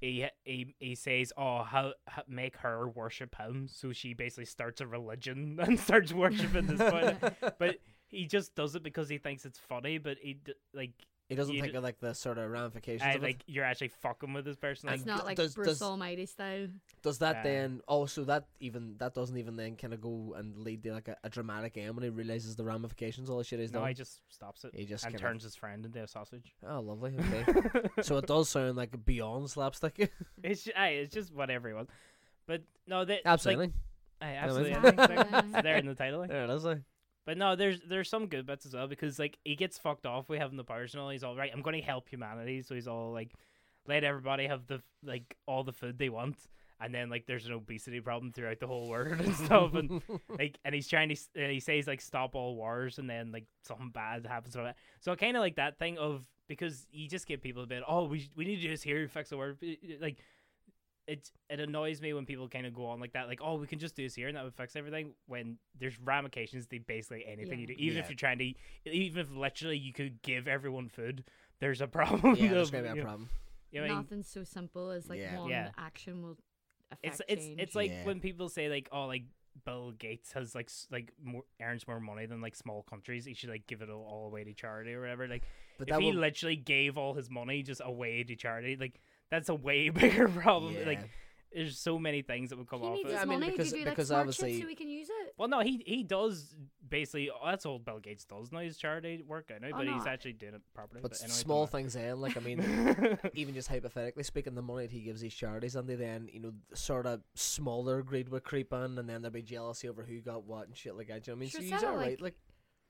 [SPEAKER 2] he he he says, "Oh, how, how make her worship him?" So she basically starts a religion *laughs* and starts worshiping this
[SPEAKER 3] *laughs*
[SPEAKER 2] boy.
[SPEAKER 1] *laughs*
[SPEAKER 2] but he just does it because he thinks it's funny. But he d- like
[SPEAKER 1] He doesn't
[SPEAKER 2] you
[SPEAKER 1] think
[SPEAKER 2] d-
[SPEAKER 1] of like the sort of ramifications.
[SPEAKER 2] I
[SPEAKER 1] of it.
[SPEAKER 2] like you're actually fucking with this person.
[SPEAKER 1] And
[SPEAKER 3] It's not like
[SPEAKER 1] does-
[SPEAKER 3] Bruce
[SPEAKER 1] does-
[SPEAKER 3] Almighty style.
[SPEAKER 1] Does that
[SPEAKER 2] Uh,
[SPEAKER 1] then? Oh, so that even that doesn't even then kind of go and lead to like a, a dramatic end when he realizes the ramifications all the shit is
[SPEAKER 2] No,
[SPEAKER 1] done.
[SPEAKER 2] he just stops it.
[SPEAKER 1] He just
[SPEAKER 2] and
[SPEAKER 1] kinda-
[SPEAKER 2] turns his friend into a sausage.
[SPEAKER 1] Oh, lovely.
[SPEAKER 2] *laughs*
[SPEAKER 1] Okay. so it does sound like beyond slapstick.
[SPEAKER 2] It's just, aye, it's just whatever he was. But no, they,
[SPEAKER 1] Absolutely.
[SPEAKER 2] *laughs* Like, aye,
[SPEAKER 1] Absolutely.
[SPEAKER 2] absolutely. anything. It's there in the title. like.
[SPEAKER 1] there it is. eh?
[SPEAKER 2] But no, there's there's some good bits as well because like he gets fucked off. We have the personal. He's all right. I'm going to help humanity. So he's all like, let everybody have the like all the food they want. And then like there's an obesity problem throughout the whole *laughs* world and
[SPEAKER 1] *laughs*
[SPEAKER 2] stuff. And like and he's trying to s- uh, he says like stop all wars. And then like something bad happens from it. So kind of like that thing of because you just get people a bit. Oh, we we need to do this here. Fix the world. Like it it annoys me when people kind of go on like that, like, oh, we can just do this here and that would fix everything. When there's ramifications to basically anything you do,
[SPEAKER 3] Yeah.
[SPEAKER 2] even
[SPEAKER 1] Yeah.
[SPEAKER 2] if you're trying to, even if literally you could give everyone food, there's a *laughs* problem.
[SPEAKER 1] Yeah,
[SPEAKER 2] of-
[SPEAKER 1] there's gonna be
[SPEAKER 2] you
[SPEAKER 1] a
[SPEAKER 2] know-
[SPEAKER 1] problem.
[SPEAKER 2] you know what I mean?
[SPEAKER 3] Nothing so simple as like
[SPEAKER 1] Yeah.
[SPEAKER 3] one
[SPEAKER 2] Yeah.
[SPEAKER 3] action will affect
[SPEAKER 2] It's it's
[SPEAKER 3] change.
[SPEAKER 2] it's like
[SPEAKER 1] Yeah.
[SPEAKER 2] when people say like, oh, like Bill Gates has like s- like more, earns more money than like small countries. He should like give it all, all away to charity or whatever. Like,
[SPEAKER 1] But
[SPEAKER 2] if
[SPEAKER 1] that
[SPEAKER 2] he
[SPEAKER 1] will-
[SPEAKER 2] literally gave all his money just away to charity, like that's a way *laughs* bigger problem. Like,
[SPEAKER 1] Yeah.
[SPEAKER 2] there's so many things that would come
[SPEAKER 3] he
[SPEAKER 2] off.
[SPEAKER 3] needs
[SPEAKER 2] it.
[SPEAKER 3] his
[SPEAKER 1] I mean,
[SPEAKER 3] money
[SPEAKER 1] because-
[SPEAKER 3] to do
[SPEAKER 1] because
[SPEAKER 3] like smart
[SPEAKER 1] obviously-
[SPEAKER 3] chips so we can use it.
[SPEAKER 2] Well, no, he he does basically. oh, that's all Bill Gates does now. His charity work, I know,
[SPEAKER 3] Oh,
[SPEAKER 2] but
[SPEAKER 3] no,
[SPEAKER 2] he's
[SPEAKER 3] I-
[SPEAKER 2] actually doing it properly.
[SPEAKER 1] But
[SPEAKER 2] anyway,
[SPEAKER 1] small
[SPEAKER 2] don't
[SPEAKER 1] things then, like I
[SPEAKER 2] *laughs*
[SPEAKER 1] mean,
[SPEAKER 2] matter.
[SPEAKER 1] even just hypothetically speaking, the money that he gives these charities, and they then you know sort of smaller greed would creep in, and then there'd be jealousy over who got what and shit like that. Do you know what I mean?
[SPEAKER 3] Sure,
[SPEAKER 1] so
[SPEAKER 3] it's
[SPEAKER 1] you're
[SPEAKER 3] not
[SPEAKER 1] right. Like,
[SPEAKER 3] like-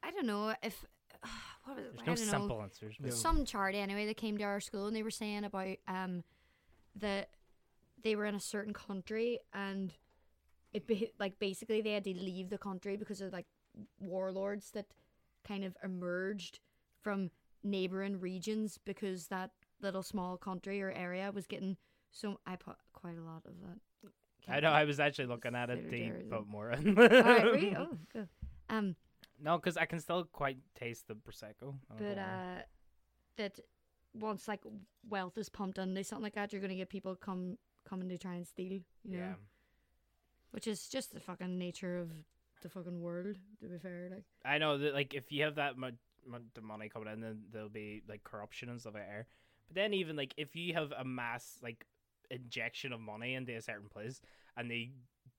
[SPEAKER 3] I don't know if *sighs* what was it?
[SPEAKER 2] There's
[SPEAKER 3] I
[SPEAKER 2] no
[SPEAKER 3] don't know.
[SPEAKER 2] simple answers.
[SPEAKER 1] No.
[SPEAKER 3] some charity anyway that came to our school and they were saying about um that they were in a certain country and it be- like basically they had to leave the country because of like warlords that kind of emerged from neighboring regions because that little small country or area was getting so I put quite a lot of that.
[SPEAKER 2] I know. I was actually looking at it the
[SPEAKER 3] Solidarity.
[SPEAKER 2] but more.
[SPEAKER 3] All right, were
[SPEAKER 2] *laughs*
[SPEAKER 3] you? Oh, good. Um,
[SPEAKER 2] No, because I can still quite taste the prosecco. I don't know
[SPEAKER 3] but
[SPEAKER 2] why.
[SPEAKER 3] uh, that once like wealth is pumped on something like that, you're gonna get people come coming to try and steal. You know?
[SPEAKER 2] yeah,
[SPEAKER 3] which is just the fucking nature of the fucking world. To be fair, like
[SPEAKER 2] I know that. Like, if you have that much, much money coming in, then there'll be like corruption and stuff like that. But then, even like if you have a mass like injection of money into a certain place, and they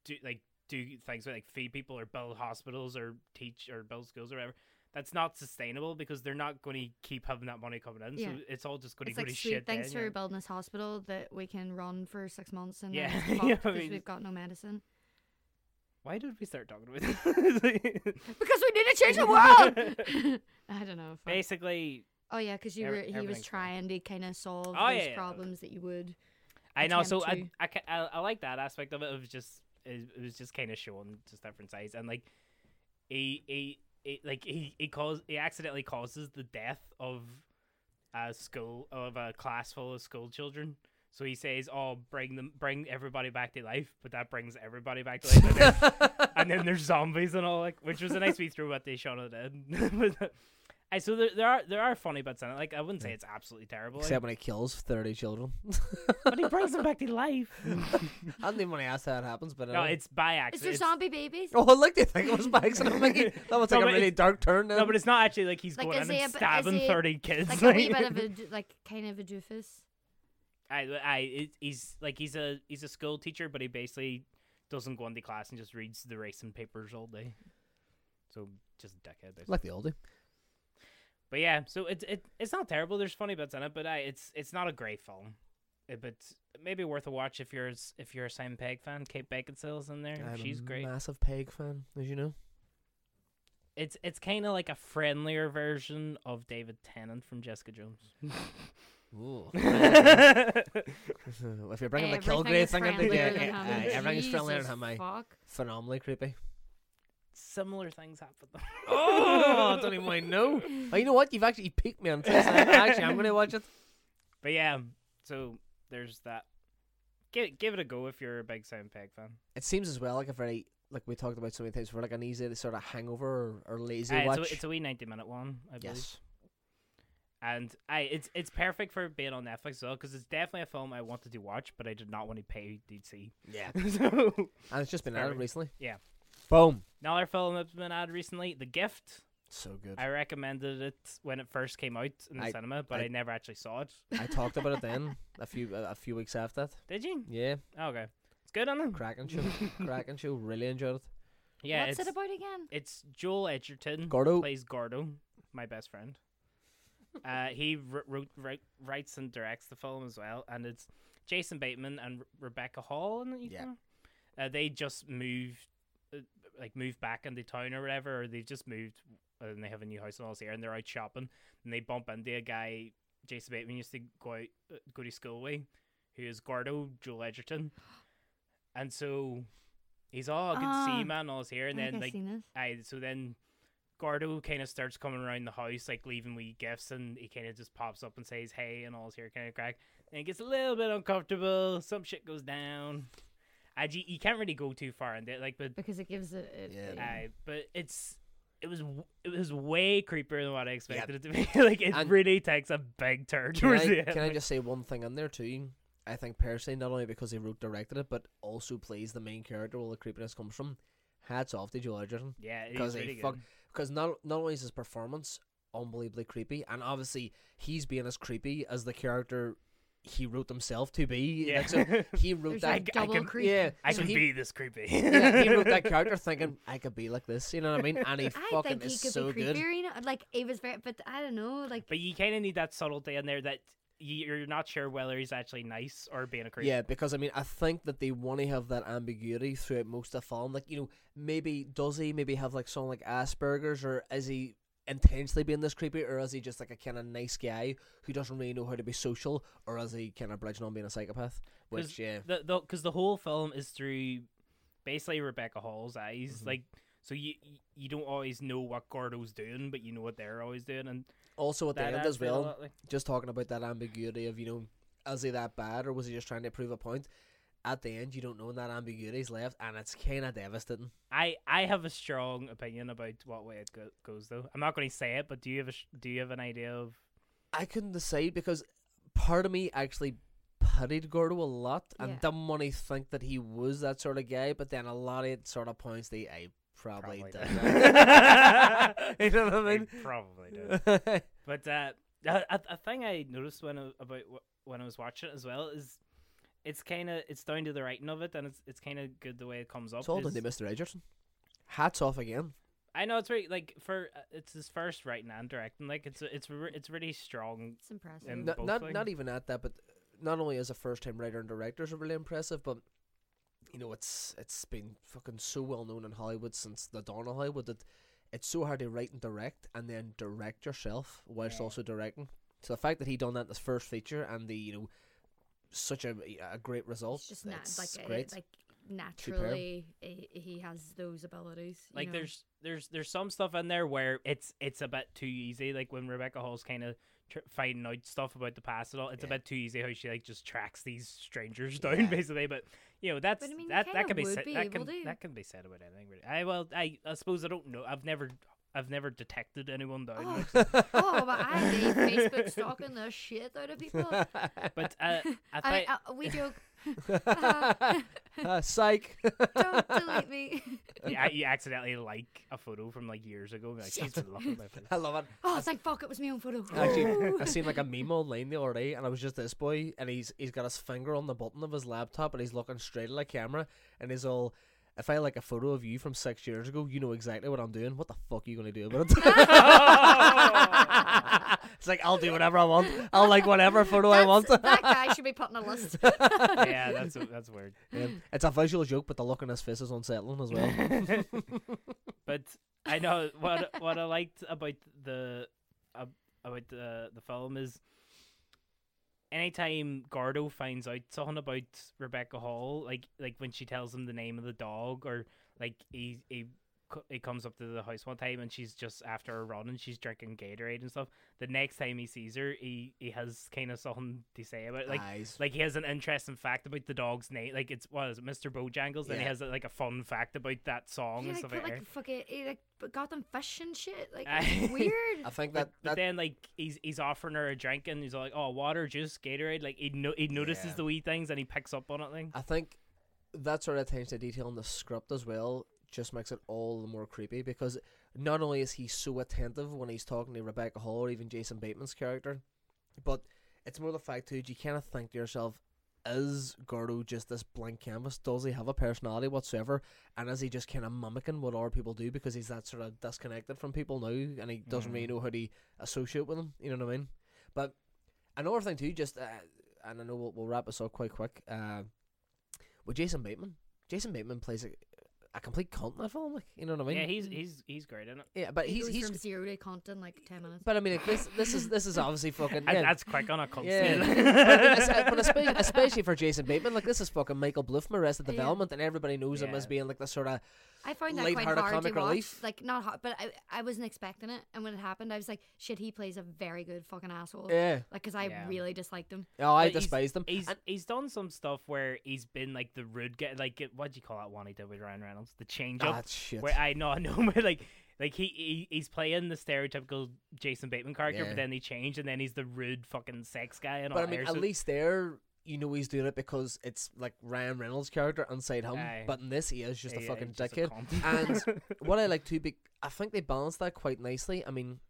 [SPEAKER 2] do like do things like feed people or build hospitals or teach or build schools or whatever. That's not sustainable because they're not going to keep having that money coming in. So
[SPEAKER 3] Yeah.
[SPEAKER 2] it's all just going to
[SPEAKER 3] it's
[SPEAKER 2] go
[SPEAKER 3] like
[SPEAKER 2] to
[SPEAKER 3] sweet.
[SPEAKER 2] shit.
[SPEAKER 3] thanks
[SPEAKER 2] then,
[SPEAKER 3] for
[SPEAKER 2] yeah.
[SPEAKER 3] building this hospital that we can run for six months and
[SPEAKER 2] Yeah,
[SPEAKER 3] yeah, because
[SPEAKER 2] you *laughs* know what I mean?
[SPEAKER 3] we've got no medicine *laughs*
[SPEAKER 2] Why did we start talking about this?
[SPEAKER 3] because we need to
[SPEAKER 2] *laughs*
[SPEAKER 3] change the world. *laughs* I don't know. fuck.
[SPEAKER 2] Basically,
[SPEAKER 3] oh yeah, because you
[SPEAKER 2] Every-
[SPEAKER 3] were he was
[SPEAKER 2] everything's fine.
[SPEAKER 3] trying to kind of solve
[SPEAKER 2] Oh,
[SPEAKER 3] those
[SPEAKER 2] yeah, yeah.
[SPEAKER 3] problems that you would.
[SPEAKER 2] I know. So I,
[SPEAKER 3] attempt
[SPEAKER 2] I, ca- I, I like that aspect of it. Of just it, it was just kind of showing just different sides and like he he, he like he he cause he accidentally causes the death of a school of a class full of school children So he says, "Oh, bring them, bring everybody back to life," but that brings everybody back to life, and
[SPEAKER 1] *laughs*
[SPEAKER 2] then, and then there's zombies and all, like, which was a nice wee throwback they shot it in. *laughs* I so there, there are there are funny bits in it. Like I wouldn't say it's absolutely terrible, like,
[SPEAKER 1] Except when he kills 30
[SPEAKER 2] *laughs*
[SPEAKER 1] children. *laughs*
[SPEAKER 2] but he brings them back to life. *laughs*
[SPEAKER 1] I don't even want to ask how it happens, but I
[SPEAKER 2] no,
[SPEAKER 1] know.
[SPEAKER 2] it's by
[SPEAKER 3] Is there
[SPEAKER 2] accident. it's-
[SPEAKER 3] zombie
[SPEAKER 2] *laughs*
[SPEAKER 3] babies?
[SPEAKER 1] *laughs* Oh, I like to think it was by accident, *laughs* Mickey. That was
[SPEAKER 2] No,
[SPEAKER 1] like
[SPEAKER 2] but
[SPEAKER 1] a really
[SPEAKER 2] it's-
[SPEAKER 1] dark turn. Then.
[SPEAKER 2] no, but it's not actually like he's
[SPEAKER 3] Like,
[SPEAKER 2] going
[SPEAKER 3] is
[SPEAKER 2] in
[SPEAKER 3] he
[SPEAKER 2] and
[SPEAKER 3] a b- is
[SPEAKER 2] stabbing
[SPEAKER 3] he
[SPEAKER 2] thirty kids.
[SPEAKER 3] Like a
[SPEAKER 2] *laughs*
[SPEAKER 3] wee bit of a d- like kind of a doofus.
[SPEAKER 2] I, I, it- he's like he's a he's a school teacher, but he basically doesn't go into class and just reads the racing papers all day. So just a dickhead. Basically.
[SPEAKER 1] like the oldie.
[SPEAKER 2] But yeah, so it's it, it's not terrible. There's funny bits in it, but I, it's it's not a great film. Uh, But maybe worth a watch if you're s- if you're a Simon Pegg fan. Kate Beckinsale's in there.
[SPEAKER 1] I'm
[SPEAKER 2] She's
[SPEAKER 1] a
[SPEAKER 2] great.
[SPEAKER 1] Massive Peg fan, as you know.
[SPEAKER 2] It's it's kind of like a friendlier version of David Tennant from Jessica Jones.
[SPEAKER 1] Ooh. *laughs*
[SPEAKER 2] *laughs* yeah,
[SPEAKER 1] if you're bringing the
[SPEAKER 3] Everything
[SPEAKER 1] Kilgrave
[SPEAKER 3] is
[SPEAKER 1] thing into
[SPEAKER 3] friendlier
[SPEAKER 1] the
[SPEAKER 3] than
[SPEAKER 1] game,
[SPEAKER 3] him.
[SPEAKER 1] eh, everything's friendlier
[SPEAKER 3] Jesus
[SPEAKER 1] than him. aye.
[SPEAKER 3] Fuck.
[SPEAKER 1] Phenomenally creepy. *laughs*
[SPEAKER 2] similar things happen.
[SPEAKER 1] Oh, I don't even want to know. Oh, you know what? You've actually piqued me on this. Actually, I'm going to watch it.
[SPEAKER 2] *laughs* But yeah, so there's that. Give give it a go if you're a big Simon Pegg fan.
[SPEAKER 1] It seems as well like a very like we talked about so many times. We're like an easy sort of hangover or, or lazy
[SPEAKER 2] Aye,
[SPEAKER 1] watch.
[SPEAKER 2] Uh, it's, a, it's a wee ninety minute one, I believe.
[SPEAKER 1] yes,
[SPEAKER 2] And I it's it's perfect for being on Netflix as well because it's definitely a film I wanted to watch, but I did not want to pay DC.
[SPEAKER 1] yeah,
[SPEAKER 2] *laughs* so
[SPEAKER 1] and it's just been added
[SPEAKER 2] Very.
[SPEAKER 1] recently.
[SPEAKER 2] Yeah.
[SPEAKER 1] boom,
[SPEAKER 2] another film that's been added recently, The Gift.
[SPEAKER 1] so good.
[SPEAKER 2] I recommended it when it first came out in the
[SPEAKER 1] I-
[SPEAKER 2] cinema, but I,
[SPEAKER 1] I-
[SPEAKER 2] never actually saw it.
[SPEAKER 1] I talked about it then a few a, a few weeks after that.
[SPEAKER 2] Did you?
[SPEAKER 1] Yeah,
[SPEAKER 2] Okay, it's good on them.
[SPEAKER 1] cracking
[SPEAKER 2] *laughs*
[SPEAKER 1] show, cracking show. Really enjoyed it.
[SPEAKER 2] Yeah,
[SPEAKER 3] What's
[SPEAKER 2] it's
[SPEAKER 3] it about again?
[SPEAKER 2] It's Joel Edgerton.
[SPEAKER 1] Gordo.
[SPEAKER 2] plays Gordo, my best friend. Uh, he wr- wrote, write, writes and directs the film as well, and it's Jason Bateman and Re- Rebecca Hall. And
[SPEAKER 1] Yeah.
[SPEAKER 2] uh, they just moved, uh, like moved back into town or whatever, or they've just moved uh, and they have a new house and all this here, and they're out shopping, and they bump into a guy Jason Bateman used to go out, uh, go to school with, who is Gordo Joel Edgerton, and so he's all I can see
[SPEAKER 3] Ah.
[SPEAKER 2] you, man, all this here, and
[SPEAKER 3] I think
[SPEAKER 2] then
[SPEAKER 3] I've
[SPEAKER 2] like
[SPEAKER 3] seen this.
[SPEAKER 2] I so then Gordo kind of starts coming around the house, like leaving wee gifts, and he kind of just pops up and says, "Hey," and all's here, kind of crack. And it gets a little bit uncomfortable. Some shit goes down. I you, you can't really go too far in it, like, but
[SPEAKER 3] because it gives it. it
[SPEAKER 1] Yeah.
[SPEAKER 2] I but it's it was w- it was way creepier than what I expected it to be. *laughs* like, it
[SPEAKER 1] And-
[SPEAKER 2] really takes a
[SPEAKER 1] *laughs*
[SPEAKER 2] big turn
[SPEAKER 1] Can
[SPEAKER 2] towards
[SPEAKER 1] I,
[SPEAKER 2] the end.
[SPEAKER 1] can I
[SPEAKER 2] like-
[SPEAKER 1] just say one thing in there too? I think personally, not only because he wrote directed it, but also plays the main character where the creepiness comes from. Hats off to Joel Edgerton.
[SPEAKER 2] yeah, it
[SPEAKER 1] because
[SPEAKER 2] was really
[SPEAKER 1] he fuck
[SPEAKER 2] good.
[SPEAKER 1] *laughs* because not not only is his performance unbelievably creepy, and obviously he's being as creepy as the character he wrote himself to be.
[SPEAKER 2] Yeah.
[SPEAKER 1] Like,
[SPEAKER 2] *laughs*
[SPEAKER 1] so he wrote
[SPEAKER 3] There's
[SPEAKER 1] that.
[SPEAKER 3] like
[SPEAKER 2] I
[SPEAKER 3] double
[SPEAKER 2] can-
[SPEAKER 3] creep.
[SPEAKER 1] yeah,
[SPEAKER 2] I
[SPEAKER 1] so
[SPEAKER 2] can
[SPEAKER 1] he,
[SPEAKER 2] be this creepy.
[SPEAKER 1] yeah, he wrote
[SPEAKER 2] *laughs*
[SPEAKER 1] that character thinking I could be like this. You know what I mean? And he
[SPEAKER 3] I
[SPEAKER 1] fucking
[SPEAKER 3] think he
[SPEAKER 1] is
[SPEAKER 3] could
[SPEAKER 1] so
[SPEAKER 3] be
[SPEAKER 1] good.
[SPEAKER 3] creepier, you know? Like it was very, but I don't know. Like
[SPEAKER 2] But you kind of need that subtlety in there that you- you're not sure whether he's actually nice or being a creep.
[SPEAKER 1] Yeah, because I mean, I think that they want to have that ambiguity throughout most of the film. Like, you know, maybe does he maybe have like something like Asperger's, or is he intentionally being this creepy, or is he just like a kind of nice guy who doesn't really know how to be social, or is he kind of bridging on being a psychopath? Which, yeah,
[SPEAKER 2] Because the, the, 'cause the whole film is through basically Rebecca Hall's eyes.
[SPEAKER 1] Mm-hmm.
[SPEAKER 2] Like, so you you don't always know what Gordo's doing, but you know what they're always doing, and
[SPEAKER 1] also at the
[SPEAKER 2] that
[SPEAKER 1] end
[SPEAKER 2] adds
[SPEAKER 1] as
[SPEAKER 2] to it a
[SPEAKER 1] well,
[SPEAKER 2] lot, like-
[SPEAKER 1] just talking about that ambiguity of you know, is he that bad, or was he just trying to prove a point? At the end, you don't know, and that ambiguity's left, and it's kind of devastating.
[SPEAKER 2] I I have a strong opinion about what way it go- goes though. I'm not going to say it, but do you have a, sh- do you have an idea of?
[SPEAKER 1] I couldn't decide because part of me actually pitied Gordo a lot and
[SPEAKER 3] Yeah.
[SPEAKER 1] didn't want to think that he was that sort of guy, but then a lot of it sort of points the I probably,
[SPEAKER 2] Probably
[SPEAKER 1] did.
[SPEAKER 2] *laughs* not.
[SPEAKER 1] you know what *laughs* I mean?
[SPEAKER 2] probably do. But uh, a, a- a thing I noticed when I, about wh- when I was watching it as well is it's kind of it's down to the writing of it, and it's it's kind of good the way it comes up.
[SPEAKER 1] *laughs* it's all
[SPEAKER 2] is-
[SPEAKER 1] done to Mr. Edgerton. Hats off again.
[SPEAKER 2] I know it's really like for uh, it's his first writing and directing. Like it's it's re- it's really strong.
[SPEAKER 3] it's impressive.
[SPEAKER 2] And
[SPEAKER 1] N-
[SPEAKER 2] both
[SPEAKER 1] not
[SPEAKER 2] things.
[SPEAKER 1] not even at that, but not only as a first time writer and director is really impressive, but you know it's it's been fucking so well known in Hollywood since the dawn of Hollywood that it's so hard to write and direct and then direct yourself whilst also directing. So the fact that he done that in his first feature and the you know such a a great result,
[SPEAKER 3] it's just not
[SPEAKER 1] it's
[SPEAKER 3] like a,
[SPEAKER 1] great.
[SPEAKER 3] like naturally he, he has those abilities. you
[SPEAKER 2] Like
[SPEAKER 3] know.
[SPEAKER 1] *laughs*
[SPEAKER 2] there's there's there's some stuff in there where it's it's a bit too easy. Like when Rebecca Hall's kind of tr- finding out stuff about the past and all, it's a bit too easy how she like just tracks these strangers *laughs* down basically. But you know that's
[SPEAKER 3] I mean, you
[SPEAKER 2] that that
[SPEAKER 3] kinda
[SPEAKER 2] can be,
[SPEAKER 3] would
[SPEAKER 2] said,
[SPEAKER 3] be
[SPEAKER 2] that can
[SPEAKER 3] able to.
[SPEAKER 2] that can be said about anything. Really. I well I, I suppose I don't know. I've never I've never detected anyone down.
[SPEAKER 3] Oh,
[SPEAKER 2] like-
[SPEAKER 3] oh, but I hate Facebook stalking the shit out of people.
[SPEAKER 2] *laughs* But
[SPEAKER 3] *laughs*
[SPEAKER 2] uh, I
[SPEAKER 3] I,
[SPEAKER 2] think
[SPEAKER 3] uh, we joke.
[SPEAKER 1] Uh, *laughs* psych.
[SPEAKER 3] Don't delete me. *laughs*
[SPEAKER 2] yeah, you accidentally like a photo from like years
[SPEAKER 3] *laughs*
[SPEAKER 2] ago. and Like, she's loving my photo.
[SPEAKER 1] I love it.
[SPEAKER 3] Oh, thank fuck, it was my own photo. *laughs*
[SPEAKER 1] Actually, I seen like a meme online the other day, and I was just this boy, and he's he's got his finger on the button of his laptop, and he's looking straight at the camera, and he's all, "If I like a photo of you from six years ago, you know exactly what I'm doing. What the fuck are you gonna do about it?" *laughs* it's like I'll do whatever I want. I'll like whatever photo I
[SPEAKER 3] That's-
[SPEAKER 1] want. *laughs*
[SPEAKER 3] that guy should be put on a list.
[SPEAKER 2] yeah, that's
[SPEAKER 3] *laughs*
[SPEAKER 2] that's weird.
[SPEAKER 1] Um, it's a visual joke, but the look on his face is unsettling as
[SPEAKER 3] *laughs*
[SPEAKER 1] well.
[SPEAKER 2] *laughs* But I know what what I liked about the ab about the the film is anytime Gardo finds out something about Rebecca Hall, like like when she tells him the name of the dog, or like he he co- he comes up to the house one time and she's just after a run and she's drinking Gatorade and stuff. The next time he sees her, he he has kind of something to say about it. like
[SPEAKER 1] Eyes.
[SPEAKER 2] like he has an interesting fact about the dog's name. Like it's what is it, Mr. Bojangles, and he
[SPEAKER 1] Yeah.
[SPEAKER 2] has like a fun fact about that song
[SPEAKER 3] He
[SPEAKER 2] and
[SPEAKER 3] like
[SPEAKER 2] stuff
[SPEAKER 3] put
[SPEAKER 2] like
[SPEAKER 3] like
[SPEAKER 2] that.
[SPEAKER 3] fucking he like b- got them fish and shit. Like
[SPEAKER 2] Aye. *laughs*
[SPEAKER 3] it's weird.
[SPEAKER 1] I think
[SPEAKER 2] But,
[SPEAKER 1] that
[SPEAKER 2] but
[SPEAKER 1] that
[SPEAKER 2] then like he's he's offering her a drink and he's like, oh, water, juice, Gatorade. Like he no- he notices
[SPEAKER 1] Yeah.
[SPEAKER 2] the wee things and he picks up on it. Thing.
[SPEAKER 1] I think that sort of attention to detail in the script as well just makes it all the more creepy because not only is he so attentive when he's talking to Rebecca Hall or even Jason Bateman's character, but it's more the fact too you kind of think to yourself, is Gordo just this blank canvas? Does he have a personality whatsoever? And is he just kind of mimicking what other people do because he's that sort of disconnected from people now and he doesn't really know how to associate with them? You know what I mean? But another thing too, just uh, and I know we'll, we'll wrap this up quite quick. Uh, with Jason Bateman, Jason Bateman plays a, a complete cunt in that film. Like, you know what I mean?
[SPEAKER 2] yeah, he's he's he's great in it.
[SPEAKER 1] yeah, but
[SPEAKER 3] He
[SPEAKER 1] he's
[SPEAKER 3] goes
[SPEAKER 1] he's.
[SPEAKER 3] from zero to content in, like ten minutes.
[SPEAKER 1] But I mean, like, this this is this is obviously fucking.
[SPEAKER 2] *laughs* And
[SPEAKER 1] yeah.
[SPEAKER 2] That's quick on a cult
[SPEAKER 1] Yeah.
[SPEAKER 2] scene.
[SPEAKER 1] but, I mean, it's- uh, but especially, especially for Jason Bateman, like this is fucking Michael Bluff from Arrested
[SPEAKER 3] Yeah.
[SPEAKER 1] Development, and everybody knows him
[SPEAKER 2] Yeah.
[SPEAKER 1] as being like the sort of
[SPEAKER 3] I found that quite
[SPEAKER 1] lighthearted
[SPEAKER 3] hard to
[SPEAKER 1] comic
[SPEAKER 3] watch.
[SPEAKER 1] relief.
[SPEAKER 3] Like not hard, but I I wasn't expecting it. And when it happened, I was like, shit, he plays a very good fucking asshole.
[SPEAKER 1] yeah.
[SPEAKER 3] Like, cause I
[SPEAKER 2] Yeah.
[SPEAKER 3] really disliked him.
[SPEAKER 1] Oh, I
[SPEAKER 2] But he's-
[SPEAKER 1] despise them.
[SPEAKER 2] He's
[SPEAKER 1] And-
[SPEAKER 2] he's done some stuff where he's been like the rude guy, like what do you call that one he did with Ryan Reynolds, the change up.
[SPEAKER 1] Ah, shit.
[SPEAKER 2] Where I know *laughs* I know where like like he, he he's playing the stereotypical Jason Bateman character,
[SPEAKER 1] Yeah.
[SPEAKER 2] but then he changed and then he's the rude fucking sex guy and
[SPEAKER 1] But I
[SPEAKER 2] all
[SPEAKER 1] mean,
[SPEAKER 2] there,
[SPEAKER 1] at
[SPEAKER 2] so-
[SPEAKER 1] least there, you know he's doing it because it's like Ryan Reynolds' character inside him.
[SPEAKER 2] Aye.
[SPEAKER 1] But in this, he is just
[SPEAKER 2] Yeah,
[SPEAKER 1] a
[SPEAKER 2] yeah,
[SPEAKER 1] fucking
[SPEAKER 2] he's just a
[SPEAKER 1] dickhead.
[SPEAKER 2] cunt.
[SPEAKER 1] *laughs*
[SPEAKER 2] *laughs*
[SPEAKER 1] and what I like too, be- I think they balance that quite nicely. I mean,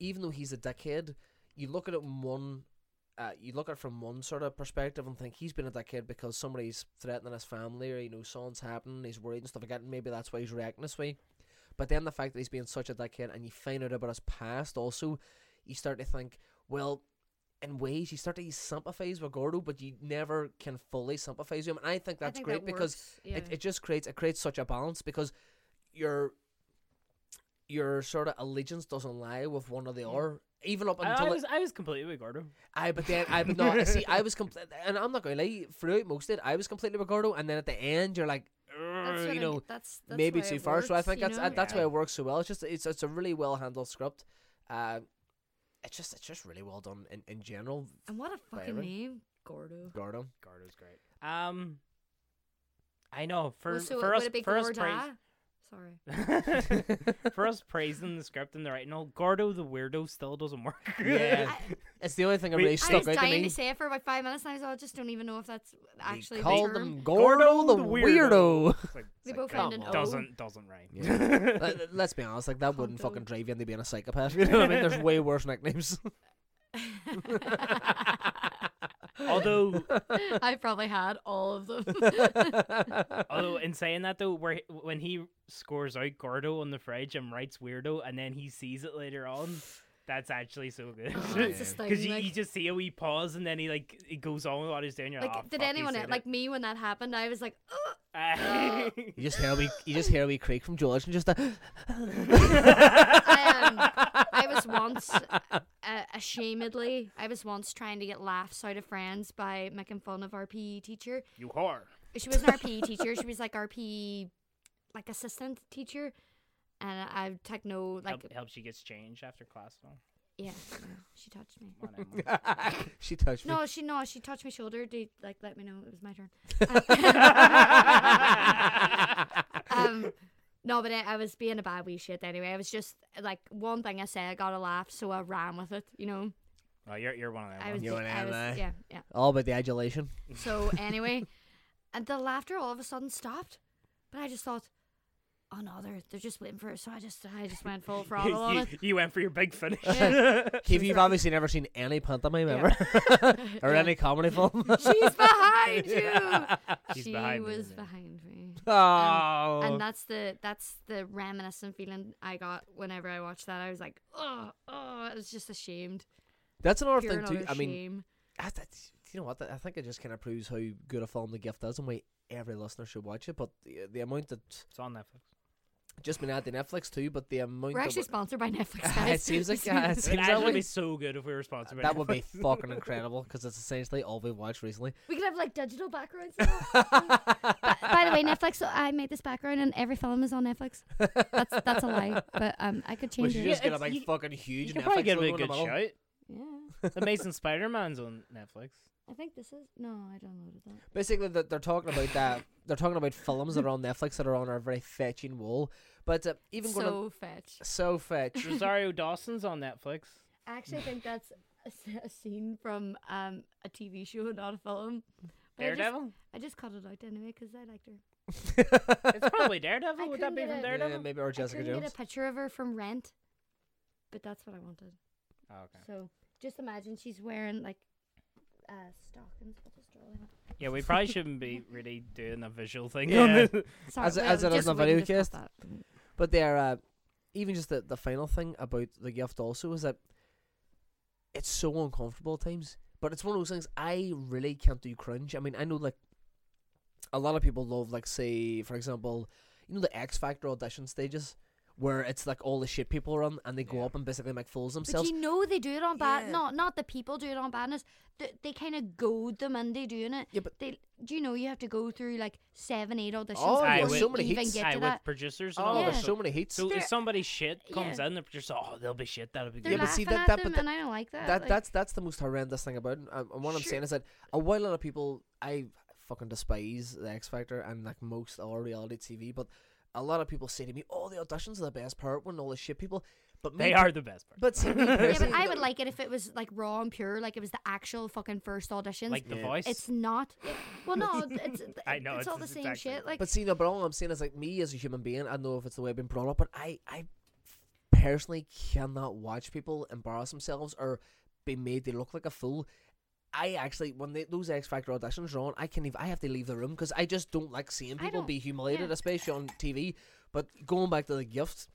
[SPEAKER 1] even though he's a dickhead, you look at it in one. Uh, you look at it from one sort of perspective and think he's been a dickhead because somebody's threatening his family or you know something's happening, he's worried and stuff like that, and maybe that's why he's reacting this way. But then the fact that he's being such a dickhead and you find out about his past also, you start to think, well, in ways you start to sympathize with Gordo, but you never can fully sympathize with him. And I think
[SPEAKER 3] I
[SPEAKER 1] that's
[SPEAKER 3] think
[SPEAKER 1] great
[SPEAKER 3] that
[SPEAKER 1] because
[SPEAKER 3] works, yeah.
[SPEAKER 1] it, it just creates it creates such a balance because your your sort of allegiance doesn't lie with one or the other. Even up
[SPEAKER 2] I, I
[SPEAKER 1] until it-
[SPEAKER 2] was I was completely with Gordo.
[SPEAKER 1] I but then I but
[SPEAKER 3] *laughs*
[SPEAKER 1] no see I was complete and I'm not gonna lie throughout most of it I was completely with Gordo and then at the end you're like
[SPEAKER 3] That's
[SPEAKER 1] "Urgh,"
[SPEAKER 3] what
[SPEAKER 1] you
[SPEAKER 3] I-
[SPEAKER 1] know
[SPEAKER 3] that's, that's
[SPEAKER 1] maybe
[SPEAKER 3] why
[SPEAKER 1] too
[SPEAKER 3] it
[SPEAKER 1] far so I
[SPEAKER 3] works,
[SPEAKER 1] think
[SPEAKER 3] you
[SPEAKER 1] that's
[SPEAKER 3] know?
[SPEAKER 1] uh, that's why
[SPEAKER 2] Yeah.
[SPEAKER 1] it works so well it's just it's it's a really well handled script uh it's just it's just really well done in, in general
[SPEAKER 3] And what a fucking
[SPEAKER 1] Byron.
[SPEAKER 3] name, Gordo. *laughs*
[SPEAKER 1] Gordo
[SPEAKER 2] Gordo's great. Um, I know for
[SPEAKER 3] Well, so
[SPEAKER 2] for
[SPEAKER 3] would
[SPEAKER 2] us
[SPEAKER 3] it be
[SPEAKER 2] for us
[SPEAKER 3] Gorda?
[SPEAKER 2] *laughs*
[SPEAKER 3] Sorry.
[SPEAKER 2] praise, for us praising the script and the writing. all, Gordo the weirdo still doesn't work.
[SPEAKER 1] yeah *laughs* it's the only thing that
[SPEAKER 2] We-
[SPEAKER 1] really
[SPEAKER 3] I was
[SPEAKER 1] stuck out to
[SPEAKER 3] dying
[SPEAKER 1] me
[SPEAKER 3] to say it for about five minutes, and I was all, I just don't even know if that's
[SPEAKER 1] They
[SPEAKER 3] actually the
[SPEAKER 1] called
[SPEAKER 3] term.
[SPEAKER 1] him Gordo the *laughs* weirdo.
[SPEAKER 2] It's like-
[SPEAKER 3] They
[SPEAKER 2] it's
[SPEAKER 3] both
[SPEAKER 2] like, um,
[SPEAKER 1] come
[SPEAKER 3] end in
[SPEAKER 1] on.
[SPEAKER 3] O.
[SPEAKER 2] doesn't doesn't rhyme. *laughs*
[SPEAKER 1] Let- let- Let's be honest, like that wouldn't
[SPEAKER 3] Congo.
[SPEAKER 1] fucking drive you into being a psychopath. *laughs* You know what I mean? There's way worse *laughs* nicknames. *laughs*
[SPEAKER 2] although
[SPEAKER 3] *laughs* I probably had all
[SPEAKER 1] *laughs*
[SPEAKER 3] of them.
[SPEAKER 2] although in saying that though, where he- when he scores out Gordo on the fridge and writes weirdo, and then he sees it later on. That's actually so good *laughs*
[SPEAKER 3] Oh,
[SPEAKER 1] it's
[SPEAKER 3] astounding,
[SPEAKER 2] because you,
[SPEAKER 3] like-
[SPEAKER 2] you just see a wee pause and then he like he goes on with what he's doing. You're
[SPEAKER 3] like,
[SPEAKER 2] "Ah,
[SPEAKER 3] did
[SPEAKER 2] fuck, he
[SPEAKER 3] anyone
[SPEAKER 2] said
[SPEAKER 3] like me when that happened? I was like, Ugh.
[SPEAKER 2] it."
[SPEAKER 1] You just hear a wee, you just hear a wee creak from George and just a, *laughs*
[SPEAKER 3] I, um, I was once uh, ashamedly, I was once trying to get laughs out of friends by making fun of our PE teacher.
[SPEAKER 2] *laughs* you whore.
[SPEAKER 3] she wasn't
[SPEAKER 1] *laughs*
[SPEAKER 3] our PE teacher. She was like our PE like assistant teacher, and I take no like
[SPEAKER 2] Help, helps you get changed after class. No?
[SPEAKER 3] yeah. no, she touched me.
[SPEAKER 2] Come on, Emma.
[SPEAKER 1] she touched me.
[SPEAKER 3] No, she no, she touched my shoulder to like let me know it was my turn.
[SPEAKER 2] *laughs*
[SPEAKER 3] um, no, but I, I was being a bad wee shit anyway. I was just like one thing I said, I got a laugh, so I ran with it. You know,
[SPEAKER 2] oh, you're you're one of them.
[SPEAKER 3] I was,
[SPEAKER 1] You
[SPEAKER 3] just-
[SPEAKER 1] and
[SPEAKER 3] I
[SPEAKER 1] I.
[SPEAKER 3] was yeah, yeah.
[SPEAKER 1] All about the *laughs* adulation.
[SPEAKER 2] *laughs*
[SPEAKER 3] So anyway, and the laughter all of a sudden stopped, but I just thought, oh no, they're they're just waiting for it. So I just I just went
[SPEAKER 2] *laughs*
[SPEAKER 3] full throttle on
[SPEAKER 2] you,
[SPEAKER 3] it.
[SPEAKER 2] you went for your big finish.
[SPEAKER 1] Keith, you've obviously never seen any pantomime ever, *laughs* or any comedy *laughs* film.
[SPEAKER 3] She's
[SPEAKER 2] *laughs*
[SPEAKER 3] behind you.
[SPEAKER 2] *laughs* She's
[SPEAKER 3] she
[SPEAKER 2] behind me,
[SPEAKER 3] was
[SPEAKER 2] isn't it?
[SPEAKER 3] behind me.
[SPEAKER 1] oh,
[SPEAKER 3] and that's the that's the reminiscent feeling I got whenever I watched that. I was like, oh, oh, I was just ashamed.
[SPEAKER 1] that's another
[SPEAKER 3] Pure
[SPEAKER 1] thing too.
[SPEAKER 3] another
[SPEAKER 1] I mean,
[SPEAKER 3] shame.
[SPEAKER 1] I, that's, you know what? I think it just kind of proves how good a film The Gift is, and why every listener should watch it. But the, the amount that
[SPEAKER 2] It's on Netflix.
[SPEAKER 1] just been added to Netflix too, but the amount
[SPEAKER 3] we're
[SPEAKER 1] that
[SPEAKER 3] actually
[SPEAKER 1] wa-
[SPEAKER 3] sponsored by
[SPEAKER 1] *laughs*
[SPEAKER 3] Netflix.
[SPEAKER 1] Ah, it
[SPEAKER 3] Guys.
[SPEAKER 1] seems like yeah,
[SPEAKER 3] *laughs*
[SPEAKER 1] it
[SPEAKER 2] It'd
[SPEAKER 1] seems that,
[SPEAKER 2] actually be
[SPEAKER 1] way.
[SPEAKER 2] so good if we were sponsored. by
[SPEAKER 1] that would be
[SPEAKER 2] *laughs* Netflix.
[SPEAKER 1] fucking incredible because it's essentially all we've watched recently.
[SPEAKER 3] we could have like digital backgrounds. and all. by the
[SPEAKER 1] *laughs*
[SPEAKER 3] way, Netflix. So I made this background, and every film is on Netflix. That's that's
[SPEAKER 1] *laughs*
[SPEAKER 3] a lie, but um, I could
[SPEAKER 1] we
[SPEAKER 3] change
[SPEAKER 1] should
[SPEAKER 3] it.
[SPEAKER 1] just get a
[SPEAKER 2] it's-
[SPEAKER 1] big
[SPEAKER 2] you-
[SPEAKER 1] fucking huge.
[SPEAKER 2] You could
[SPEAKER 1] Netflix
[SPEAKER 2] probably give it
[SPEAKER 1] logo
[SPEAKER 2] a
[SPEAKER 1] in the
[SPEAKER 2] good
[SPEAKER 1] middle. *laughs*
[SPEAKER 2] shout.
[SPEAKER 3] Yeah,
[SPEAKER 2] Amazing Spider-Man's on Netflix.
[SPEAKER 3] I think this is no, I downloaded that.
[SPEAKER 1] Basically, that they're talking about that. They're talking about films that are on Netflix that are on our very fetching wall. But uh, even going on,
[SPEAKER 3] so fetch.
[SPEAKER 1] so fetch.
[SPEAKER 2] Rosario Dawson's on Netflix.
[SPEAKER 3] I actually think that's a, s- a scene from um a TV show, not a film. But I just-
[SPEAKER 2] Daredevil.
[SPEAKER 3] I just cut it out anyway because I liked
[SPEAKER 1] *laughs*
[SPEAKER 3] her.
[SPEAKER 2] It's *laughs* probably Daredevil.
[SPEAKER 3] I
[SPEAKER 2] Would that
[SPEAKER 3] couldn't
[SPEAKER 2] be
[SPEAKER 3] get
[SPEAKER 2] from
[SPEAKER 3] it.
[SPEAKER 1] Yeah,
[SPEAKER 2] Daredevil?
[SPEAKER 1] maybe or
[SPEAKER 3] I
[SPEAKER 1] Jessica
[SPEAKER 3] couldn't
[SPEAKER 1] Jones.
[SPEAKER 3] get a picture of her from Rent, but that's what I wanted.
[SPEAKER 1] *laughs*
[SPEAKER 2] Oh, okay.
[SPEAKER 3] So just imagine she's wearing like uh, stockings with this drawing. on it.
[SPEAKER 2] Yeah, we probably shouldn't be really doing a visual
[SPEAKER 1] *laughs*
[SPEAKER 2] thing.
[SPEAKER 1] Yeah.
[SPEAKER 2] Yeah.
[SPEAKER 3] Sorry,
[SPEAKER 1] As-
[SPEAKER 3] well,
[SPEAKER 1] as it is
[SPEAKER 3] just
[SPEAKER 1] in a
[SPEAKER 3] wouldn't
[SPEAKER 1] video
[SPEAKER 3] have got that.
[SPEAKER 1] But there, uh, even just the, the final thing about the gift also is that it's so uncomfortable at times. But it's one of those things I really can't do cringe. I mean, I know like a lot of people love like say, for example, you know the X Factor audition stages where it's like all the shit people are on and they go up and basically make fools of
[SPEAKER 3] But
[SPEAKER 1] themselves.
[SPEAKER 3] you know they do it on bad. Not not the people do it on badness. They, they kind of goad them into doing it.
[SPEAKER 1] Yeah, but-
[SPEAKER 3] they do you know you have to go through like seven, eight auditions
[SPEAKER 1] Oh,
[SPEAKER 3] before
[SPEAKER 2] yeah,
[SPEAKER 3] you
[SPEAKER 2] with-
[SPEAKER 1] so many
[SPEAKER 3] even
[SPEAKER 1] heats.
[SPEAKER 3] get
[SPEAKER 2] Aye,
[SPEAKER 3] to
[SPEAKER 2] with
[SPEAKER 3] that.
[SPEAKER 2] producers and
[SPEAKER 1] oh,
[SPEAKER 2] all
[SPEAKER 3] Yeah.
[SPEAKER 2] that.
[SPEAKER 1] there's so many heats.
[SPEAKER 2] So if somebody shit comes
[SPEAKER 3] yeah.
[SPEAKER 2] in, the producer, oh, they'll be shit. That'll be
[SPEAKER 3] They're
[SPEAKER 2] good.
[SPEAKER 1] Yeah, but
[SPEAKER 3] laughing
[SPEAKER 1] see,
[SPEAKER 3] at
[SPEAKER 1] that- that-
[SPEAKER 3] them,
[SPEAKER 1] but
[SPEAKER 3] and I don't like that.
[SPEAKER 1] that
[SPEAKER 3] like,
[SPEAKER 1] that's that's the most horrendous thing about it. And, and what I'm saying
[SPEAKER 3] Sure.
[SPEAKER 1] is that a while a lot of people I fucking despise the X Factor and like most all reality TV, but a lot of people say to me, "Oh, the auditions are the best part when all the shit people." But me,
[SPEAKER 2] *laughs* They are the best part.
[SPEAKER 1] But see,
[SPEAKER 2] *laughs*
[SPEAKER 1] me
[SPEAKER 3] yeah, but
[SPEAKER 1] personally,
[SPEAKER 3] I would like it if it was like raw and pure, like it was the actual fucking first auditions.
[SPEAKER 2] like the voice.
[SPEAKER 3] It's
[SPEAKER 2] *laughs*
[SPEAKER 3] not. Well, no, it's
[SPEAKER 2] I know,
[SPEAKER 3] it's,
[SPEAKER 2] it's-
[SPEAKER 3] all the
[SPEAKER 2] it's
[SPEAKER 3] same
[SPEAKER 2] exactly
[SPEAKER 3] shit.
[SPEAKER 2] the
[SPEAKER 3] Like,
[SPEAKER 1] But see, no. But all I'm saying is like me as a human being, I know if it's the way I've been brought up, but I I personally cannot watch people embarrass themselves or be made to look like a fool. I actually, when they, those X Factor auditions are on, I can even I have to leave the room because I just don't like seeing
[SPEAKER 3] I
[SPEAKER 1] people
[SPEAKER 3] don't-
[SPEAKER 1] be humiliated,
[SPEAKER 3] yeah.
[SPEAKER 1] especially on TV. But going back to the gifts,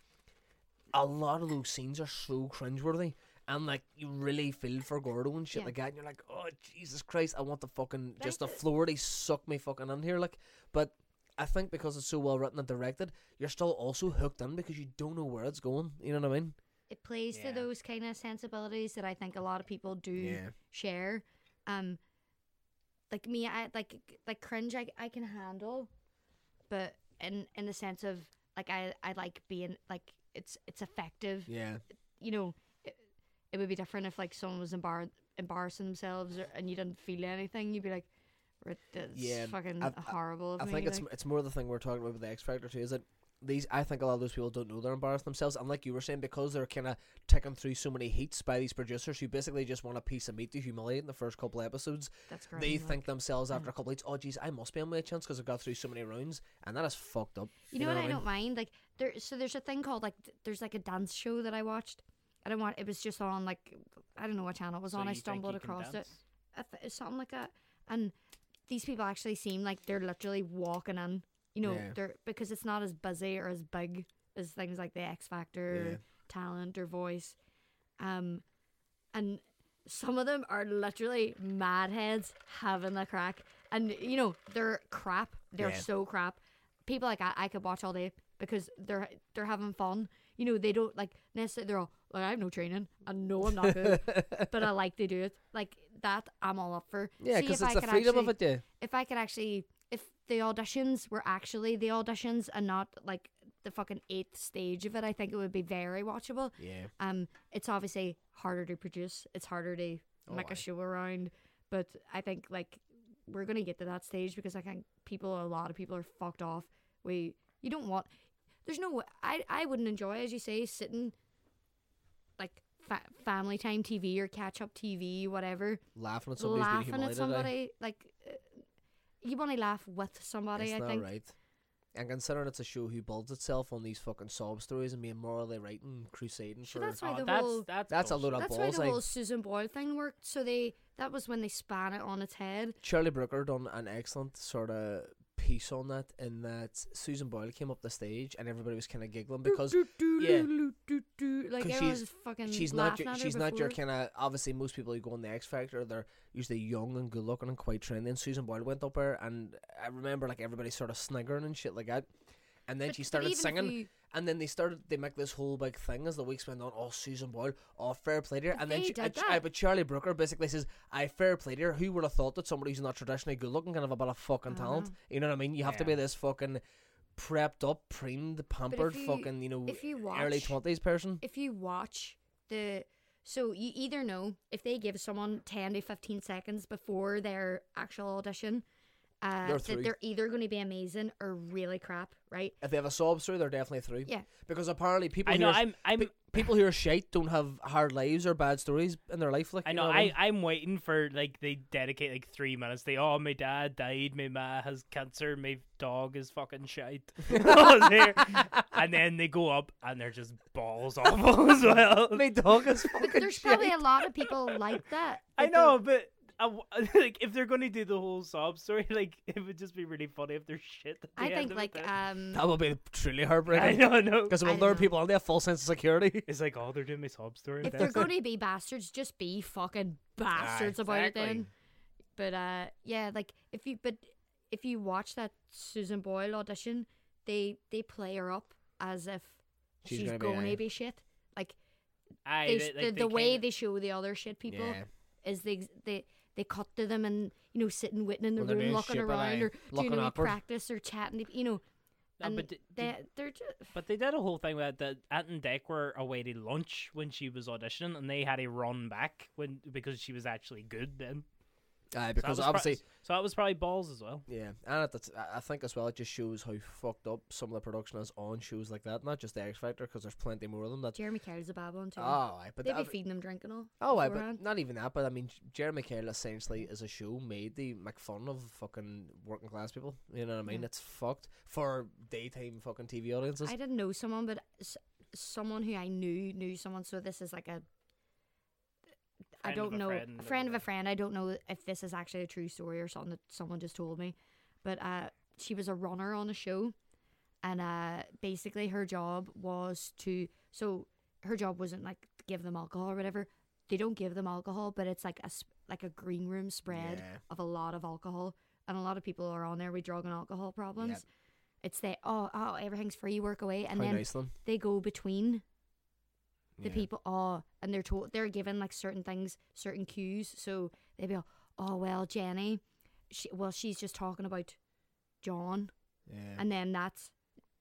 [SPEAKER 1] a lot of those scenes are so cringeworthy. And like you really feel for Gordo and shit
[SPEAKER 3] Yeah.
[SPEAKER 1] like that, and you're like, oh Jesus Christ, I want the fucking just the
[SPEAKER 3] Like, uh,
[SPEAKER 1] floor to suck me fucking in here, like. But I think because it's so well written and directed, you're still also hooked in because you don't know where it's going. You know what I mean?
[SPEAKER 3] it plays
[SPEAKER 2] Yeah.
[SPEAKER 3] to those kind of sensibilities that I think a lot of people do
[SPEAKER 1] Yeah.
[SPEAKER 3] share. Um, like me, I like like cringe. I, I can handle, but in in the sense of like I I like being like it's it's effective.
[SPEAKER 1] Yeah.
[SPEAKER 3] You know, it, it would be different if like someone was embar- embarrassing themselves or, and you didn't feel anything. You'd be like, "Right, that's
[SPEAKER 1] Yeah,
[SPEAKER 3] fucking
[SPEAKER 1] I've-
[SPEAKER 3] horrible. Of
[SPEAKER 1] I
[SPEAKER 3] me,"
[SPEAKER 1] think it's
[SPEAKER 3] like.
[SPEAKER 1] it's more the thing we're talking about with the X Factor too. Is that these? I think a lot of those people don't know they're embarrassed themselves, and like you were saying, because they're kind of ticking through so many heats by these producers who basically just want a piece of meat to humiliate in the first couple episodes.
[SPEAKER 3] That's great.
[SPEAKER 1] They think themselves after a couple of heats, oh geez, I must be on my chance because I've got through so many rounds, and that is fucked up.
[SPEAKER 3] You know, what, I
[SPEAKER 1] mean?
[SPEAKER 3] don't mind? Like there so there's a thing called like th- there's like a dance show that I watched. I don't want it was just on like I don't know what channel it was
[SPEAKER 2] So
[SPEAKER 3] on. I
[SPEAKER 2] you think
[SPEAKER 3] stumbled
[SPEAKER 2] you can
[SPEAKER 3] across it.
[SPEAKER 2] dance?
[SPEAKER 3] I th- it's something like that. And these people actually seem like they're literally walking in. You know,
[SPEAKER 1] Yeah.
[SPEAKER 3] they're because it's not as busy or as big as things like the X Factor,
[SPEAKER 1] Yeah.
[SPEAKER 3] talent or voice. Um and some of them are literally mad heads having the crack. And you know, they're crap. They're
[SPEAKER 1] Yeah.
[SPEAKER 3] so crap. People like I, I could watch all day because they're they're having fun. You know, they don't like necessarily they're all like I have no training. I know I'm
[SPEAKER 1] *laughs*
[SPEAKER 3] not good. but I like to do it. Like that I'm all up for.
[SPEAKER 1] Yeah,
[SPEAKER 3] See
[SPEAKER 1] because
[SPEAKER 3] if
[SPEAKER 1] it's
[SPEAKER 3] I
[SPEAKER 1] the
[SPEAKER 3] could
[SPEAKER 1] freedom
[SPEAKER 3] actually,
[SPEAKER 1] of it. Yeah.
[SPEAKER 3] If I could actually if the auditions were actually the auditions and not like the fucking eighth stage of it, I think it would be very watchable.
[SPEAKER 1] Yeah.
[SPEAKER 3] Um, it's obviously harder to produce. It's harder to
[SPEAKER 1] Oh,
[SPEAKER 3] make
[SPEAKER 1] aye.
[SPEAKER 3] a show around. But I think like we're gonna get to that stage because I think people, a lot of people, are fucked off. We you don't want. There's no. w- I I wouldn't enjoy, as you say, sitting like fa- family time TV or catch up TV, whatever,
[SPEAKER 1] Laughing at somebody's being
[SPEAKER 3] laughing at
[SPEAKER 1] humiliated. aye.
[SPEAKER 3] somebody. Like uh, you want to laugh with somebody.
[SPEAKER 1] It's
[SPEAKER 3] I
[SPEAKER 1] not
[SPEAKER 3] think.
[SPEAKER 1] right. And considering it's a show who builds itself on these fucking sob stories and being morally right and crusading
[SPEAKER 3] Sure,
[SPEAKER 1] for
[SPEAKER 3] that's why
[SPEAKER 2] Oh,
[SPEAKER 3] the
[SPEAKER 2] that's
[SPEAKER 3] whole
[SPEAKER 2] that's,
[SPEAKER 1] That's a
[SPEAKER 2] bullshit.
[SPEAKER 1] load of
[SPEAKER 3] that's why
[SPEAKER 1] balls.
[SPEAKER 3] the
[SPEAKER 1] like,
[SPEAKER 3] whole Susan Boyle thing worked. So they that was when they span it on its head.
[SPEAKER 1] Shirley Brooker done an excellent sort of piece on that in that Susan Boyle came up the stage and everybody was kind of giggling because
[SPEAKER 3] do, do,
[SPEAKER 1] yeah.
[SPEAKER 3] do, do, do, like
[SPEAKER 1] 'Cause
[SPEAKER 3] everyone's
[SPEAKER 1] she's-
[SPEAKER 3] fucking
[SPEAKER 1] she's not
[SPEAKER 3] laughing
[SPEAKER 1] your,
[SPEAKER 3] at her
[SPEAKER 1] she's not your
[SPEAKER 3] before.
[SPEAKER 1] kind of obviously most people who go on the X Factor they're usually young and good looking and quite trendy and Susan Boyle went up there and I remember like everybody sort of sniggering and shit like that and then
[SPEAKER 3] But-
[SPEAKER 1] she
[SPEAKER 3] but
[SPEAKER 1] started
[SPEAKER 3] even if
[SPEAKER 1] singing
[SPEAKER 3] you-
[SPEAKER 1] and then they started they make this whole big thing as the weeks went on oh Susan Boyle oh fair play to her
[SPEAKER 3] But
[SPEAKER 1] and then
[SPEAKER 3] they
[SPEAKER 1] she,
[SPEAKER 3] did
[SPEAKER 1] I,
[SPEAKER 3] that.
[SPEAKER 1] uh, but Charlie Brooker basically says I fair play to her who would have thought that somebody who's not traditionally good looking can have a bit of fucking
[SPEAKER 3] I
[SPEAKER 1] talent
[SPEAKER 3] know.
[SPEAKER 1] you know what I mean you have to
[SPEAKER 2] Yeah.
[SPEAKER 1] be this fucking prepped up primed pampered
[SPEAKER 3] you-
[SPEAKER 1] fucking you know
[SPEAKER 3] if you
[SPEAKER 1] early
[SPEAKER 3] watch-
[SPEAKER 1] 20s person
[SPEAKER 3] if you watch the so you either know if they give someone 10 to 15 seconds before their actual audition
[SPEAKER 1] They're
[SPEAKER 3] uh, that
[SPEAKER 1] through.
[SPEAKER 3] they're either going to be amazing or really crap right
[SPEAKER 1] If they have a sob story, they're definitely through.
[SPEAKER 3] Yeah.
[SPEAKER 1] Because apparently people
[SPEAKER 2] I know.
[SPEAKER 1] who are,
[SPEAKER 2] I'm. I'm.
[SPEAKER 1] pe- people who are shite don't have hard lives or bad stories in their life. Like
[SPEAKER 2] I
[SPEAKER 1] you
[SPEAKER 2] know.
[SPEAKER 1] what
[SPEAKER 2] I.
[SPEAKER 1] mean?
[SPEAKER 2] I'm waiting for like they dedicate like three minutes. They oh my dad died. My ma has cancer. My dog is fucking shite. *laughs* I was here. and then they go up and they're just balls awful *laughs* as well.
[SPEAKER 1] *laughs* my dog is fucking
[SPEAKER 3] but there's probably a lot of people like
[SPEAKER 1] *laughs*
[SPEAKER 3] that
[SPEAKER 2] I
[SPEAKER 3] that they'll-
[SPEAKER 2] know, but I w *laughs* like if they're going to do the whole sob story, *laughs* like it would just be really funny if they're shit. At the
[SPEAKER 3] i
[SPEAKER 2] end
[SPEAKER 3] think
[SPEAKER 2] of
[SPEAKER 3] like
[SPEAKER 2] it. then.
[SPEAKER 3] um
[SPEAKER 1] That would be truly
[SPEAKER 2] *laughs* I
[SPEAKER 1] heartbreaking.
[SPEAKER 2] know, I *laughs* know.
[SPEAKER 1] Because it
[SPEAKER 3] I
[SPEAKER 1] will
[SPEAKER 3] don't
[SPEAKER 1] lure
[SPEAKER 3] know.
[SPEAKER 1] people on. They have full sense of security. *laughs*
[SPEAKER 2] It's like oh, they're doing my sob story.
[SPEAKER 3] if
[SPEAKER 2] then.
[SPEAKER 3] they're going to be bastards just be fucking bastards about it then But uh, yeah, like if you but if you watch that Susan Boyle audition, they they play her up as if
[SPEAKER 1] She's
[SPEAKER 3] she's,
[SPEAKER 1] gonna
[SPEAKER 3] going
[SPEAKER 1] be aye.
[SPEAKER 3] to be shit. Like,
[SPEAKER 2] Aye,
[SPEAKER 3] they,
[SPEAKER 2] they-
[SPEAKER 3] sh
[SPEAKER 2] like,
[SPEAKER 3] the,
[SPEAKER 2] they
[SPEAKER 3] the way
[SPEAKER 2] kinda-
[SPEAKER 3] they show the other shit people
[SPEAKER 1] Yeah.
[SPEAKER 3] is they ex- they they cut to them and you know sitting waiting in the
[SPEAKER 1] Well, they're
[SPEAKER 3] room
[SPEAKER 1] doing
[SPEAKER 3] looking
[SPEAKER 1] shit, but
[SPEAKER 3] around
[SPEAKER 1] aye,
[SPEAKER 3] or
[SPEAKER 1] looking
[SPEAKER 3] doing a wee
[SPEAKER 1] awkward.
[SPEAKER 3] practice or chatting to you know.
[SPEAKER 2] No,
[SPEAKER 3] and
[SPEAKER 2] but d-
[SPEAKER 3] they
[SPEAKER 2] did-
[SPEAKER 3] they're just
[SPEAKER 2] But they did a whole thing with it, that Aunt and Dick were away to lunch when she was auditioning, and they had a run back when because she was actually good then.
[SPEAKER 1] Aye,
[SPEAKER 2] So that
[SPEAKER 1] because
[SPEAKER 2] was pro-
[SPEAKER 1] obviously,
[SPEAKER 2] so that was probably balls as well.
[SPEAKER 1] yeah, and it, it's- I- I think as well it just shows how fucked up some of the production is on shows like that. Not just the X Factor, because there's plenty more of them. That
[SPEAKER 3] Jeremy Carey's a bad one too.
[SPEAKER 1] oh, aye, but
[SPEAKER 3] They'd
[SPEAKER 1] that-
[SPEAKER 3] be feeding them drinking all.
[SPEAKER 1] Oh, aye,
[SPEAKER 3] beforehand.
[SPEAKER 1] but not even that. But I mean, J- Jerry McHale essentially is a show made to make fun of fucking working class people. You know what I mean? It's fucked for daytime fucking TV audiences.
[SPEAKER 3] I didn't know someone, but s- someone who I knew knew someone. So this is like a. I
[SPEAKER 2] Friend
[SPEAKER 3] don't
[SPEAKER 2] of a
[SPEAKER 3] know.
[SPEAKER 2] friend
[SPEAKER 3] a
[SPEAKER 2] or
[SPEAKER 3] friend of a
[SPEAKER 2] whatever.
[SPEAKER 3] friend. I don't know if this is actually a true story or something that someone just told me, but uh, she was a runner on a show, and uh, basically her job was to. So her job wasn't like to give them alcohol or whatever. They don't give them alcohol, but it's like a sp- like a green room spread
[SPEAKER 1] Yeah.
[SPEAKER 3] of a lot of alcohol, and a lot of people are on there with drug and alcohol problems.
[SPEAKER 1] Yep.
[SPEAKER 3] It's they oh oh everything's free work away and
[SPEAKER 1] How
[SPEAKER 3] then
[SPEAKER 1] nice of them.
[SPEAKER 3] they go between the
[SPEAKER 1] Yeah.
[SPEAKER 3] people oh and they're told they're given like certain things certain cues so they'd be all, oh well Jenny she well she's just talking about John
[SPEAKER 1] Yeah.
[SPEAKER 3] and then that's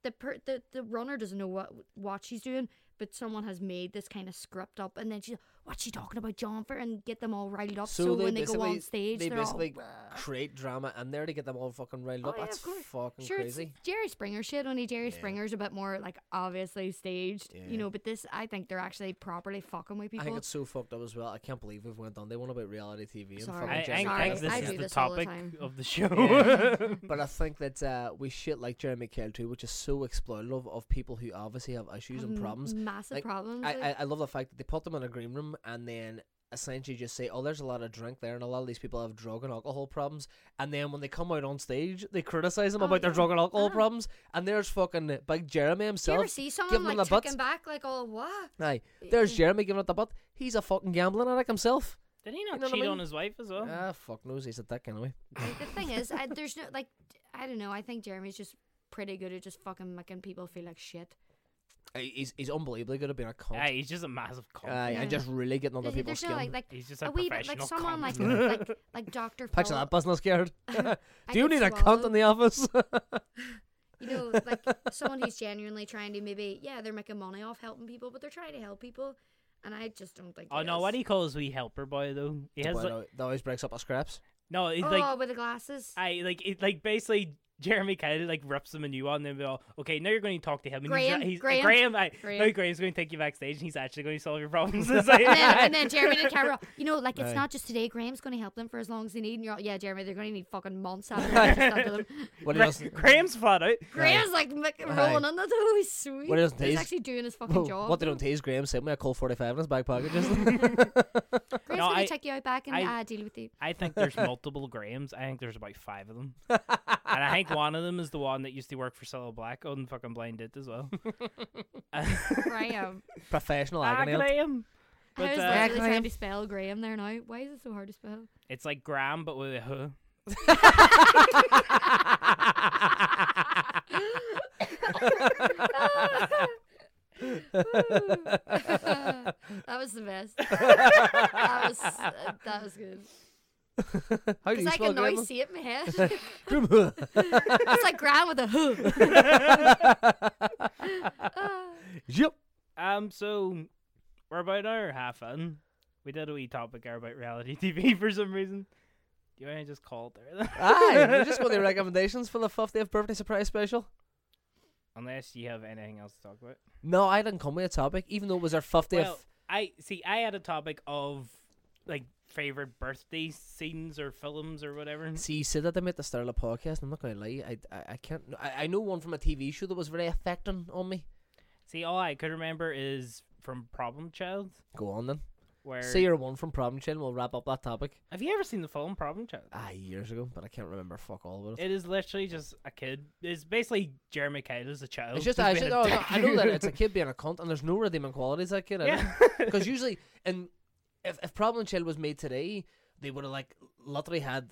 [SPEAKER 3] the per the, the runner doesn't know what what she's doing but someone has made this kind of script up and then she's what's she talking about John for and get them all riled up so, when they go
[SPEAKER 1] basically-
[SPEAKER 3] on stage
[SPEAKER 1] they
[SPEAKER 3] are
[SPEAKER 1] basically
[SPEAKER 3] all,
[SPEAKER 1] create drama in there to get them all fucking riled up.
[SPEAKER 3] Oh, yeah,
[SPEAKER 1] That's
[SPEAKER 3] of course.
[SPEAKER 1] fucking
[SPEAKER 3] sure, it's-
[SPEAKER 1] crazy.
[SPEAKER 3] It's Jerry Springer shit. Only Jerry Springer's a bit more like obviously staged,
[SPEAKER 1] Yeah.
[SPEAKER 3] you know. But this, I think they're actually properly fucking with
[SPEAKER 1] I
[SPEAKER 3] people.
[SPEAKER 1] think it's so fucked up as well. I can't believe we've went on. They went about reality TV and
[SPEAKER 3] Sorry.
[SPEAKER 1] fucking
[SPEAKER 2] I, I,
[SPEAKER 1] Jerry
[SPEAKER 2] think- I
[SPEAKER 3] Sorry,
[SPEAKER 2] think this
[SPEAKER 3] I
[SPEAKER 2] is
[SPEAKER 3] do
[SPEAKER 2] the
[SPEAKER 3] this all the
[SPEAKER 2] topic
[SPEAKER 3] time.
[SPEAKER 2] of
[SPEAKER 3] *laughs*
[SPEAKER 2] the show.
[SPEAKER 1] but I think that uh, we shit like Jeremy Kyle too, which is so exploitative of people who obviously have issues and
[SPEAKER 3] Have
[SPEAKER 1] problems.
[SPEAKER 3] massive
[SPEAKER 1] Like,
[SPEAKER 3] problems.
[SPEAKER 1] I,
[SPEAKER 3] like-
[SPEAKER 1] I, I love the fact that they put them in a green room and then essentially just say, "Oh, there's a lot of drink there, and a lot of these people have drug and alcohol problems." And then when they come out on stage, they criticize them
[SPEAKER 3] Oh,
[SPEAKER 1] about their
[SPEAKER 3] yeah.
[SPEAKER 1] drug and alcohol
[SPEAKER 3] Ah.
[SPEAKER 1] problems. And there's fucking big Jeremy
[SPEAKER 3] do you
[SPEAKER 1] himself.
[SPEAKER 3] ever see someone
[SPEAKER 1] them
[SPEAKER 3] like
[SPEAKER 1] the
[SPEAKER 3] checking
[SPEAKER 1] butts.
[SPEAKER 3] back, like,
[SPEAKER 1] *laughs*
[SPEAKER 3] oh, what?
[SPEAKER 1] Aye, there's Jeremy giving it the butt. He's a fucking gambling addict himself.
[SPEAKER 2] *laughs* Did
[SPEAKER 1] You
[SPEAKER 2] he not
[SPEAKER 1] know what I
[SPEAKER 2] cheat
[SPEAKER 1] mean?
[SPEAKER 2] on his wife as well?
[SPEAKER 1] Ah, fuck knows he's a dick anyway.
[SPEAKER 3] Like, the thing is, I, there's no like, I don't know. I think Jeremy's just pretty good at just fucking making people feel like shit.
[SPEAKER 1] he- he's he's unbelievably good at being a cunt.
[SPEAKER 2] Aye, Ah, he's just a massive cunt.
[SPEAKER 1] Aye,
[SPEAKER 3] Yeah.
[SPEAKER 1] and just really getting under
[SPEAKER 3] There's-
[SPEAKER 1] people's
[SPEAKER 3] there's no,
[SPEAKER 1] skin.
[SPEAKER 3] like, like
[SPEAKER 2] He's just
[SPEAKER 3] a
[SPEAKER 2] a
[SPEAKER 3] wee bit like
[SPEAKER 2] professional
[SPEAKER 3] someone like,
[SPEAKER 2] cunt.
[SPEAKER 3] like
[SPEAKER 2] *laughs*
[SPEAKER 3] like Doctor
[SPEAKER 1] Picture
[SPEAKER 3] Phil.
[SPEAKER 1] that, buzzing all scared.
[SPEAKER 3] oh.
[SPEAKER 1] *laughs*
[SPEAKER 3] I
[SPEAKER 1] Do you
[SPEAKER 3] could
[SPEAKER 1] need a
[SPEAKER 3] swallow.
[SPEAKER 1] cunt in the office? *laughs*
[SPEAKER 3] You know, like someone who's genuinely trying to maybe yeah they're making money off helping people, but they're trying to help people, and I just don't think.
[SPEAKER 2] Oh
[SPEAKER 3] it
[SPEAKER 2] no,
[SPEAKER 3] is.
[SPEAKER 2] what he calls wee helper boy though. He has
[SPEAKER 1] Boy,
[SPEAKER 2] like,
[SPEAKER 1] that- that always breaks up at scraps.
[SPEAKER 2] no, he's
[SPEAKER 3] oh,
[SPEAKER 2] like
[SPEAKER 3] with the glasses.
[SPEAKER 2] I like it like basically Jeremy kind of like rips him a new one and they'll be all, okay, now you're going to talk to him. And
[SPEAKER 3] Graham,
[SPEAKER 2] he's, he's,
[SPEAKER 3] Graham,
[SPEAKER 2] Graham, I, Now
[SPEAKER 3] Graham.
[SPEAKER 2] Graham's going to take you backstage and he's actually going to solve your
[SPEAKER 3] *laughs*
[SPEAKER 2] problems. It's like-
[SPEAKER 3] and,
[SPEAKER 2] *laughs*
[SPEAKER 3] then, and then Jeremy and Carol, you know, like it's
[SPEAKER 1] Aye.
[SPEAKER 3] not just today. Graham's going to help them for as long as they need. And you're, all, yeah, Jeremy, they're going to need fucking months after that. just under them.
[SPEAKER 2] *laughs*
[SPEAKER 1] What he
[SPEAKER 2] Gra-
[SPEAKER 1] doesn't-
[SPEAKER 2] Graham's flat out.
[SPEAKER 3] Graham's like mick- rolling on the toe. He's sweet.
[SPEAKER 1] What he doesn't
[SPEAKER 3] He's
[SPEAKER 1] taste-
[SPEAKER 3] actually
[SPEAKER 1] *laughs*
[SPEAKER 3] doing his fucking job.
[SPEAKER 1] What they
[SPEAKER 3] though.
[SPEAKER 1] don't tease Graham sent me a cold 45 in his back pocket.
[SPEAKER 2] *laughs*
[SPEAKER 1] Just *laughs*
[SPEAKER 3] Graham's
[SPEAKER 2] No,
[SPEAKER 3] going
[SPEAKER 2] I-
[SPEAKER 3] to check you out back and
[SPEAKER 2] I-
[SPEAKER 3] uh, deal with you.
[SPEAKER 2] I think there's multiple Grahams. I think there's about five of them. and I think one of them is the one that used to work for Solo Black on fucking Blind It as
[SPEAKER 3] Ah,
[SPEAKER 2] well. *laughs*
[SPEAKER 3] Graham.
[SPEAKER 1] professional
[SPEAKER 2] Ah,
[SPEAKER 1] agony. *laughs*
[SPEAKER 2] *laughs*
[SPEAKER 1] aunt.
[SPEAKER 2] Graham.
[SPEAKER 3] I
[SPEAKER 2] But,
[SPEAKER 3] was
[SPEAKER 2] uh,
[SPEAKER 3] literally trying to spell Graham there now. Why is it so hard
[SPEAKER 1] *laughs*
[SPEAKER 3] to spell? *laughs*
[SPEAKER 2] It's like Graham, but with a huh.
[SPEAKER 3] that was the best. that was uh, that was good.
[SPEAKER 1] How do
[SPEAKER 3] Because
[SPEAKER 1] you
[SPEAKER 3] I
[SPEAKER 1] spell
[SPEAKER 3] can now
[SPEAKER 1] Graham?
[SPEAKER 3] see it in my
[SPEAKER 1] *laughs*
[SPEAKER 3] head.
[SPEAKER 1] Graham. *laughs*
[SPEAKER 3] *laughs* it's like Graham with a
[SPEAKER 2] *laughs*
[SPEAKER 3] who. *laughs* Ah.
[SPEAKER 1] yep.
[SPEAKER 2] Um, so we're about an hour and a half in. We did a wee topic there about reality *laughs* TV for some reason. Do you want to just call it there? *laughs* then?
[SPEAKER 1] Aye, we're just going to recommendations for the 50th birthday surprise special.
[SPEAKER 2] Unless you have anything else to talk about.
[SPEAKER 1] No, I didn't come with a topic, even though it was our 50th.
[SPEAKER 2] Well, I see. I had a topic of like favorite birthday scenes or films or whatever.
[SPEAKER 1] See, you said that they made the start of the podcast. I'm not going to lie. I, I, I can't. I, I know one from a TV show that was very affecting on me.
[SPEAKER 2] See, all I could remember is from Problem Child,
[SPEAKER 1] Go on then.
[SPEAKER 2] where
[SPEAKER 1] Say your one from Problem Child. and We'll wrap up that topic.
[SPEAKER 2] have you ever seen the film Problem Child?
[SPEAKER 1] Ah, years ago, but I can't remember fuck all about it.
[SPEAKER 2] It is literally just a kid. It's basically Jeremy Kyle as a child.
[SPEAKER 1] It's just,
[SPEAKER 2] being
[SPEAKER 1] I, said,
[SPEAKER 2] a
[SPEAKER 1] oh,
[SPEAKER 2] *laughs*
[SPEAKER 1] no,
[SPEAKER 2] dick.
[SPEAKER 1] I know that it's a kid being a cunt, and there's no redeeming qualities that kid.
[SPEAKER 2] Yeah.
[SPEAKER 1] Because usually, and if if Problem Child was made today, they would have like literally had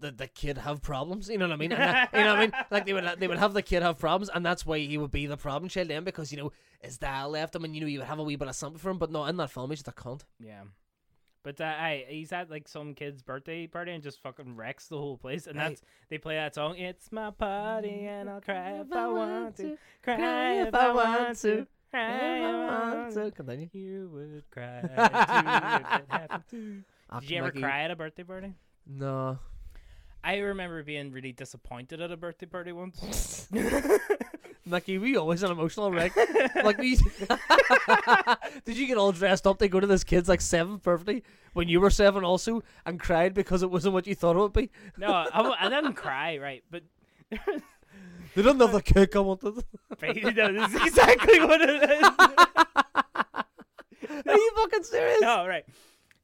[SPEAKER 1] the the kid have problems. You know what I mean? And that- you know what I mean? Like they would they would have the kid have problems, and that's why he would be the Problem Child then, because you know his dad left him, and you know you would have a wee bit of something for him. But no, in that film, he's just a cunt.
[SPEAKER 2] Yeah. But uh, I, he's at like some kid's birthday party and just fucking wrecks the whole place. And
[SPEAKER 1] Aye.
[SPEAKER 2] that's they play that song. It's my party and I'll cry if I want to, cry if I want to, cry if I want to.
[SPEAKER 1] Continue.
[SPEAKER 2] You would *laughs* cry too if it happened to. you.
[SPEAKER 1] Ah,
[SPEAKER 2] Did you ever
[SPEAKER 1] Mikey.
[SPEAKER 2] cry at a birthday party?
[SPEAKER 1] No.
[SPEAKER 2] I remember being really disappointed at a birthday party once.
[SPEAKER 1] *laughs* Mickey, we always an emotional *laughs* wreck. like we, did you get all dressed up to go to this kid's like seventh birthday when you were seven also, and cried because it wasn't what you thought it would be?
[SPEAKER 2] *laughs* no, I, wa- I didn't cry, right? But
[SPEAKER 1] They didn't *laughs* have the cake I wanted.
[SPEAKER 2] no, this is exactly what it is.
[SPEAKER 1] Are you fucking
[SPEAKER 3] *laughs*
[SPEAKER 1] serious?
[SPEAKER 2] no, right.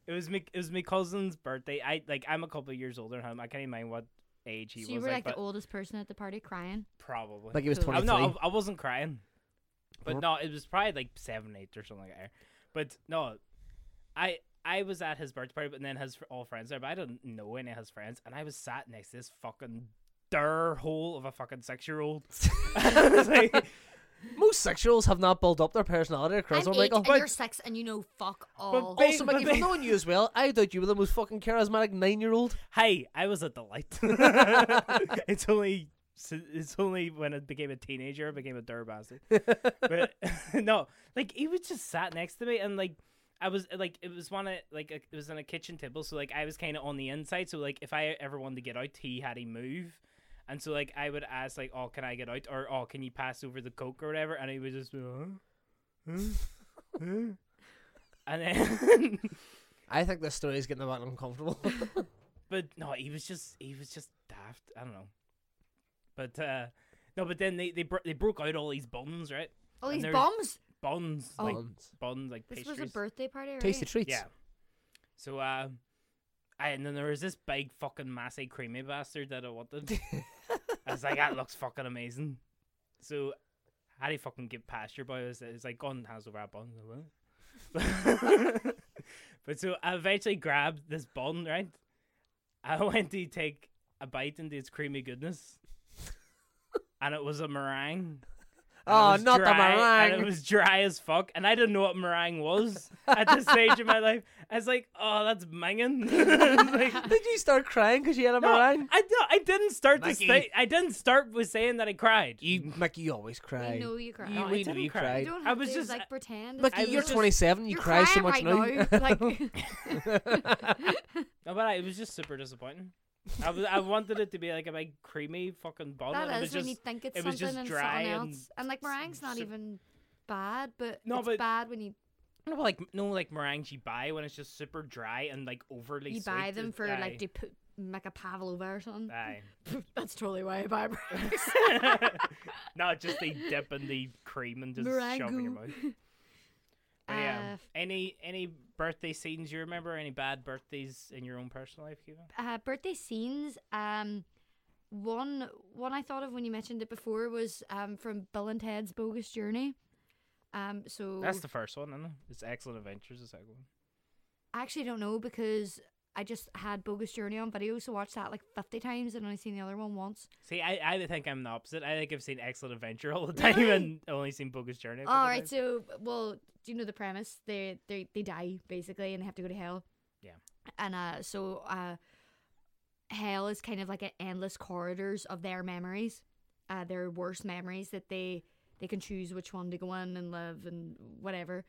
[SPEAKER 2] It was me. It was my cousin's birthday. I like. I'm a couple of years older than him. I can't even mind what age he
[SPEAKER 3] so
[SPEAKER 2] was.
[SPEAKER 3] you were like
[SPEAKER 2] but
[SPEAKER 3] the oldest person at the party crying.
[SPEAKER 2] probably.
[SPEAKER 1] Like he was
[SPEAKER 3] Cool.
[SPEAKER 1] twenty
[SPEAKER 2] I,
[SPEAKER 1] three.
[SPEAKER 2] no, I, I wasn't crying. But
[SPEAKER 1] Or-
[SPEAKER 2] no, it was probably like seven, eight, or something like that. But no, I I was at his birthday party, but then his fr- all friends there. But I didn't know any of his friends, and I was sat next to this fucking dir hole of a fucking six year *laughs* old.
[SPEAKER 1] Most sexuals have not built up their personality at Christmas,
[SPEAKER 3] I'm eight
[SPEAKER 1] Michael.
[SPEAKER 3] and you're six and you know fuck all.
[SPEAKER 2] ba-
[SPEAKER 1] *laughs* also,
[SPEAKER 2] but
[SPEAKER 1] Mickey, from
[SPEAKER 2] they-
[SPEAKER 1] knowing you as well, I thought you were the most fucking charismatic nine year old.
[SPEAKER 2] hey, I was a delight. *laughs* it's only it's only when I became a teenager I became a dirt bastard. but *laughs* no, like he was just sat next to me and like I was like it was one of like it was in a kitchen table, so like I was kind of on the inside. So like if I ever wanted to get out, he had to move. And so like I would ask like, "Oh, can I get out?" or "Oh, can you pass over the coke or whatever?" And he would just, be, huh? Huh? Huh?" and then *laughs*
[SPEAKER 1] I think this story is getting a bit uncomfortable. *laughs*
[SPEAKER 2] but no, he was just he was just daft. I don't know. But uh no, but then they they, bro- they broke out all these buns, right?
[SPEAKER 3] all
[SPEAKER 2] and
[SPEAKER 3] these
[SPEAKER 2] there's
[SPEAKER 3] bombs.
[SPEAKER 2] Buns
[SPEAKER 3] Oh.
[SPEAKER 2] like
[SPEAKER 1] Buns.
[SPEAKER 2] buns like
[SPEAKER 3] This
[SPEAKER 2] pastries.
[SPEAKER 3] was a birthday party, right?
[SPEAKER 1] Tasty treats.
[SPEAKER 2] Yeah. So uh, I, and then there was this big fucking massive creamy bastard that I wanted. I was like, that looks fucking amazing. So how do you fucking get past your boy? It's like go and hands over that bun. what? *laughs* but so I eventually grabbed this bun, right? I *laughs* went to take a bite into its creamy goodness, and it was a meringue. and it
[SPEAKER 1] Oh,
[SPEAKER 2] was
[SPEAKER 1] not the
[SPEAKER 2] dry, And
[SPEAKER 1] meringue.
[SPEAKER 2] it was dry as fuck, and I didn't know what meringue was at
[SPEAKER 3] *laughs*
[SPEAKER 2] this stage of my life. I was like, "Oh, that's *laughs* minging."
[SPEAKER 3] *laughs*
[SPEAKER 2] like,
[SPEAKER 1] Did you start crying because you had a
[SPEAKER 2] no, I,
[SPEAKER 1] meringue?
[SPEAKER 2] no, I didn't start to
[SPEAKER 1] Mickey.
[SPEAKER 2] say. I didn't start with saying that I cried.
[SPEAKER 1] You, Mickey, you always cry.
[SPEAKER 3] I know you cry. Oh,
[SPEAKER 1] You-
[SPEAKER 2] I
[SPEAKER 1] we
[SPEAKER 3] You
[SPEAKER 1] know
[SPEAKER 2] didn't
[SPEAKER 1] you
[SPEAKER 2] cry.
[SPEAKER 1] cried.
[SPEAKER 3] don't
[SPEAKER 2] I
[SPEAKER 3] have
[SPEAKER 2] was
[SPEAKER 3] to
[SPEAKER 2] just-
[SPEAKER 3] like pretend.
[SPEAKER 2] I
[SPEAKER 1] Mickey,
[SPEAKER 2] was
[SPEAKER 1] you're
[SPEAKER 2] just-
[SPEAKER 1] 27. You
[SPEAKER 3] *laughs* You're
[SPEAKER 1] cry so
[SPEAKER 3] crying
[SPEAKER 1] much
[SPEAKER 3] right
[SPEAKER 1] now. *laughs*
[SPEAKER 3] *laughs* Like,
[SPEAKER 2] No, but I, it was just super disappointing. I was, I wanted it to be like a big creamy fucking bun. and
[SPEAKER 3] that is
[SPEAKER 2] it was
[SPEAKER 3] when you
[SPEAKER 2] just,
[SPEAKER 3] think it's
[SPEAKER 2] it was
[SPEAKER 3] something
[SPEAKER 2] just
[SPEAKER 3] and
[SPEAKER 2] dry
[SPEAKER 3] something
[SPEAKER 2] and
[SPEAKER 3] else. And like meringue's not
[SPEAKER 2] su-
[SPEAKER 3] even bad, but
[SPEAKER 2] No,
[SPEAKER 3] it's
[SPEAKER 2] but-
[SPEAKER 3] bad when you
[SPEAKER 2] No, but like no, like meringues you buy when it's just super dry and like overly.
[SPEAKER 3] you buy
[SPEAKER 2] sweet.
[SPEAKER 3] them
[SPEAKER 2] It's-
[SPEAKER 3] for
[SPEAKER 2] aye,
[SPEAKER 3] like to put make a pavlova or something.
[SPEAKER 2] aye.
[SPEAKER 3] *laughs* That's totally why I buy meringues.
[SPEAKER 2] *laughs* Not just the dip and the cream and just shove in your
[SPEAKER 3] Meringue.
[SPEAKER 2] mouth.
[SPEAKER 3] *laughs*
[SPEAKER 2] But yeah.
[SPEAKER 3] Uh,
[SPEAKER 2] any any birthday scenes you remember? Any bad birthdays in your own personal life, Kiva?
[SPEAKER 3] uh, birthday scenes. Um, one one I thought of when you mentioned it before was um from Bill and Ted's Bogus Journey. Um, so
[SPEAKER 2] That's the first one, isn't it? It's Excellent Adventures, the second one.
[SPEAKER 3] I actually don't know because I just had Bogus Journey on video, so watched that like fifty times and only seen the other one once.
[SPEAKER 2] See, I, I think I'm the opposite. I think I've seen Excellent Adventure all the time
[SPEAKER 3] Really?
[SPEAKER 2] and only seen Bogus Journey. a couple
[SPEAKER 3] All right,
[SPEAKER 2] times.
[SPEAKER 3] so well, do you know the premise? They they they die basically, and they have to go to hell.
[SPEAKER 2] Yeah.
[SPEAKER 3] And uh, so uh, hell is kind of like an endless corridors of their memories, uh, their worst memories that they they can choose which one to go in and live and whatever.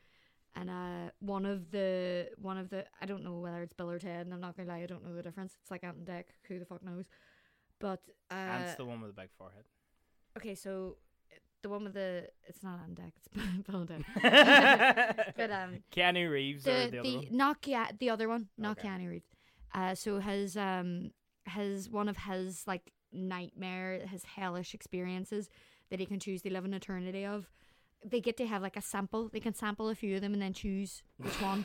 [SPEAKER 3] And uh, one of the one of the I don't know whether it's Bill or Ted, and I'm not gonna lie, I don't know the difference. It's like Ant and Deck, who the fuck knows? But uh,
[SPEAKER 2] Ant's the one with the big *laughs* forehead.
[SPEAKER 3] okay, so uh, the one with the it's not Ant and Deck, it's *laughs* Bill and Ted.
[SPEAKER 2] *laughs*
[SPEAKER 3] *laughs* But
[SPEAKER 2] uh,
[SPEAKER 3] um,
[SPEAKER 2] Keanu Reeves or
[SPEAKER 3] the
[SPEAKER 2] the other
[SPEAKER 3] the
[SPEAKER 2] one.
[SPEAKER 3] not Kea- the other one, not
[SPEAKER 2] Okay.
[SPEAKER 3] Keanu Reeves. Uh, so his um his one of his like nightmare, his hellish experiences that he can choose to live an eternity of. They get to have like a sample. They can sample a few of them and then choose which
[SPEAKER 2] *laughs*
[SPEAKER 3] one.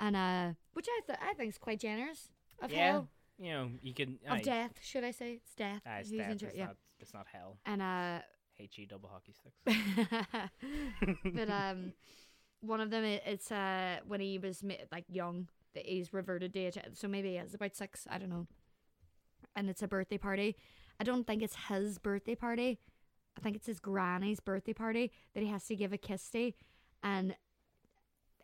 [SPEAKER 3] And uh, which I th- I think is quite generous of
[SPEAKER 2] yeah,
[SPEAKER 3] hell
[SPEAKER 2] you know you can.
[SPEAKER 3] of
[SPEAKER 2] aye,
[SPEAKER 3] death. Should I say it's death?
[SPEAKER 2] aye, it's
[SPEAKER 3] who's
[SPEAKER 2] death,
[SPEAKER 3] in char-
[SPEAKER 2] it's not. It's not hell.
[SPEAKER 3] And uh,
[SPEAKER 2] H E double hockey sticks.
[SPEAKER 3] *laughs* but um, one of them i- it's uh when he was mi- like young that he's reverted to age, so maybe it's about six, I don't know. And it's a birthday party. I don't think it's his birthday party. I think it's his granny's birthday party that he has to give a kiss to, and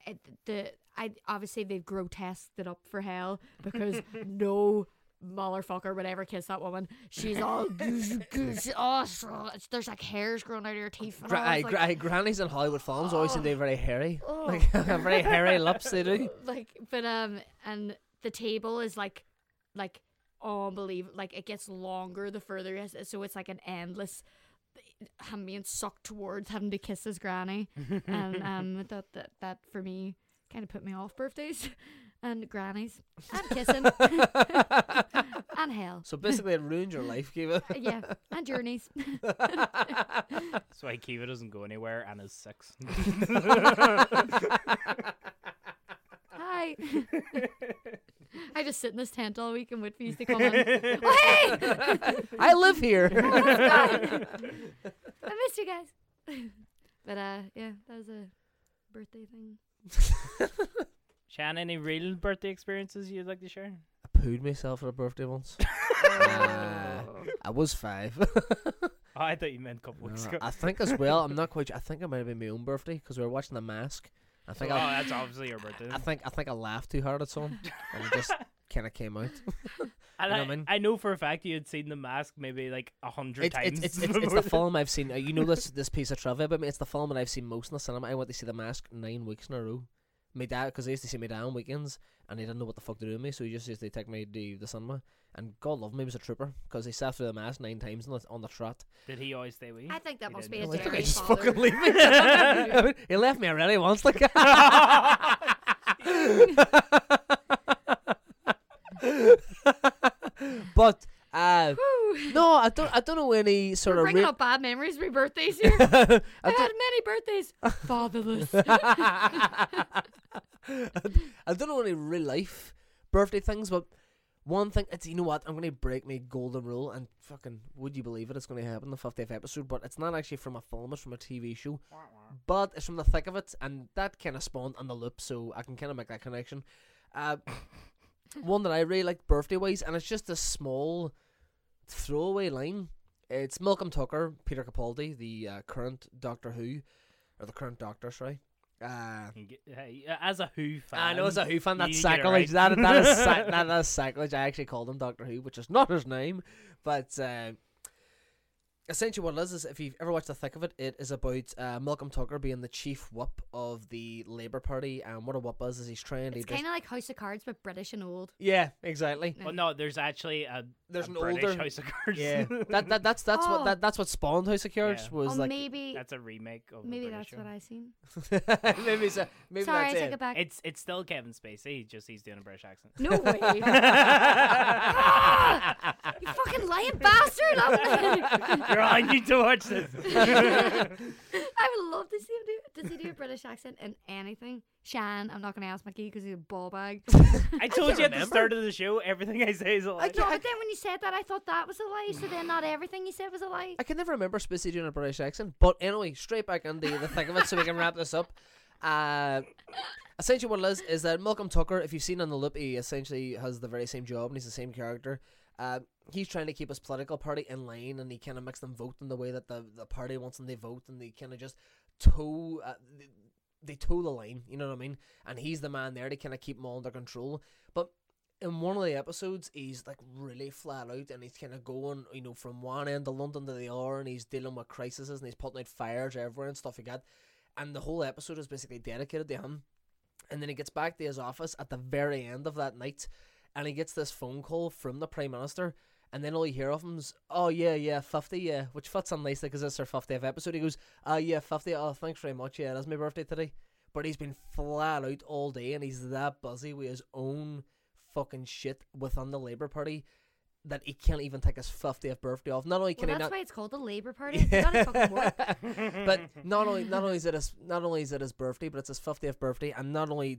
[SPEAKER 3] it, the I obviously they've grotesqued it up for hell because no motherfucker would ever kiss that woman. She's all goose, goose, oh, so- it's- there's like hairs growing out of her teeth. And
[SPEAKER 1] Gra-
[SPEAKER 3] all.
[SPEAKER 1] aye,
[SPEAKER 3] It's
[SPEAKER 1] gra-
[SPEAKER 3] like,
[SPEAKER 1] aye, grannies in Hollywood films always seem to be very hairy. *laughs*
[SPEAKER 3] Oh.
[SPEAKER 1] Like, very
[SPEAKER 3] *laughs*
[SPEAKER 1] hairy lips, they do.
[SPEAKER 3] like, but um, and the table is like, like unbelievable. Like it gets longer the further it is, so it's like an endless. Him being sucked towards having to kiss his granny, and um, I thought that that for me kind of put me off birthdays *laughs* and grannies and kissing and hell.
[SPEAKER 1] So basically, it ruined your life, Kiva.
[SPEAKER 3] *laughs* yeah, and journeys.
[SPEAKER 2] That's why Kiva doesn't go anywhere and
[SPEAKER 1] *laughs*
[SPEAKER 2] is *laughs* six.
[SPEAKER 3] Hi. *laughs* I just sit in this tent all week and wait for you to come in. Oh, hey!
[SPEAKER 1] I live
[SPEAKER 3] *laughs*
[SPEAKER 1] here. *laughs*
[SPEAKER 3] I missed you guys. *laughs* but uh, yeah, that was a birthday thing.
[SPEAKER 2] Shan, any real birthday experiences you'd like to share?
[SPEAKER 1] I pooed myself at a birthday
[SPEAKER 3] *laughs*
[SPEAKER 1] once. Ah, I was five.
[SPEAKER 2] Oh, I thought you meant a couple weeks
[SPEAKER 1] No,
[SPEAKER 2] ago.
[SPEAKER 1] I think as well. I'm not quite. su- I think it might have been my own birthday because we were watching The Mask. I
[SPEAKER 2] oh,
[SPEAKER 1] think I,
[SPEAKER 2] that's obviously your birthday. *laughs*
[SPEAKER 1] I think I think I laughed too hard at someone and it just kind of came out.
[SPEAKER 2] And
[SPEAKER 1] know
[SPEAKER 2] I,
[SPEAKER 1] what I mean?
[SPEAKER 2] I know for a fact you had seen the mask maybe like a hundred
[SPEAKER 1] It's,
[SPEAKER 2] times.
[SPEAKER 1] it's, it's,
[SPEAKER 2] *laughs*
[SPEAKER 1] it's, it's
[SPEAKER 2] before
[SPEAKER 1] the film I've seen. uh, You know this this piece of trivia about me. It's the film that I've seen most in the cinema. I went to see The Mask nine weeks in a row. My dad, because I used to see my dad on weekends, and he didn't know what the fuck to do with me, so he just used to take me to the cinema. And God love him, he was a trooper, because he sat through the mask nine times on the, on the trot.
[SPEAKER 2] Did he always stay with you?
[SPEAKER 3] I think that
[SPEAKER 2] He
[SPEAKER 3] must
[SPEAKER 2] didn't.
[SPEAKER 3] be
[SPEAKER 1] Well,
[SPEAKER 3] a
[SPEAKER 1] I think I
[SPEAKER 3] Jerry
[SPEAKER 1] just
[SPEAKER 3] father.
[SPEAKER 1] fucking leave me. I
[SPEAKER 3] *laughs*
[SPEAKER 1] mean, he left me *laughs* already once. Like, *laughs* but
[SPEAKER 3] *laughs*
[SPEAKER 1] uh, *laughs* no, I don't. I don't know any sort
[SPEAKER 3] We're
[SPEAKER 1] of.
[SPEAKER 3] bringing
[SPEAKER 1] Re-
[SPEAKER 3] up bad memories
[SPEAKER 1] *laughs*
[SPEAKER 3] with birthdays here. I've
[SPEAKER 1] I
[SPEAKER 3] had
[SPEAKER 1] don't-
[SPEAKER 3] many birthdays.
[SPEAKER 1] *laughs*
[SPEAKER 3] Fatherless. *laughs*
[SPEAKER 1] I don't know any real life birthday things, but one thing it's you know what I'm gonna break my golden rule and fucking would you believe it? It's gonna happen the 50th episode, but it's not actually from a film, it's from a TV show, but it's from the thick of it, and that kind of spawned on the loop, so I can kind of make that connection. Uh, *laughs* one that I really like birthday wise, and it's just a small throwaway line. It's Malcolm Tucker, Peter Capaldi, the uh, current Doctor Who, or the current Doctor, sorry. Uh,
[SPEAKER 2] You get- hey, uh, As a Who fan,
[SPEAKER 1] I know as Ah, a Who fan,
[SPEAKER 2] Ah, you
[SPEAKER 1] that's
[SPEAKER 2] get it
[SPEAKER 1] sacrilege.
[SPEAKER 2] right.
[SPEAKER 1] That, that, is
[SPEAKER 2] *laughs*
[SPEAKER 1] sac- that, that is sacrilege. I actually called him Doctor Who, which is not his name. But uh, essentially, what it is, is if you've ever watched The Thick of It, it is about uh, Malcolm Tucker being the chief whip of the Labour Party. And what a whip is, is he's trying to.
[SPEAKER 3] It's
[SPEAKER 1] just-
[SPEAKER 3] kind of like House of Cards, but British and old.
[SPEAKER 1] yeah,
[SPEAKER 3] *laughs*
[SPEAKER 1] exactly.
[SPEAKER 2] Well, no, there's actually a
[SPEAKER 1] There's
[SPEAKER 2] a
[SPEAKER 1] an
[SPEAKER 2] British
[SPEAKER 1] older-
[SPEAKER 2] House of Cards. *laughs*
[SPEAKER 1] Yeah, that, that that's that's what
[SPEAKER 3] Oh.
[SPEAKER 1] that, that's what spawned House of Cards
[SPEAKER 2] Yeah.
[SPEAKER 3] Or
[SPEAKER 1] was like.
[SPEAKER 3] maybe
[SPEAKER 2] that's a remake of a
[SPEAKER 3] maybe
[SPEAKER 2] British
[SPEAKER 3] that's what
[SPEAKER 2] one.
[SPEAKER 3] I seen.
[SPEAKER 1] *laughs* maybe it's a, maybe
[SPEAKER 3] Sorry, I
[SPEAKER 1] that's
[SPEAKER 3] take
[SPEAKER 1] it.
[SPEAKER 3] it back.
[SPEAKER 2] It's it's still Kevin Spacey, just he's doing a British accent. *laughs*
[SPEAKER 3] No way. Ah, you fucking
[SPEAKER 2] *laughs*
[SPEAKER 3] lying bastard! I
[SPEAKER 2] You're all, *laughs* I need to
[SPEAKER 1] *laughs*
[SPEAKER 2] watch this.
[SPEAKER 3] would- *laughs* I would love to see him do. Does he do a British accent in anything? Shan, I'm not gonna ask Mickey because he's a ball bag.
[SPEAKER 1] *laughs*
[SPEAKER 2] I told you at the
[SPEAKER 1] remember.
[SPEAKER 2] start of the show, everything I say is a lie.
[SPEAKER 3] no, but then when you said that, I thought that was a lie. So then, not everything you said was a lie.
[SPEAKER 1] I can never remember Spacey doing a British accent, but anyway, straight back into the thick of it so we can wrap this up. Uh, essentially, what it is is that Malcolm Tucker, if you've seen on the loop, he essentially has the very same job and he's the same character. Uh, he's trying to keep his political party in line and he kind of makes them vote in the way that the, the party wants them to vote and they kind of just toe. Uh, th- they toe the line, you know what I mean? And he's the man there to kind of keep them all under control. But in one of the episodes, he's like really flat out and he's kind of going, you know, from one end of London to the other and he's dealing with crises and he's putting out fires everywhere and stuff like that. And the whole episode is basically dedicated to him. And then he gets back to his office at the very end of that night and he gets this phone call from the Prime Minister. And then all you hear of him's, oh, yeah, yeah, 50, yeah, which fits in nicely because it's our 50th episode. He goes, oh, yeah, 50, oh, thanks very much, yeah, that's my birthday today. But he's been flat out all day and he's that busy with his own fucking shit within the Labour Party that he can't even take his 50th birthday off. Not only
[SPEAKER 3] Well,
[SPEAKER 1] can
[SPEAKER 3] that's
[SPEAKER 1] he not.
[SPEAKER 3] why it's called the Labour Party.
[SPEAKER 1] *laughs*
[SPEAKER 3] You gotta fucking work.
[SPEAKER 1] but not only not only is it his not only is it his birthday, but it's his fiftieth birthday, and not only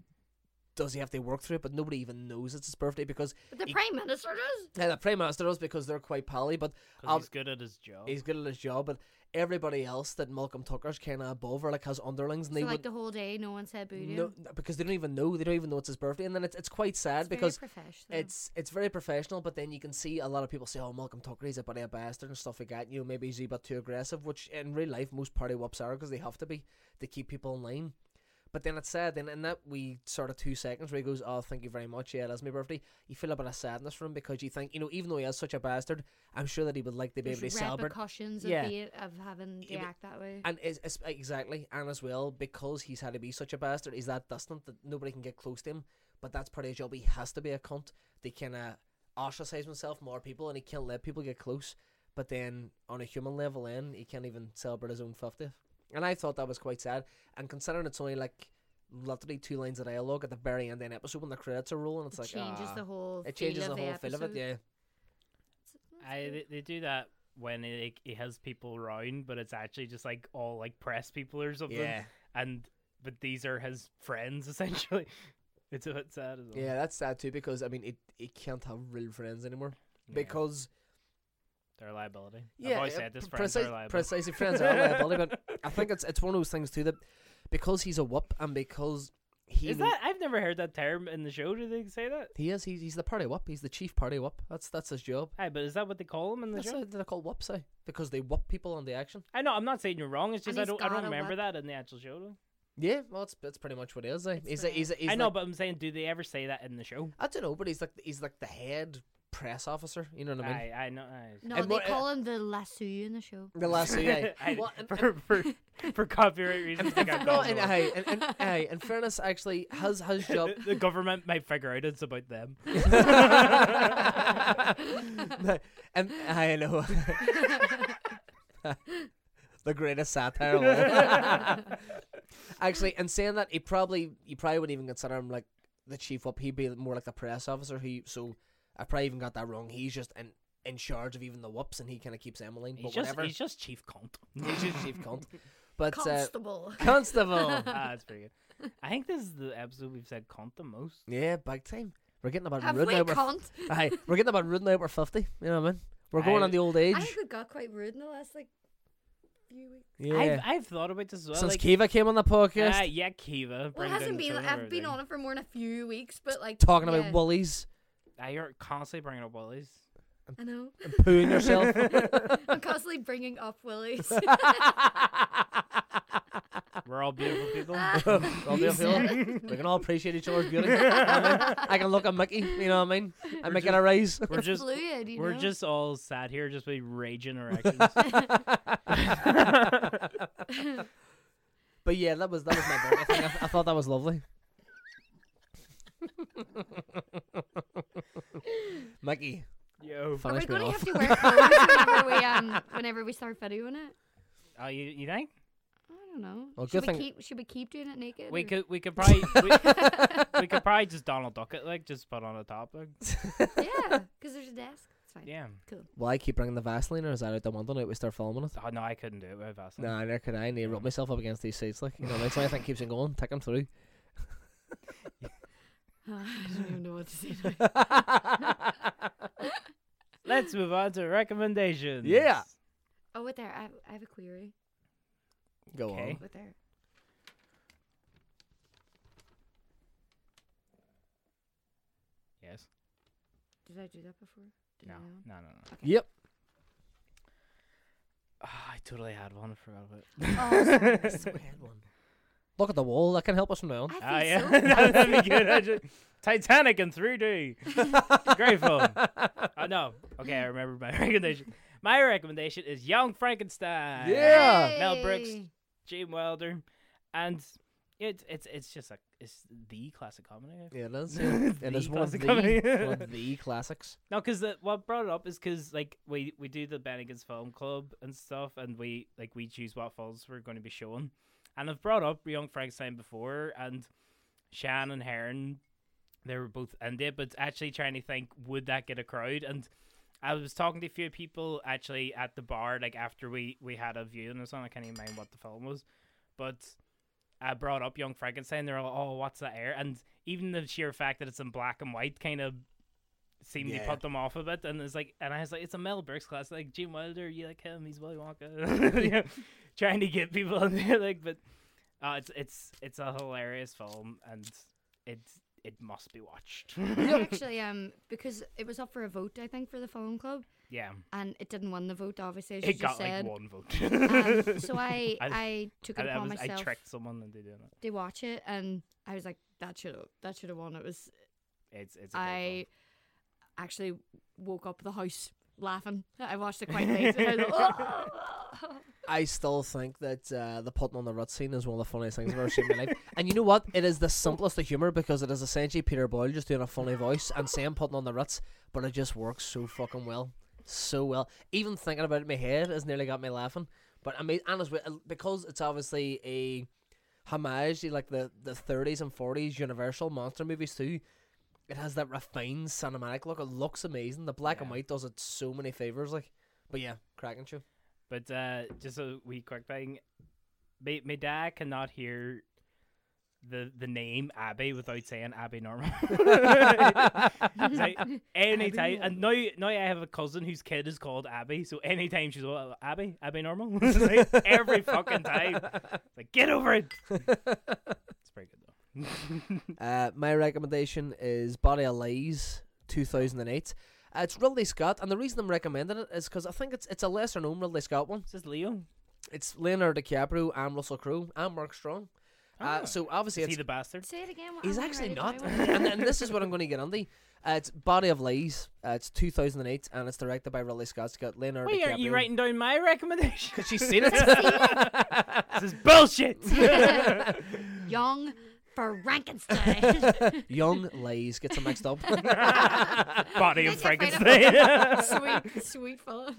[SPEAKER 1] does he have to work through it, but nobody even knows it's his birthday because
[SPEAKER 3] But the
[SPEAKER 1] he-
[SPEAKER 3] Prime Minister does.
[SPEAKER 1] yeah, the prime minister does because they're quite pally, but
[SPEAKER 2] 'Cause
[SPEAKER 1] ob-
[SPEAKER 2] he's good at his job.
[SPEAKER 1] he's good at his job. But everybody else that Malcolm Tucker's kind of above or like has underlings, and
[SPEAKER 3] So
[SPEAKER 1] they
[SPEAKER 3] like
[SPEAKER 1] would
[SPEAKER 3] the whole day, no one said boo to
[SPEAKER 1] no
[SPEAKER 3] him.
[SPEAKER 1] because they don't even know they don't even know it's his birthday, and then it's it's quite sad
[SPEAKER 3] It's very
[SPEAKER 1] because
[SPEAKER 3] professional.
[SPEAKER 1] it's it's very professional, but then you can see a lot of people say, "Oh, Malcolm Tucker, he's a bit of a bastard and stuff like that." You know, maybe he's a bit too aggressive, which in real life most party whops are because they have to be to keep people in line. But then it's sad, and in that wee sort of two seconds where he goes, "Oh, thank you very much, yeah, that's my birthday," you feel a bit of sadness for him because you think, you know, even though he is such a bastard, I'm sure that he would like to be
[SPEAKER 3] There's
[SPEAKER 1] able to celebrate.
[SPEAKER 3] repercussions
[SPEAKER 1] Yeah.
[SPEAKER 3] of, being, of having to
[SPEAKER 1] Yeah, but-
[SPEAKER 3] act that way.
[SPEAKER 1] And is, is exactly, and as well because he's had to be such a bastard, he's that distant that nobody can get close to him. But that's part of his job. He has to be a cunt. They kind of ostracize himself more people, and he can't let people get close. But then on a human level, then he can't even celebrate his own fiftieth. And I thought that was quite sad. And considering it's only like literally two lines of dialogue at the very end of an episode when the credits are rolling, it's
[SPEAKER 3] it
[SPEAKER 1] like
[SPEAKER 3] changes
[SPEAKER 1] ah,
[SPEAKER 3] the whole.
[SPEAKER 1] it changes
[SPEAKER 3] feel
[SPEAKER 1] the
[SPEAKER 3] of
[SPEAKER 1] whole
[SPEAKER 3] the
[SPEAKER 1] feel of it.
[SPEAKER 3] episode.
[SPEAKER 1] Yeah,
[SPEAKER 2] I they, they do that when it, it has people around, but it's actually just like all like press people or something.
[SPEAKER 1] yeah,
[SPEAKER 2] And but these are his friends *laughs* essentially. It's a bit sad as well.
[SPEAKER 1] yeah. That's sad too because I mean, it it can't have real friends anymore
[SPEAKER 2] Yeah.
[SPEAKER 1] because.
[SPEAKER 2] their liability. I've
[SPEAKER 1] Yeah,
[SPEAKER 2] always
[SPEAKER 1] uh,
[SPEAKER 2] said this
[SPEAKER 1] pre-
[SPEAKER 2] friends
[SPEAKER 1] precise-
[SPEAKER 2] are liable.
[SPEAKER 1] Precisely, friends are liability.
[SPEAKER 2] *laughs*
[SPEAKER 1] But I think it's it's one of those things too that because he's a whoop and because he
[SPEAKER 2] Is
[SPEAKER 1] kno-
[SPEAKER 2] that I've never heard that term in the show. Do they say that?
[SPEAKER 1] he is he's, he's the party whoop. He's the chief party whoop. That's that's his job.
[SPEAKER 2] Aye, but is that what they call them in the
[SPEAKER 1] That's
[SPEAKER 2] show?
[SPEAKER 1] how they're called whoops, eh? Because they whoop people on the action.
[SPEAKER 2] I know. I'm not saying you're wrong. It's
[SPEAKER 3] And
[SPEAKER 2] just I
[SPEAKER 3] he's
[SPEAKER 2] don't I
[SPEAKER 3] got
[SPEAKER 2] don't
[SPEAKER 3] a
[SPEAKER 2] remember
[SPEAKER 3] whip.
[SPEAKER 2] that in the actual show. Though.
[SPEAKER 1] Yeah, well, that's that's pretty much what it is. Eh?
[SPEAKER 3] It's
[SPEAKER 1] He's a,
[SPEAKER 3] bad.
[SPEAKER 1] he's a, he's
[SPEAKER 2] I know,
[SPEAKER 1] like-
[SPEAKER 2] but I'm saying, do they ever say that in the show?
[SPEAKER 1] I don't know. But he's like he's like the head press officer. You know what I mean?
[SPEAKER 2] I I know.
[SPEAKER 1] *laughs*
[SPEAKER 2] Aye.
[SPEAKER 3] No,
[SPEAKER 1] And uh,
[SPEAKER 3] they
[SPEAKER 1] what-
[SPEAKER 3] call him the lasso in the show.
[SPEAKER 1] The last
[SPEAKER 2] *laughs*
[SPEAKER 1] two, yeah.
[SPEAKER 2] I-
[SPEAKER 1] Well, and-
[SPEAKER 2] for, for,
[SPEAKER 1] *laughs*
[SPEAKER 2] for copyright reasons, they got
[SPEAKER 1] no,
[SPEAKER 2] called
[SPEAKER 1] and
[SPEAKER 2] the *laughs* whip.
[SPEAKER 1] aye, and, and aye, in fairness, actually, his
[SPEAKER 2] *laughs*
[SPEAKER 1] his job.
[SPEAKER 2] the, the government might figure out it's about them.
[SPEAKER 1] No, *laughs* and I know the greatest satire. of all. *laughs* Actually, and saying that, he probably you probably wouldn't even consider him like the chief up. He'd be more like the press officer. He so I probably even got that wrong. He's just in in charge of even the whoops, and he kind of keeps Emily. *laughs* But
[SPEAKER 2] He's just,
[SPEAKER 1] whatever,
[SPEAKER 2] he's just chief cunt.
[SPEAKER 1] *laughs* he's just chief cunt. But uh,
[SPEAKER 3] Constable.
[SPEAKER 1] constable,
[SPEAKER 3] *laughs*
[SPEAKER 2] ah, that's pretty good. I think this is the episode we've said cunt the most.
[SPEAKER 1] yeah, big time. We're getting about
[SPEAKER 3] Have
[SPEAKER 1] rude
[SPEAKER 3] we
[SPEAKER 1] now. We're,
[SPEAKER 3] cunt?
[SPEAKER 1] aye, we're getting about rude now. We're fifty. You know what I mean? We're going
[SPEAKER 2] Aye.
[SPEAKER 1] on the old age.
[SPEAKER 3] I think we got quite rude in the last like few weeks.
[SPEAKER 1] yeah.
[SPEAKER 2] I've, I've thought about this as well.
[SPEAKER 1] Since
[SPEAKER 2] like,
[SPEAKER 1] Kiva came on the podcast,
[SPEAKER 2] ah, yeah, Kiva.
[SPEAKER 3] Well,
[SPEAKER 2] bring
[SPEAKER 3] it
[SPEAKER 2] down
[SPEAKER 3] hasn't
[SPEAKER 2] the
[SPEAKER 3] been.
[SPEAKER 2] throne
[SPEAKER 3] Like,
[SPEAKER 2] and
[SPEAKER 3] I've been
[SPEAKER 2] everything.
[SPEAKER 3] on it for more than a few weeks, but like
[SPEAKER 1] talking
[SPEAKER 3] yeah.
[SPEAKER 1] about woolies.
[SPEAKER 2] I you're constantly bringing up Wally's.
[SPEAKER 3] I
[SPEAKER 2] *laughs*
[SPEAKER 3] know.
[SPEAKER 1] and pooing yourself.
[SPEAKER 3] I'm constantly bringing up Willie's. Oh.
[SPEAKER 2] We're all beautiful
[SPEAKER 3] *laughs*
[SPEAKER 2] people.
[SPEAKER 1] Well,
[SPEAKER 3] You
[SPEAKER 1] we feel-
[SPEAKER 3] said it.
[SPEAKER 1] we can all appreciate each other's beauty. You know what I, mean? I can look at Mickey, you know what I mean? And Mickey a rise.
[SPEAKER 2] We're
[SPEAKER 3] It's
[SPEAKER 2] just
[SPEAKER 3] fluid, you
[SPEAKER 2] we're
[SPEAKER 3] know?
[SPEAKER 2] just all sat here just with
[SPEAKER 3] *laughs*
[SPEAKER 2] raging erections.
[SPEAKER 1] But yeah, that was that was my birthday thing. I, th- I thought that was
[SPEAKER 3] *laughs*
[SPEAKER 1] lovely. Mickey,
[SPEAKER 2] Yo.
[SPEAKER 3] Are we
[SPEAKER 1] finish me
[SPEAKER 3] going to
[SPEAKER 1] off.
[SPEAKER 3] have to wear
[SPEAKER 2] *laughs*
[SPEAKER 3] clothes whenever we, um, whenever we start videoing it?
[SPEAKER 2] Oh, you, you think?
[SPEAKER 3] I don't know.
[SPEAKER 1] Well, good
[SPEAKER 3] should we
[SPEAKER 1] thing-
[SPEAKER 3] keep should we keep doing it naked?
[SPEAKER 2] We
[SPEAKER 3] or-
[SPEAKER 2] could we could probably we, we could probably just Donald Duck it like just put on a top like
[SPEAKER 3] *laughs*
[SPEAKER 1] *laughs*
[SPEAKER 3] Yeah, because there's a desk. It's fine.
[SPEAKER 2] yeah.
[SPEAKER 1] Will I keep bringing the Vaseline or is that out the window now we start filming it?
[SPEAKER 2] Oh no, I couldn't do it with Vaseline.
[SPEAKER 1] Nah, never could I. I need to rub myself up against these seats. Like, you know, what I mean? so anything keeps on going, tick them through.
[SPEAKER 3] *laughs* I don't even know what to say. now. *laughs*
[SPEAKER 2] Let's move on to recommendations.
[SPEAKER 1] Yeah.
[SPEAKER 3] oh, wait there. I have, I have a query.
[SPEAKER 1] Go
[SPEAKER 2] Okay.
[SPEAKER 3] Wait there.
[SPEAKER 2] Yes.
[SPEAKER 3] Did I do that before? Did
[SPEAKER 2] No.
[SPEAKER 3] I
[SPEAKER 2] *laughs*
[SPEAKER 3] know?
[SPEAKER 2] No. No. No. *sighs*
[SPEAKER 1] on. Yep.
[SPEAKER 2] Oh, I totally had one. I forgot about it.
[SPEAKER 3] Oh, sorry. I swear.
[SPEAKER 1] Look at the wall. That can help us from now on.
[SPEAKER 3] I
[SPEAKER 2] Ah,
[SPEAKER 3] feel
[SPEAKER 2] *laughs* yeah.
[SPEAKER 3] so
[SPEAKER 2] That'd be good. I ju- Titanic in 3D.
[SPEAKER 1] *laughs*
[SPEAKER 2] Great film. Oh, no. Okay, I remember my *laughs* recommendation. My recommendation is Young Frankenstein.
[SPEAKER 1] Yeah.
[SPEAKER 2] Mel Brooks,
[SPEAKER 3] Hey.
[SPEAKER 2] Gene Wilder. And it, it's it's just a it's the classic comedy.
[SPEAKER 1] Yeah, it is.
[SPEAKER 2] *laughs* The
[SPEAKER 1] it is one of, the,
[SPEAKER 2] classic
[SPEAKER 1] *laughs*
[SPEAKER 2] comedy.
[SPEAKER 1] one
[SPEAKER 2] *laughs*
[SPEAKER 1] of the classics.
[SPEAKER 2] No, because what brought it up is because like we we do the Bennigan's Film Club and stuff, and we like we choose what films we're going to be showing, and I've brought up Young Frankenstein before, and Shan and Heron, they were both in it, but actually trying to think would that get a crowd, and I was talking to a few people actually at the bar, like after we we had a viewing or something. I can't even mind what the film was, but I brought up Young Frankenstein. They're like, "Oh, what's that air?" And even the sheer fact that it's in black and white kind of seemed to
[SPEAKER 1] Yeah.
[SPEAKER 2] put them off a bit. And it's like, and I was like, "It's a Mel Brooks class. Like Gene Wilder, you like him? He's Willy Wonka." *laughs* You know, trying to get people in there, like, but uh, it's it's it's a hilarious film, and it's it must be watched. *laughs*
[SPEAKER 3] I actually, um, because it was up for a vote, I think, for the film club,
[SPEAKER 2] yeah,
[SPEAKER 3] and it didn't win the vote, obviously, as you
[SPEAKER 2] it
[SPEAKER 3] just
[SPEAKER 2] got
[SPEAKER 3] said.
[SPEAKER 2] like one vote. *laughs*
[SPEAKER 3] Um, so I, I,
[SPEAKER 2] I-
[SPEAKER 3] took it
[SPEAKER 2] And I,
[SPEAKER 3] upon
[SPEAKER 2] was, I
[SPEAKER 3] myself
[SPEAKER 2] tricked someone into doing it.
[SPEAKER 3] to watch it, and I was like, that should have, that should have won. It was,
[SPEAKER 2] It's it's. A great film.
[SPEAKER 3] I actually woke up the house laughing. I watched it quite late, and I was
[SPEAKER 2] *laughs*
[SPEAKER 3] like, "Oh."
[SPEAKER 1] I still think that uh, the putting on the rut scene is one of the funniest things I've ever seen in my life. And you know what? It is the simplest of humour because it is essentially Peter Boyle just doing a funny voice and saying putting on the ruts, but it just works so fucking well. So well. Even thinking about it in my head has nearly got me laughing. But I mean, honestly, uh, because it's obviously a homage to like the, the 30s and 40s Universal monster movies too, it has that refined cinematic look. It looks amazing. The black and
[SPEAKER 2] Yeah.
[SPEAKER 1] white does it so many favours. Like, But yeah, cracking show.
[SPEAKER 2] But uh, just a wee quick thing. My, my dad cannot hear the the name Abby without saying Abby *laughs* Normal. It's like, anytime, and now now I have a cousin whose kid is called Abby. So anytime she's oh, Abby, Abby Normal, *laughs* It's like, every fucking time, It's like get over it. it's pretty good though.
[SPEAKER 1] Uh, my recommendation is Body of Lies, 2008. Uh, it's Ridley Scott, and the reason I'm recommending it is because I think it's it's a lesser known Ridley Scott one.
[SPEAKER 2] Is this Leo?
[SPEAKER 1] It's Leonardo DiCaprio and Russell Crowe and Mark Strong.
[SPEAKER 2] Ah.
[SPEAKER 1] Uh, so obviously
[SPEAKER 2] Is he
[SPEAKER 1] it's
[SPEAKER 2] the bastard?
[SPEAKER 3] Say it again. what-
[SPEAKER 1] He's
[SPEAKER 3] I wanna
[SPEAKER 1] actually
[SPEAKER 3] write
[SPEAKER 1] not. *laughs*
[SPEAKER 3] it down, Oh, I wanna-
[SPEAKER 1] and, and this is what I'm going to get on the. Uh, it's Body of Lies. Uh, it's 2008, and it's directed by Ridley Scott. It's got Leonardo
[SPEAKER 2] Wait,
[SPEAKER 1] DiCaprio.
[SPEAKER 2] aren't
[SPEAKER 1] *laughs*
[SPEAKER 2] you writing down my recommendation?
[SPEAKER 1] Because she's seen *laughs* it.
[SPEAKER 2] *laughs* this is *laughs* bullshit.
[SPEAKER 3] Young for
[SPEAKER 2] *laughs*
[SPEAKER 3] Frankenstein.
[SPEAKER 1] Young Lies gets it mixed up.
[SPEAKER 2] Body of
[SPEAKER 3] Did you find a-
[SPEAKER 2] Frankenstein.
[SPEAKER 3] *laughs*
[SPEAKER 2] *laughs*
[SPEAKER 3] sweet, sweet fella.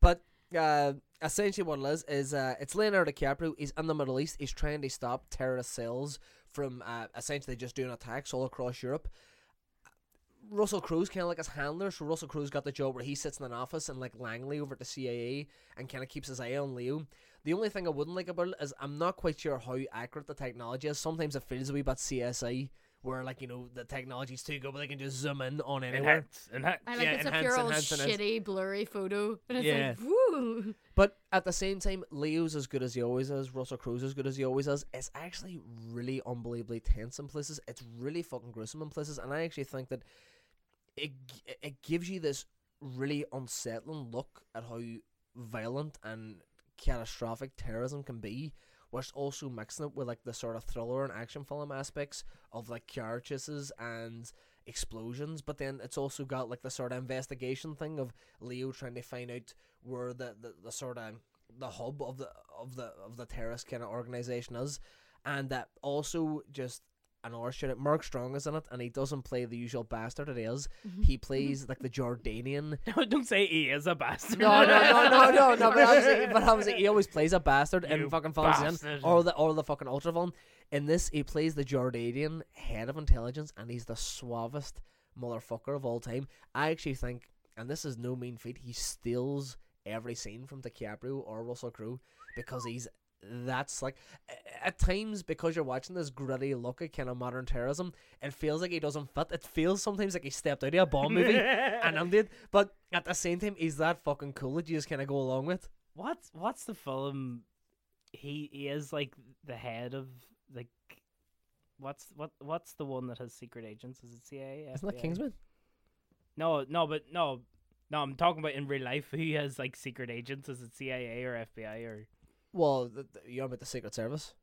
[SPEAKER 1] But uh, essentially, what it is is uh, it's Leonardo DiCaprio. He's in the Middle East. He's trying to stop terrorist cells from uh, essentially just doing attacks all across Europe. Russell Crowe's kind of like his handler, so Russell Crowe's got the job where he sits in an office and like Langley over at the CIA and kind of keeps his eye on Leo. The only thing I wouldn't like about it is I'm not quite sure how accurate the technology is. Sometimes it feels a wee bit CSI, where like you know the technology's too good, but they can just zoom in on anywhere.
[SPEAKER 2] Enhance, enhance.
[SPEAKER 3] I like
[SPEAKER 2] yeah,
[SPEAKER 3] it's a
[SPEAKER 2] enhance,
[SPEAKER 3] pure old
[SPEAKER 2] enhance, enhance.
[SPEAKER 3] shitty, blurry photo, and it's
[SPEAKER 2] Yeah.
[SPEAKER 3] like, woo.
[SPEAKER 1] But at the same time, Leo's as good as he always is. Russell Crowe's as good as he always is. It's actually really unbelievably tense in places. It's really fucking gruesome in places, and I actually think that it g- it gives you this really unsettling look at how violent and catastrophic terrorism can be, whilst also mixing it with like the sort of thriller and action film aspects of like car chases and explosions. But then it's also got like the sort of investigation thing of Leo trying to find out where the, the, the sort of the hub of the of the of the terrorist kind of organization is, and that also just an hour shit. Mark Strong is in it, and he doesn't play the usual bastard it is. He plays like the Jordanian.
[SPEAKER 2] No, don't say he is a bastard.
[SPEAKER 1] No, no, no, no, no, no. But obviously, but E. obviously he always plays a bastard
[SPEAKER 2] You
[SPEAKER 1] in fucking films in
[SPEAKER 2] bastard.
[SPEAKER 1] or the or the fucking ultra villain. In this, he plays the Jordanian head of intelligence, and he's the suavest motherfucker of all time. I actually think, and this is no mean feat, he steals every scene from DiCaprio or Russell Crowe because he's that's like a- at times because you're watching this gritty look at kind of modern terrorism, it feels like he doesn't fit. It feels sometimes like he stepped out of a bomb movie and ended, but at the same time, he's that fucking cool that you just kind of go along with.
[SPEAKER 2] What's what's the film? He he is like the head of like. What's what? What's the one that has secret agents? Is it CIA?
[SPEAKER 1] Isn't that
[SPEAKER 2] FBI?
[SPEAKER 1] Kingsman?
[SPEAKER 2] No, no, but no, no. I'm talking about in real life. Who has like secret agents? Is it CIA or FBI or
[SPEAKER 1] Well, th th- you're about the Secret Service.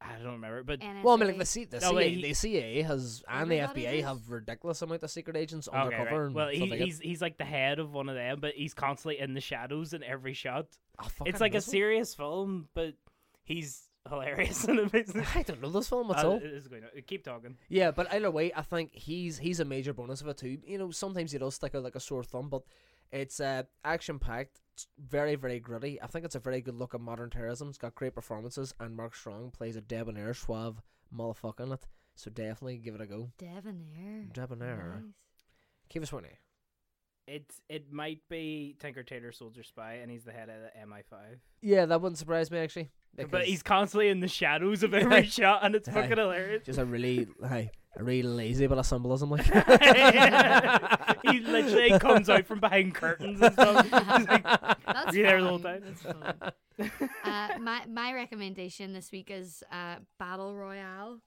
[SPEAKER 2] I don't remember. But
[SPEAKER 3] NSA.
[SPEAKER 1] Well, I mean, like the, C- the,
[SPEAKER 2] No,
[SPEAKER 1] CIA,
[SPEAKER 2] wait, he-
[SPEAKER 1] the CIA has and the
[SPEAKER 3] Everybody
[SPEAKER 1] FBI
[SPEAKER 3] does.
[SPEAKER 1] have ridiculous amount of secret agents
[SPEAKER 2] okay,
[SPEAKER 1] undercover
[SPEAKER 2] right.
[SPEAKER 1] and
[SPEAKER 2] well, he,
[SPEAKER 1] stuff like that.
[SPEAKER 2] he's he's like the head of one of them, but he's constantly in the shadows in every shot.
[SPEAKER 1] Ah, fuck, I
[SPEAKER 2] it's
[SPEAKER 1] know
[SPEAKER 2] like a
[SPEAKER 1] this one.
[SPEAKER 2] serious film, but he's hilarious *laughs* in it.
[SPEAKER 1] *laughs*
[SPEAKER 2] Isn't
[SPEAKER 1] I don't know this film at
[SPEAKER 2] uh,
[SPEAKER 1] all.
[SPEAKER 2] going keep talking.
[SPEAKER 1] Yeah, but either way, I think he's he's a major bonus of it too. You know, sometimes he does stick out like a sore thumb, but it's uh, action packed, very very gritty. I think it's a very good look at modern terrorism. It's got great performances, and Mark Strong plays a debonair, suave motherfucker in it. So definitely give it a go.
[SPEAKER 3] Debonair.
[SPEAKER 1] Debonair.
[SPEAKER 3] Nice.
[SPEAKER 1] Keep us winning.
[SPEAKER 2] It's it might be Tinker Tailor Soldier Spy, and he's the head of the MI five.
[SPEAKER 1] Yeah, that wouldn't surprise me actually.
[SPEAKER 2] But
[SPEAKER 1] because
[SPEAKER 2] he's constantly in the shadows
[SPEAKER 1] *laughs*
[SPEAKER 2] of every shot, and it's fucking hilarious.
[SPEAKER 1] just *laughs* a really, hey, a really lazy bit of symbolism. Like,
[SPEAKER 2] *laughs* he literally comes out from behind curtains and stuff. He's like,
[SPEAKER 3] That's
[SPEAKER 2] Be there the whole
[SPEAKER 3] fine,
[SPEAKER 2] time.
[SPEAKER 3] that's fine. uh, my my recommendation this week is uh, Battle Royale.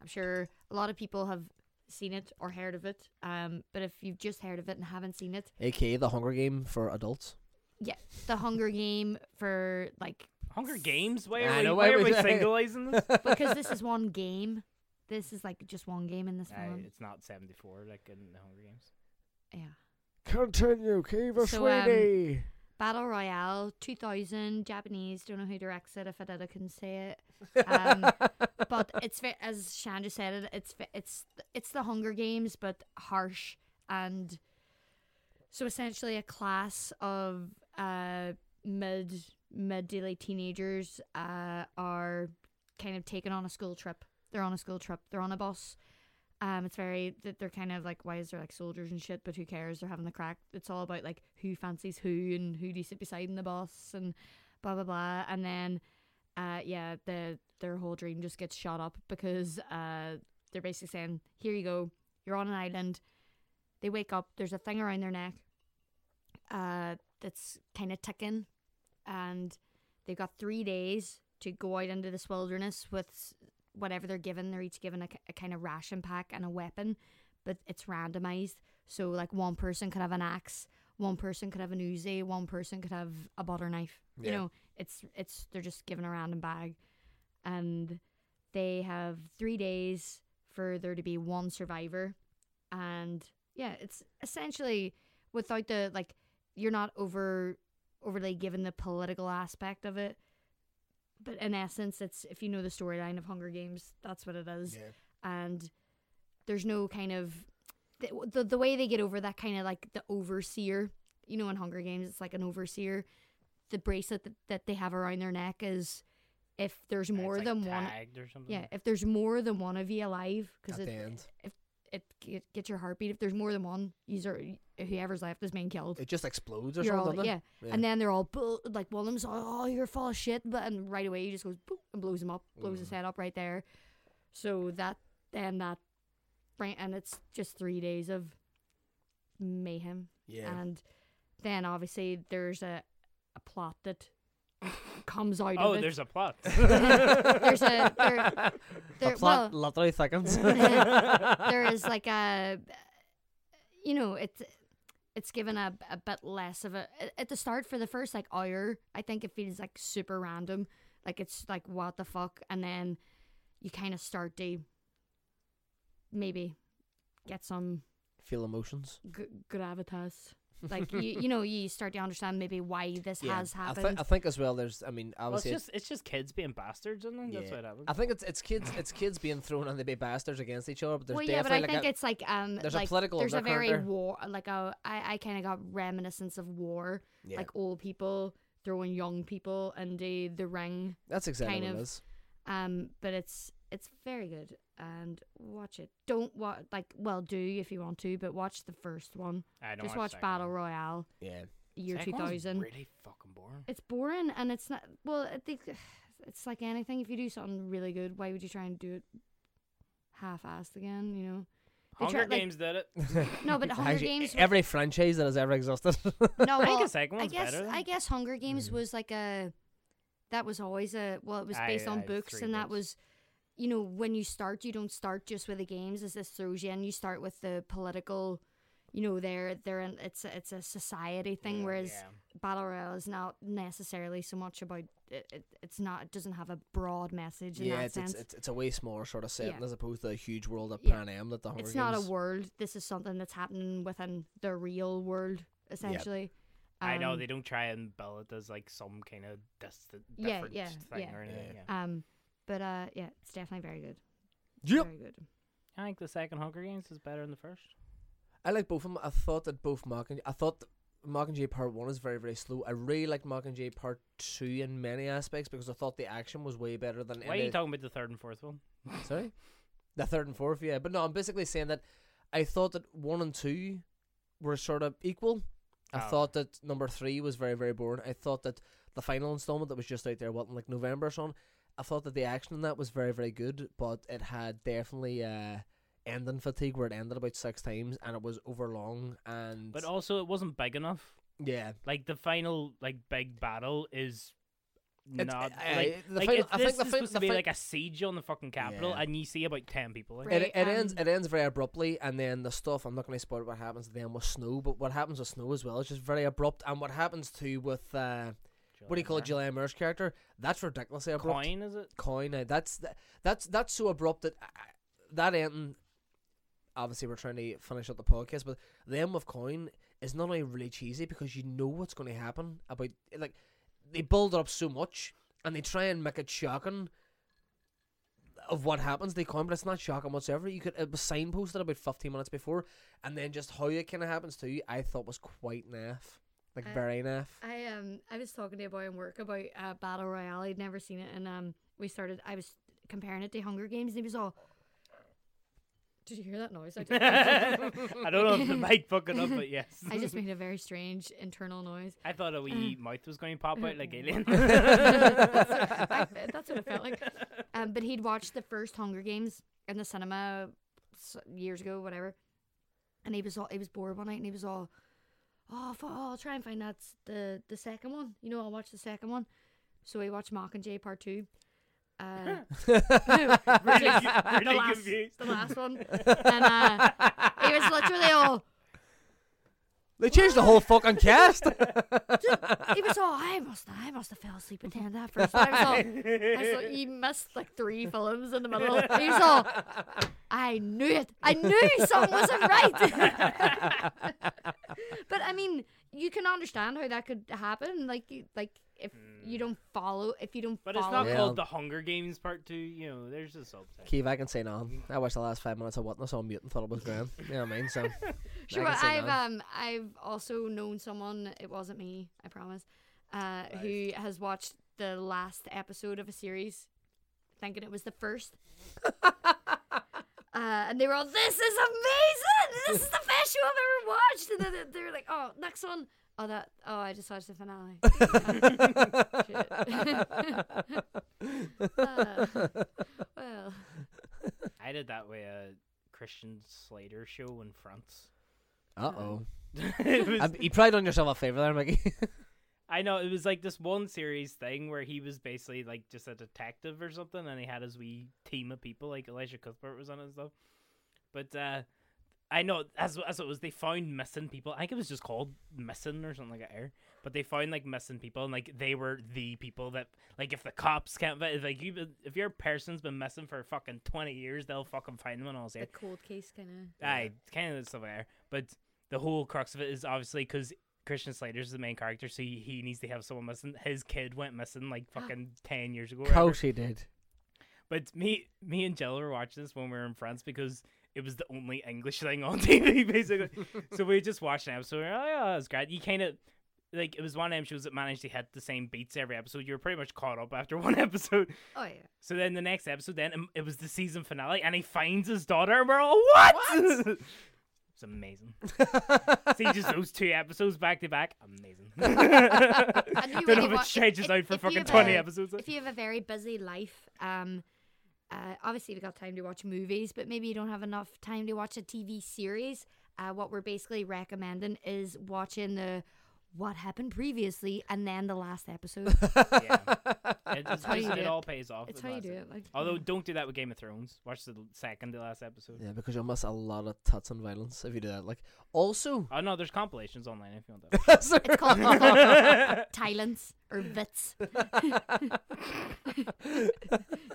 [SPEAKER 3] I'm sure a lot of people have seen it or heard of it. Um, but if you've just heard of it and haven't seen it,
[SPEAKER 1] aka the Hunger Game for adults.
[SPEAKER 3] yeah, The Hunger Game for like
[SPEAKER 2] Hunger Games? Why
[SPEAKER 1] I
[SPEAKER 2] are
[SPEAKER 1] know,
[SPEAKER 2] we, why
[SPEAKER 1] why *laughs*
[SPEAKER 2] are we
[SPEAKER 1] would I-
[SPEAKER 2] singleizing this?
[SPEAKER 1] *laughs*
[SPEAKER 3] because this is one game. This is like just one game in this
[SPEAKER 2] Aye,
[SPEAKER 3] film.
[SPEAKER 2] it's not 74 like in the Hunger Games.
[SPEAKER 3] Yeah.
[SPEAKER 1] Continue, Kiva
[SPEAKER 3] So, um,
[SPEAKER 1] Sweeney.
[SPEAKER 3] Battle Royale 2000 Japanese. Don't know who directs it. If I did, I couldn't say it. Um, but it's ve- as Shan just said it. It's ve- it's it's the Hunger Games, but harsh and so essentially a class of uh, mid mid to late teenagers uh, are kind of taken on a school trip. They're on a school trip. They're on a bus. Um, it's very that they're kind of like, why is there like soldiers and shit? But who cares? They're having the crack. It's all about like who fancies who and who do you sit beside in the bus and blah blah blah. And then, uh, yeah, the their whole dream just gets shot up because uh, they're basically saying, here you go, you're on an island. They wake up. There's a thing around their neck, uh, that's kind of ticking, and they've got three days to go out into this wilderness with s- whatever they're given. They're each given a, ki- a kind of ration pack and a weapon, but it's randomized. So, like, one person could have an axe, one person could have an Uzi, one person could have a butter knife. You
[SPEAKER 1] Yeah.
[SPEAKER 3] know, it's, it's, they're just given a random bag. And they have three days for there to be one survivor. And yeah, it's essentially without the, like, you're not over overly given the political aspect of it but in essence, it's if you know the storyline of Hunger Games, that's what it is. And there's no kind of the, the the way they get over that kind of like the overseer. You know, in Hunger Games, it's like an overseer. The bracelet that, that they have around their neck is if there's more
[SPEAKER 2] It's, like,
[SPEAKER 3] than one.
[SPEAKER 2] tagged or something.
[SPEAKER 3] Yeah, if there's more than one of you alive, because
[SPEAKER 1] At
[SPEAKER 3] it,
[SPEAKER 1] the end.
[SPEAKER 3] if it get, gets your heartbeat, if there's more than one, user whoever's left is being killed.
[SPEAKER 1] It just explodes or
[SPEAKER 3] You're all
[SPEAKER 1] something.
[SPEAKER 3] like,
[SPEAKER 1] doesn't
[SPEAKER 3] yeah.
[SPEAKER 1] it?
[SPEAKER 3] And then they're all bull- like, one of them's oh, you're full of shit, but and right away he just goes boop and blows him up, blows his head up right there. So that then that, right, and it's just three days of mayhem.
[SPEAKER 1] Yeah.
[SPEAKER 3] And then obviously there's a, a plot that *laughs* comes out
[SPEAKER 2] Oh,
[SPEAKER 3] of it. *laughs*
[SPEAKER 2] there's
[SPEAKER 1] *laughs*
[SPEAKER 2] a plot. *laughs*
[SPEAKER 3] there's *laughs* a there, there,
[SPEAKER 1] the plot
[SPEAKER 3] well,
[SPEAKER 1] literally
[SPEAKER 3] *laughs*
[SPEAKER 1] thickens.
[SPEAKER 3] there is like a you know it's it's given a, a bit less of a a- at the start for the first like hour i think it feels like super random like it's like what the fuck and then you kind of start to maybe get some
[SPEAKER 1] *laughs* Feel emotions.
[SPEAKER 3] g- gravitas like you you know you start to understand maybe why this has happened
[SPEAKER 1] I, think I think as well. There's, I mean,
[SPEAKER 2] Well, it's
[SPEAKER 1] obviously, it-
[SPEAKER 2] just it's just kids being bastards, isn't it? That's
[SPEAKER 1] yeah.
[SPEAKER 2] what happens.
[SPEAKER 1] I think it's it's kids it's kids being thrown and they be bastards against each other. But there's
[SPEAKER 3] well, yeah, but
[SPEAKER 1] definitely
[SPEAKER 3] I
[SPEAKER 1] like
[SPEAKER 3] think
[SPEAKER 1] a,
[SPEAKER 3] it's like um,
[SPEAKER 1] there's a
[SPEAKER 3] like,
[SPEAKER 1] political
[SPEAKER 3] there's a
[SPEAKER 1] undercurrent
[SPEAKER 3] very
[SPEAKER 1] there.
[SPEAKER 3] war, like a I, I kind of got reminiscence of war,
[SPEAKER 1] Yeah.
[SPEAKER 3] like old people throwing young people into the ring,
[SPEAKER 1] that's exactly
[SPEAKER 3] kind
[SPEAKER 1] what it
[SPEAKER 3] of-
[SPEAKER 1] is.
[SPEAKER 3] um, but it's it's very good and watch it. Don't watch like well do if you want to, but watch the first one.
[SPEAKER 2] I don't
[SPEAKER 3] Just
[SPEAKER 2] watch
[SPEAKER 3] watch
[SPEAKER 2] the second
[SPEAKER 3] Battle
[SPEAKER 2] one.
[SPEAKER 3] Royale,
[SPEAKER 1] Yeah,
[SPEAKER 3] year two
[SPEAKER 2] Second one's
[SPEAKER 3] thousand.
[SPEAKER 2] Really fucking boring.
[SPEAKER 3] It's boring and it's not well. I think it's like anything. If you do something really good, why would you try and do it half-assed again? You know. They
[SPEAKER 2] Hunger
[SPEAKER 3] like-
[SPEAKER 2] Games did it.
[SPEAKER 1] *laughs*
[SPEAKER 3] No, but Hunger
[SPEAKER 1] Actually, e
[SPEAKER 3] Games.
[SPEAKER 1] Every franchise that has ever existed. *laughs*
[SPEAKER 3] No,
[SPEAKER 2] I think
[SPEAKER 3] well,
[SPEAKER 2] the second
[SPEAKER 3] I
[SPEAKER 2] one's
[SPEAKER 3] guess
[SPEAKER 2] better, Mm-hmm. though.
[SPEAKER 3] I guess Hunger Games was like a that was always a well, it was
[SPEAKER 2] Aye,
[SPEAKER 3] based on
[SPEAKER 2] aye,
[SPEAKER 3] books,
[SPEAKER 2] three
[SPEAKER 3] and that
[SPEAKER 2] books.
[SPEAKER 3] was you know when you start, you don't start just with the games as this throws you in. You start with the political, you know, they're they're in, it's a, it's a society thing,
[SPEAKER 2] Mm,
[SPEAKER 3] whereas
[SPEAKER 2] yeah.
[SPEAKER 3] battle royale is not necessarily so much about it, it. It's not it doesn't have a broad message in
[SPEAKER 1] yeah,
[SPEAKER 3] that
[SPEAKER 1] it's,
[SPEAKER 3] sense.
[SPEAKER 1] it's it's it's a way smaller sort of setting
[SPEAKER 3] Yeah.
[SPEAKER 1] as opposed to a huge world at
[SPEAKER 3] Yeah.
[SPEAKER 1] Pan Am that the Hunger
[SPEAKER 3] it's
[SPEAKER 1] Games.
[SPEAKER 3] not a world. This is something that's happening within the real world, essentially.
[SPEAKER 2] I know
[SPEAKER 3] Um,
[SPEAKER 2] they don't try and bill it as like some kind of distant,
[SPEAKER 3] Yeah,
[SPEAKER 2] different
[SPEAKER 3] yeah,
[SPEAKER 2] thing
[SPEAKER 3] yeah.
[SPEAKER 2] or anything. Yeah.
[SPEAKER 3] Um, but uh, yeah, it's definitely very good.
[SPEAKER 1] Yep.
[SPEAKER 3] Very good.
[SPEAKER 2] I think the second Hunger Games is better than the first.
[SPEAKER 1] I like both of them. I thought that both Mock and I thought Mockingjay Part One is very very slow. I really like Mockingjay Part Two in many aspects because I thought the action was way better than.
[SPEAKER 2] Why are
[SPEAKER 1] any-
[SPEAKER 2] you talking about the third and fourth one?
[SPEAKER 1] Sorry, the third and fourth, yeah. But no, I'm basically saying that I thought that one and two were sort of equal. I
[SPEAKER 2] Oh.
[SPEAKER 1] thought that number three was very very boring. I thought that the final installment that was just out there, what in like November or something. I thought that the action in that was very very good, but it had definitely uh, ending fatigue where it ended about six times and it was overlong and
[SPEAKER 2] But also, it wasn't big enough.
[SPEAKER 1] yeah.
[SPEAKER 2] Like the final, like big battle is
[SPEAKER 1] It's-
[SPEAKER 2] not
[SPEAKER 1] I- I-
[SPEAKER 2] like,
[SPEAKER 1] the
[SPEAKER 2] like
[SPEAKER 1] final-
[SPEAKER 2] if
[SPEAKER 1] I think
[SPEAKER 2] this
[SPEAKER 1] the fin-
[SPEAKER 2] is supposed
[SPEAKER 1] the
[SPEAKER 2] to be
[SPEAKER 1] fin-
[SPEAKER 2] like a siege on the fucking capital,
[SPEAKER 1] Yeah.
[SPEAKER 2] and you see about ten people. Like,
[SPEAKER 3] Right.
[SPEAKER 1] It, it ends.
[SPEAKER 3] um,
[SPEAKER 1] It ends very abruptly, and then the stuff. I'm not going to spoil what happens then with snow, but what happens with snow as well is just very abrupt. And what happens too with uh, what do you call it, Julianne Moore's character? That's ridiculously abrupt.
[SPEAKER 2] Coin is it?
[SPEAKER 1] Coin. Uh, that's th- that's that's so abrupt that uh, that ending. Obviously, we're trying to finish up the podcast, but the end with Coin is not only really cheesy because you know what's going to happen. About like they build it up so much, and they try and make it shocking of what happens they come, but it's not shocking whatsoever. You could it was signposted about fifteen minutes before, and then just how it kind of happens to you, I thought was quite naff, like
[SPEAKER 3] I-
[SPEAKER 1] very naff.
[SPEAKER 3] I um I was talking to a boy in work about uh, battle royale. He'd never seen it, and um we started. I was comparing it to Hunger Games, and he was all. Did you hear that noise? I just,
[SPEAKER 2] *laughs* I don't know if the mic fucking up, but yes.
[SPEAKER 3] *laughs* I just Mm. made a very strange internal noise.
[SPEAKER 2] *laughs* I thought a wee mouth was going to pop out like alien. *laughs*
[SPEAKER 3] I, that's what it felt like. Um, but he'd watched the first Hunger Games in the cinema s- years ago, whatever. And he was all he was bored one night, and he was all, "Oh, fu- oh I'll try and find that's the the second one. You know, I'll watch the second one." So he watched Mockingjay Part Two. Uh, *laughs*
[SPEAKER 2] really
[SPEAKER 3] Yes.
[SPEAKER 2] cu- really
[SPEAKER 3] the, last,
[SPEAKER 2] confused.
[SPEAKER 3] the last one. And uh, he was literally all,
[SPEAKER 1] They changed the whole fucking cast.
[SPEAKER 3] *laughs* he was all, I must, I must have fell asleep at the end of that first one. I was all, I was all, he missed like three films in the middle. He was all, I knew it. I knew something wasn't right. *laughs* but I mean, you can understand how that could happen. Like, you- like if you don't follow, if you don't
[SPEAKER 2] Hmm. But it's
[SPEAKER 3] follow.
[SPEAKER 2] not
[SPEAKER 1] Yeah.
[SPEAKER 2] called The Hunger Games Part 2. You know, there's a subtitle.
[SPEAKER 1] Keeve, I can say no. I watched the last five minutes of Witness on mute and thought it was grand. You know what I mean? *laughs* So
[SPEAKER 3] Sure,
[SPEAKER 1] can say
[SPEAKER 3] I've
[SPEAKER 1] no.
[SPEAKER 3] um I've also known someone. It wasn't me, I promise. Uh, who has watched the last episode of a series, thinking it was the first. *laughs* Uh, and they were all, "This is amazing! This is the best show I've ever watched!" And then they- they were like, "Oh, next one! Oh, that! Oh, I just watched the finale."
[SPEAKER 1] *laughs*
[SPEAKER 3] Uh, well,
[SPEAKER 2] I did that with a Christian Slater show in France. *laughs*
[SPEAKER 1] uh oh.
[SPEAKER 2] It was-
[SPEAKER 1] Um, You probably done yourself a favor there, *laughs* Mickey.
[SPEAKER 2] I know it was like this one series thing where he was basically like just a detective or something, and he had his wee team of people like Elijah Cuthbert was on it and stuff. But uh, I know as as it was, they found missing people. I think it was just called missing or something like that. Air, but they found like missing people, and like they were the people that like if the cops can't fi- if, like you been- if your person's been missing for fucking twenty years, they'll fucking find them and all
[SPEAKER 6] The
[SPEAKER 2] that.
[SPEAKER 6] cold case kind of.
[SPEAKER 2] Aye, kind of stuff like that. But the whole crux of it is obviously because Christian Slater's the main character, so he, he needs to have someone missing. His kid went missing like fucking ten years ago. or
[SPEAKER 1] Of
[SPEAKER 2] whatever.
[SPEAKER 1] course he did.
[SPEAKER 2] But me, me and Jill were watching this when we were in France because it was the only English thing on *laughs* TV, basically. so we just watched an episode. And we were like, oh, it's great. You kind of like it was one of them shows that managed to hit the same beats every episode. You were pretty much caught up after *laughs* one episode.
[SPEAKER 6] Oh yeah.
[SPEAKER 2] So then the next episode, then um, it was the season finale, and he finds his daughter, and we're all what? *laughs*
[SPEAKER 1] *laughs*
[SPEAKER 2] it's amazing. See, just those two episodes back to back,
[SPEAKER 1] *laughs*
[SPEAKER 2] amazing.
[SPEAKER 3] I knew
[SPEAKER 2] Don't know
[SPEAKER 3] really
[SPEAKER 2] if it
[SPEAKER 3] wa-
[SPEAKER 2] stretches
[SPEAKER 3] if-
[SPEAKER 2] out for
[SPEAKER 3] if you
[SPEAKER 2] fucking
[SPEAKER 3] have a-
[SPEAKER 2] twenty episodes.
[SPEAKER 3] If you have a very busy life, um, uh, obviously we got time to watch movies, but maybe you don't have enough time to watch a TV series. Uh, what we're basically recommending is watching the what happened previously and then the last
[SPEAKER 2] *laughs*
[SPEAKER 3] episode.
[SPEAKER 2] yeah,
[SPEAKER 1] *laughs*
[SPEAKER 2] it, it's
[SPEAKER 3] how you
[SPEAKER 2] basically-
[SPEAKER 3] do
[SPEAKER 2] it
[SPEAKER 3] it.
[SPEAKER 2] all pays off.
[SPEAKER 3] it's
[SPEAKER 2] in the
[SPEAKER 3] how you
[SPEAKER 2] last
[SPEAKER 3] do
[SPEAKER 2] episode.
[SPEAKER 3] it. Like,
[SPEAKER 2] Although, don't do that with Game of Thrones. Watch the second to last episode.
[SPEAKER 1] Yeah, because you'll miss a lot of tuts and violence if you do that. Like, also,
[SPEAKER 2] Oh no, there's compilations online if you want that.
[SPEAKER 3] it's called Thailand's or Vits. *laughs*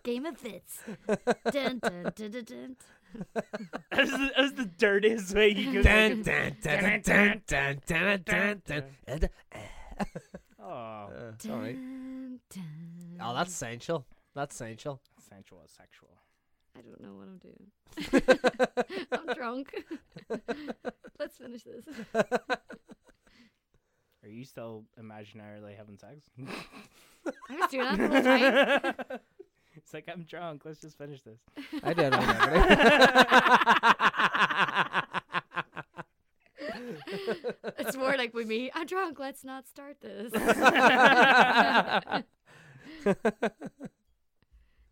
[SPEAKER 3] Game of Vits. Dun, dun, dun, dun, dun.
[SPEAKER 2] *laughs* that's, the, that's the dirtiest way you
[SPEAKER 1] *laughs*
[SPEAKER 2] can.
[SPEAKER 1] dun, dun, dun, dun, dun, dun, dun, dun, and,
[SPEAKER 2] Oh,
[SPEAKER 1] uh, all right.
[SPEAKER 3] Dun, dun.
[SPEAKER 1] Oh, that's essential. That's essential.
[SPEAKER 2] sensual is sexual.
[SPEAKER 6] I don't know what I'm doing.
[SPEAKER 3] *laughs* I'm drunk. Let's finish this.
[SPEAKER 2] Are you still imaginarily having sex? *laughs*
[SPEAKER 3] I was doing that the whole time.
[SPEAKER 2] it's like I'm drunk. Let's just finish this.
[SPEAKER 1] I don't *laughs* know.
[SPEAKER 3] It's more like with me. I'm drunk. Let's not start *laughs* this.
[SPEAKER 2] *laughs*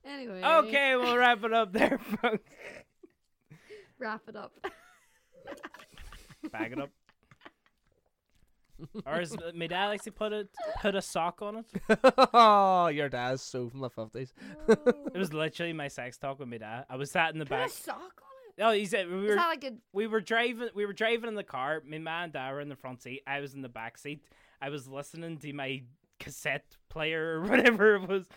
[SPEAKER 3] anyway.
[SPEAKER 2] Okay, we'll wrap it up there, folks.
[SPEAKER 3] Wrap it up.
[SPEAKER 2] Bag it up. *laughs* or as my dad likes to put it, put a sock on it.
[SPEAKER 1] *laughs* oh, your dad's so from the fifties.
[SPEAKER 2] It was literally my sex talk with my dad. I was sat in the back.
[SPEAKER 3] sock on
[SPEAKER 2] No, he said we
[SPEAKER 3] it. Is
[SPEAKER 2] were
[SPEAKER 3] that like a
[SPEAKER 2] we were driving we were driving in the car my man and dad were in the front seat i was in the back seat i was listening to my cassette player or *laughs* whatever it was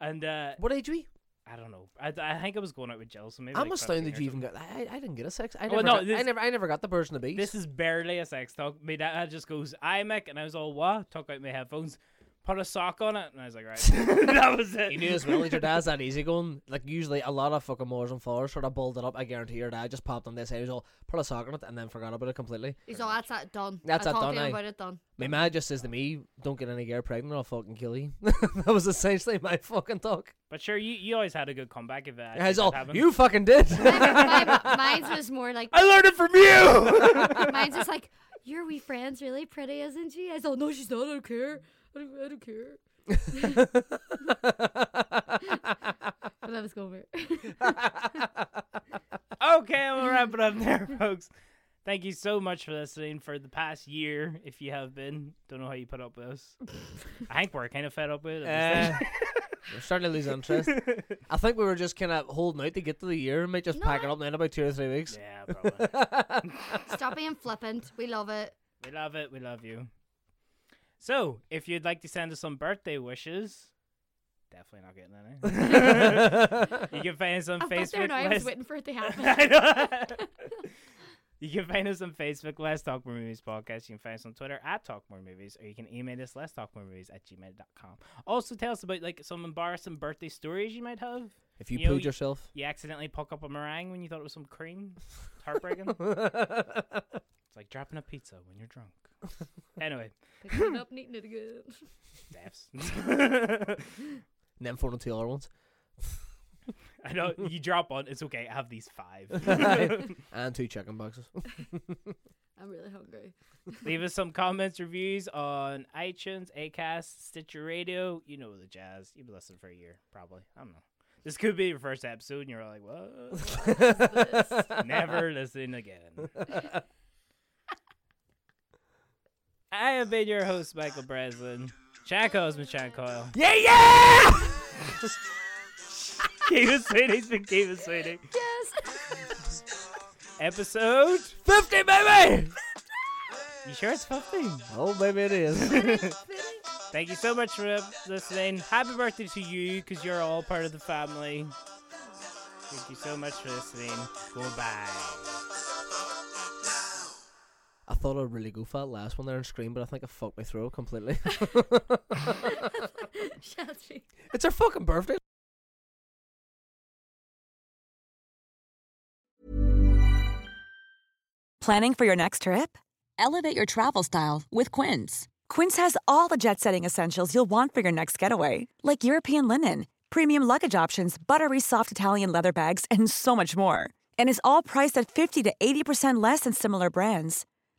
[SPEAKER 2] and uh
[SPEAKER 1] What age we?
[SPEAKER 2] i don't know i, I think i was going out with jill so maybe
[SPEAKER 1] I'm
[SPEAKER 2] like
[SPEAKER 1] astounded
[SPEAKER 2] 15 or
[SPEAKER 1] you even
[SPEAKER 2] something.
[SPEAKER 1] got. I, I didn't get a sex. I
[SPEAKER 2] Well,
[SPEAKER 1] never, got,
[SPEAKER 2] Oh, no,
[SPEAKER 1] I
[SPEAKER 2] this-
[SPEAKER 1] never. I never got the Birds and the Bees.
[SPEAKER 2] this is barely a sex talk my dad just goes i mick and i was all what took out my headphones put a sock on it and i
[SPEAKER 1] *laughs*
[SPEAKER 2] was like right *laughs* that was it
[SPEAKER 1] you knew as well
[SPEAKER 2] *laughs*
[SPEAKER 1] that your dad's that easy going. Like usually, a lot of fucking moors and fathers sort of balled it up. I guarantee your dad just popped on this head. He was all put a sock on it and then forgot about it completely.
[SPEAKER 3] He's all that's that done.
[SPEAKER 1] That's
[SPEAKER 3] I
[SPEAKER 1] that
[SPEAKER 3] talked
[SPEAKER 1] done,
[SPEAKER 3] to him
[SPEAKER 1] aye.
[SPEAKER 2] eh?
[SPEAKER 3] about it *laughs* done.
[SPEAKER 1] My man just says to me, "Don't get any girl pregnant, or I'll fucking kill you." *laughs* that was essentially my fucking talk.
[SPEAKER 2] but sure you, you always had a good comeback if uh, that
[SPEAKER 1] And he's
[SPEAKER 2] actually
[SPEAKER 1] all,
[SPEAKER 2] did happen.
[SPEAKER 1] "You fucking
[SPEAKER 2] *laughs*
[SPEAKER 1] did." *laughs*
[SPEAKER 3] Mine, mine, mine's was more like
[SPEAKER 2] i learned it from you
[SPEAKER 3] mine's just like your wee friend's really pretty, isn't she? I said, no, she's not. I don't care. I don't, I don't care. But that was going over.
[SPEAKER 2] *laughs* Okay, we'll wrap it up there, *laughs* folks. Thank you so much for listening for the past year. If you have been, don't know how you put up with us. I think we're kind of fed up with it. at
[SPEAKER 1] Eh, we're starting to lose interest.
[SPEAKER 2] *laughs*
[SPEAKER 1] I think we were just kind of holding out to get to the year and might just pack it up in about two or three
[SPEAKER 2] this
[SPEAKER 1] weeks.
[SPEAKER 2] stage. yeah, probably.
[SPEAKER 1] *laughs*
[SPEAKER 3] Stop being flippant. We love it.
[SPEAKER 2] We love it. We love you. So, if you'd like to send us some birthday wishes, definitely not getting any.
[SPEAKER 1] *laughs*
[SPEAKER 2] you can find us on
[SPEAKER 3] I'm back there
[SPEAKER 2] Facebook.
[SPEAKER 3] now. I was
[SPEAKER 2] Let's-
[SPEAKER 3] waiting for it
[SPEAKER 2] *laughs*
[SPEAKER 3] to happen. *laughs*
[SPEAKER 2] I know. you can find us on Facebook, Let's Talk More Movies Podcast. You can find us on Twitter at Talk More Movies, or you can email us, Let's Talk More Movies at gmail.com. Also, tell us about like some embarrassing birthday stories you might have.
[SPEAKER 1] if you
[SPEAKER 2] You know,
[SPEAKER 1] pooed
[SPEAKER 2] you-
[SPEAKER 1] yourself,
[SPEAKER 2] You accidentally poke up a meringue when you thought it was some cream. It's heartbreaking. it's like dropping a pizza when you're drunk. Anyway,
[SPEAKER 3] Picking it up and eating it again.
[SPEAKER 2] deaths. *laughs*
[SPEAKER 1] and then phone into the other ones,
[SPEAKER 2] I know you drop one. It's okay. I have these five.
[SPEAKER 1] and two chicken boxes.
[SPEAKER 3] I'm really hungry. *laughs*
[SPEAKER 2] Leave us some comments, reviews on iTunes, Acast, Stitcher Radio. You know the jazz. You've been listening for a year, probably. I don't know. This could be your first episode, and you're like, "What?
[SPEAKER 1] *laughs*
[SPEAKER 2] Never listen again." I have been your host, Michael Breslin. Chaco has been Chan Coyle.
[SPEAKER 1] yeah,
[SPEAKER 2] *laughs*
[SPEAKER 1] yeah.
[SPEAKER 2] Keep it sweetie. Keep it sweetie.
[SPEAKER 3] Yes.
[SPEAKER 2] Episode 50, baby! you sure it's 50?
[SPEAKER 1] Oh, maybe it is.
[SPEAKER 2] Thank you so much for listening. Happy birthday to you because you're all part of the family. Thank you so much for listening. Goodbye.
[SPEAKER 1] *laughs* I thought I'd really go for that last one there and scream, but I think I fucked my throat completely. *laughs*
[SPEAKER 3] Shelby.
[SPEAKER 1] it's her fucking birthday.
[SPEAKER 7] Planning for your next trip? Elevate your travel style with Quince. Quince has all the jet setting essentials you'll want for your next getaway, like European linen, premium luggage options, buttery soft Italian leather bags, and so much more. And is all priced at 50 to 80% less than similar brands.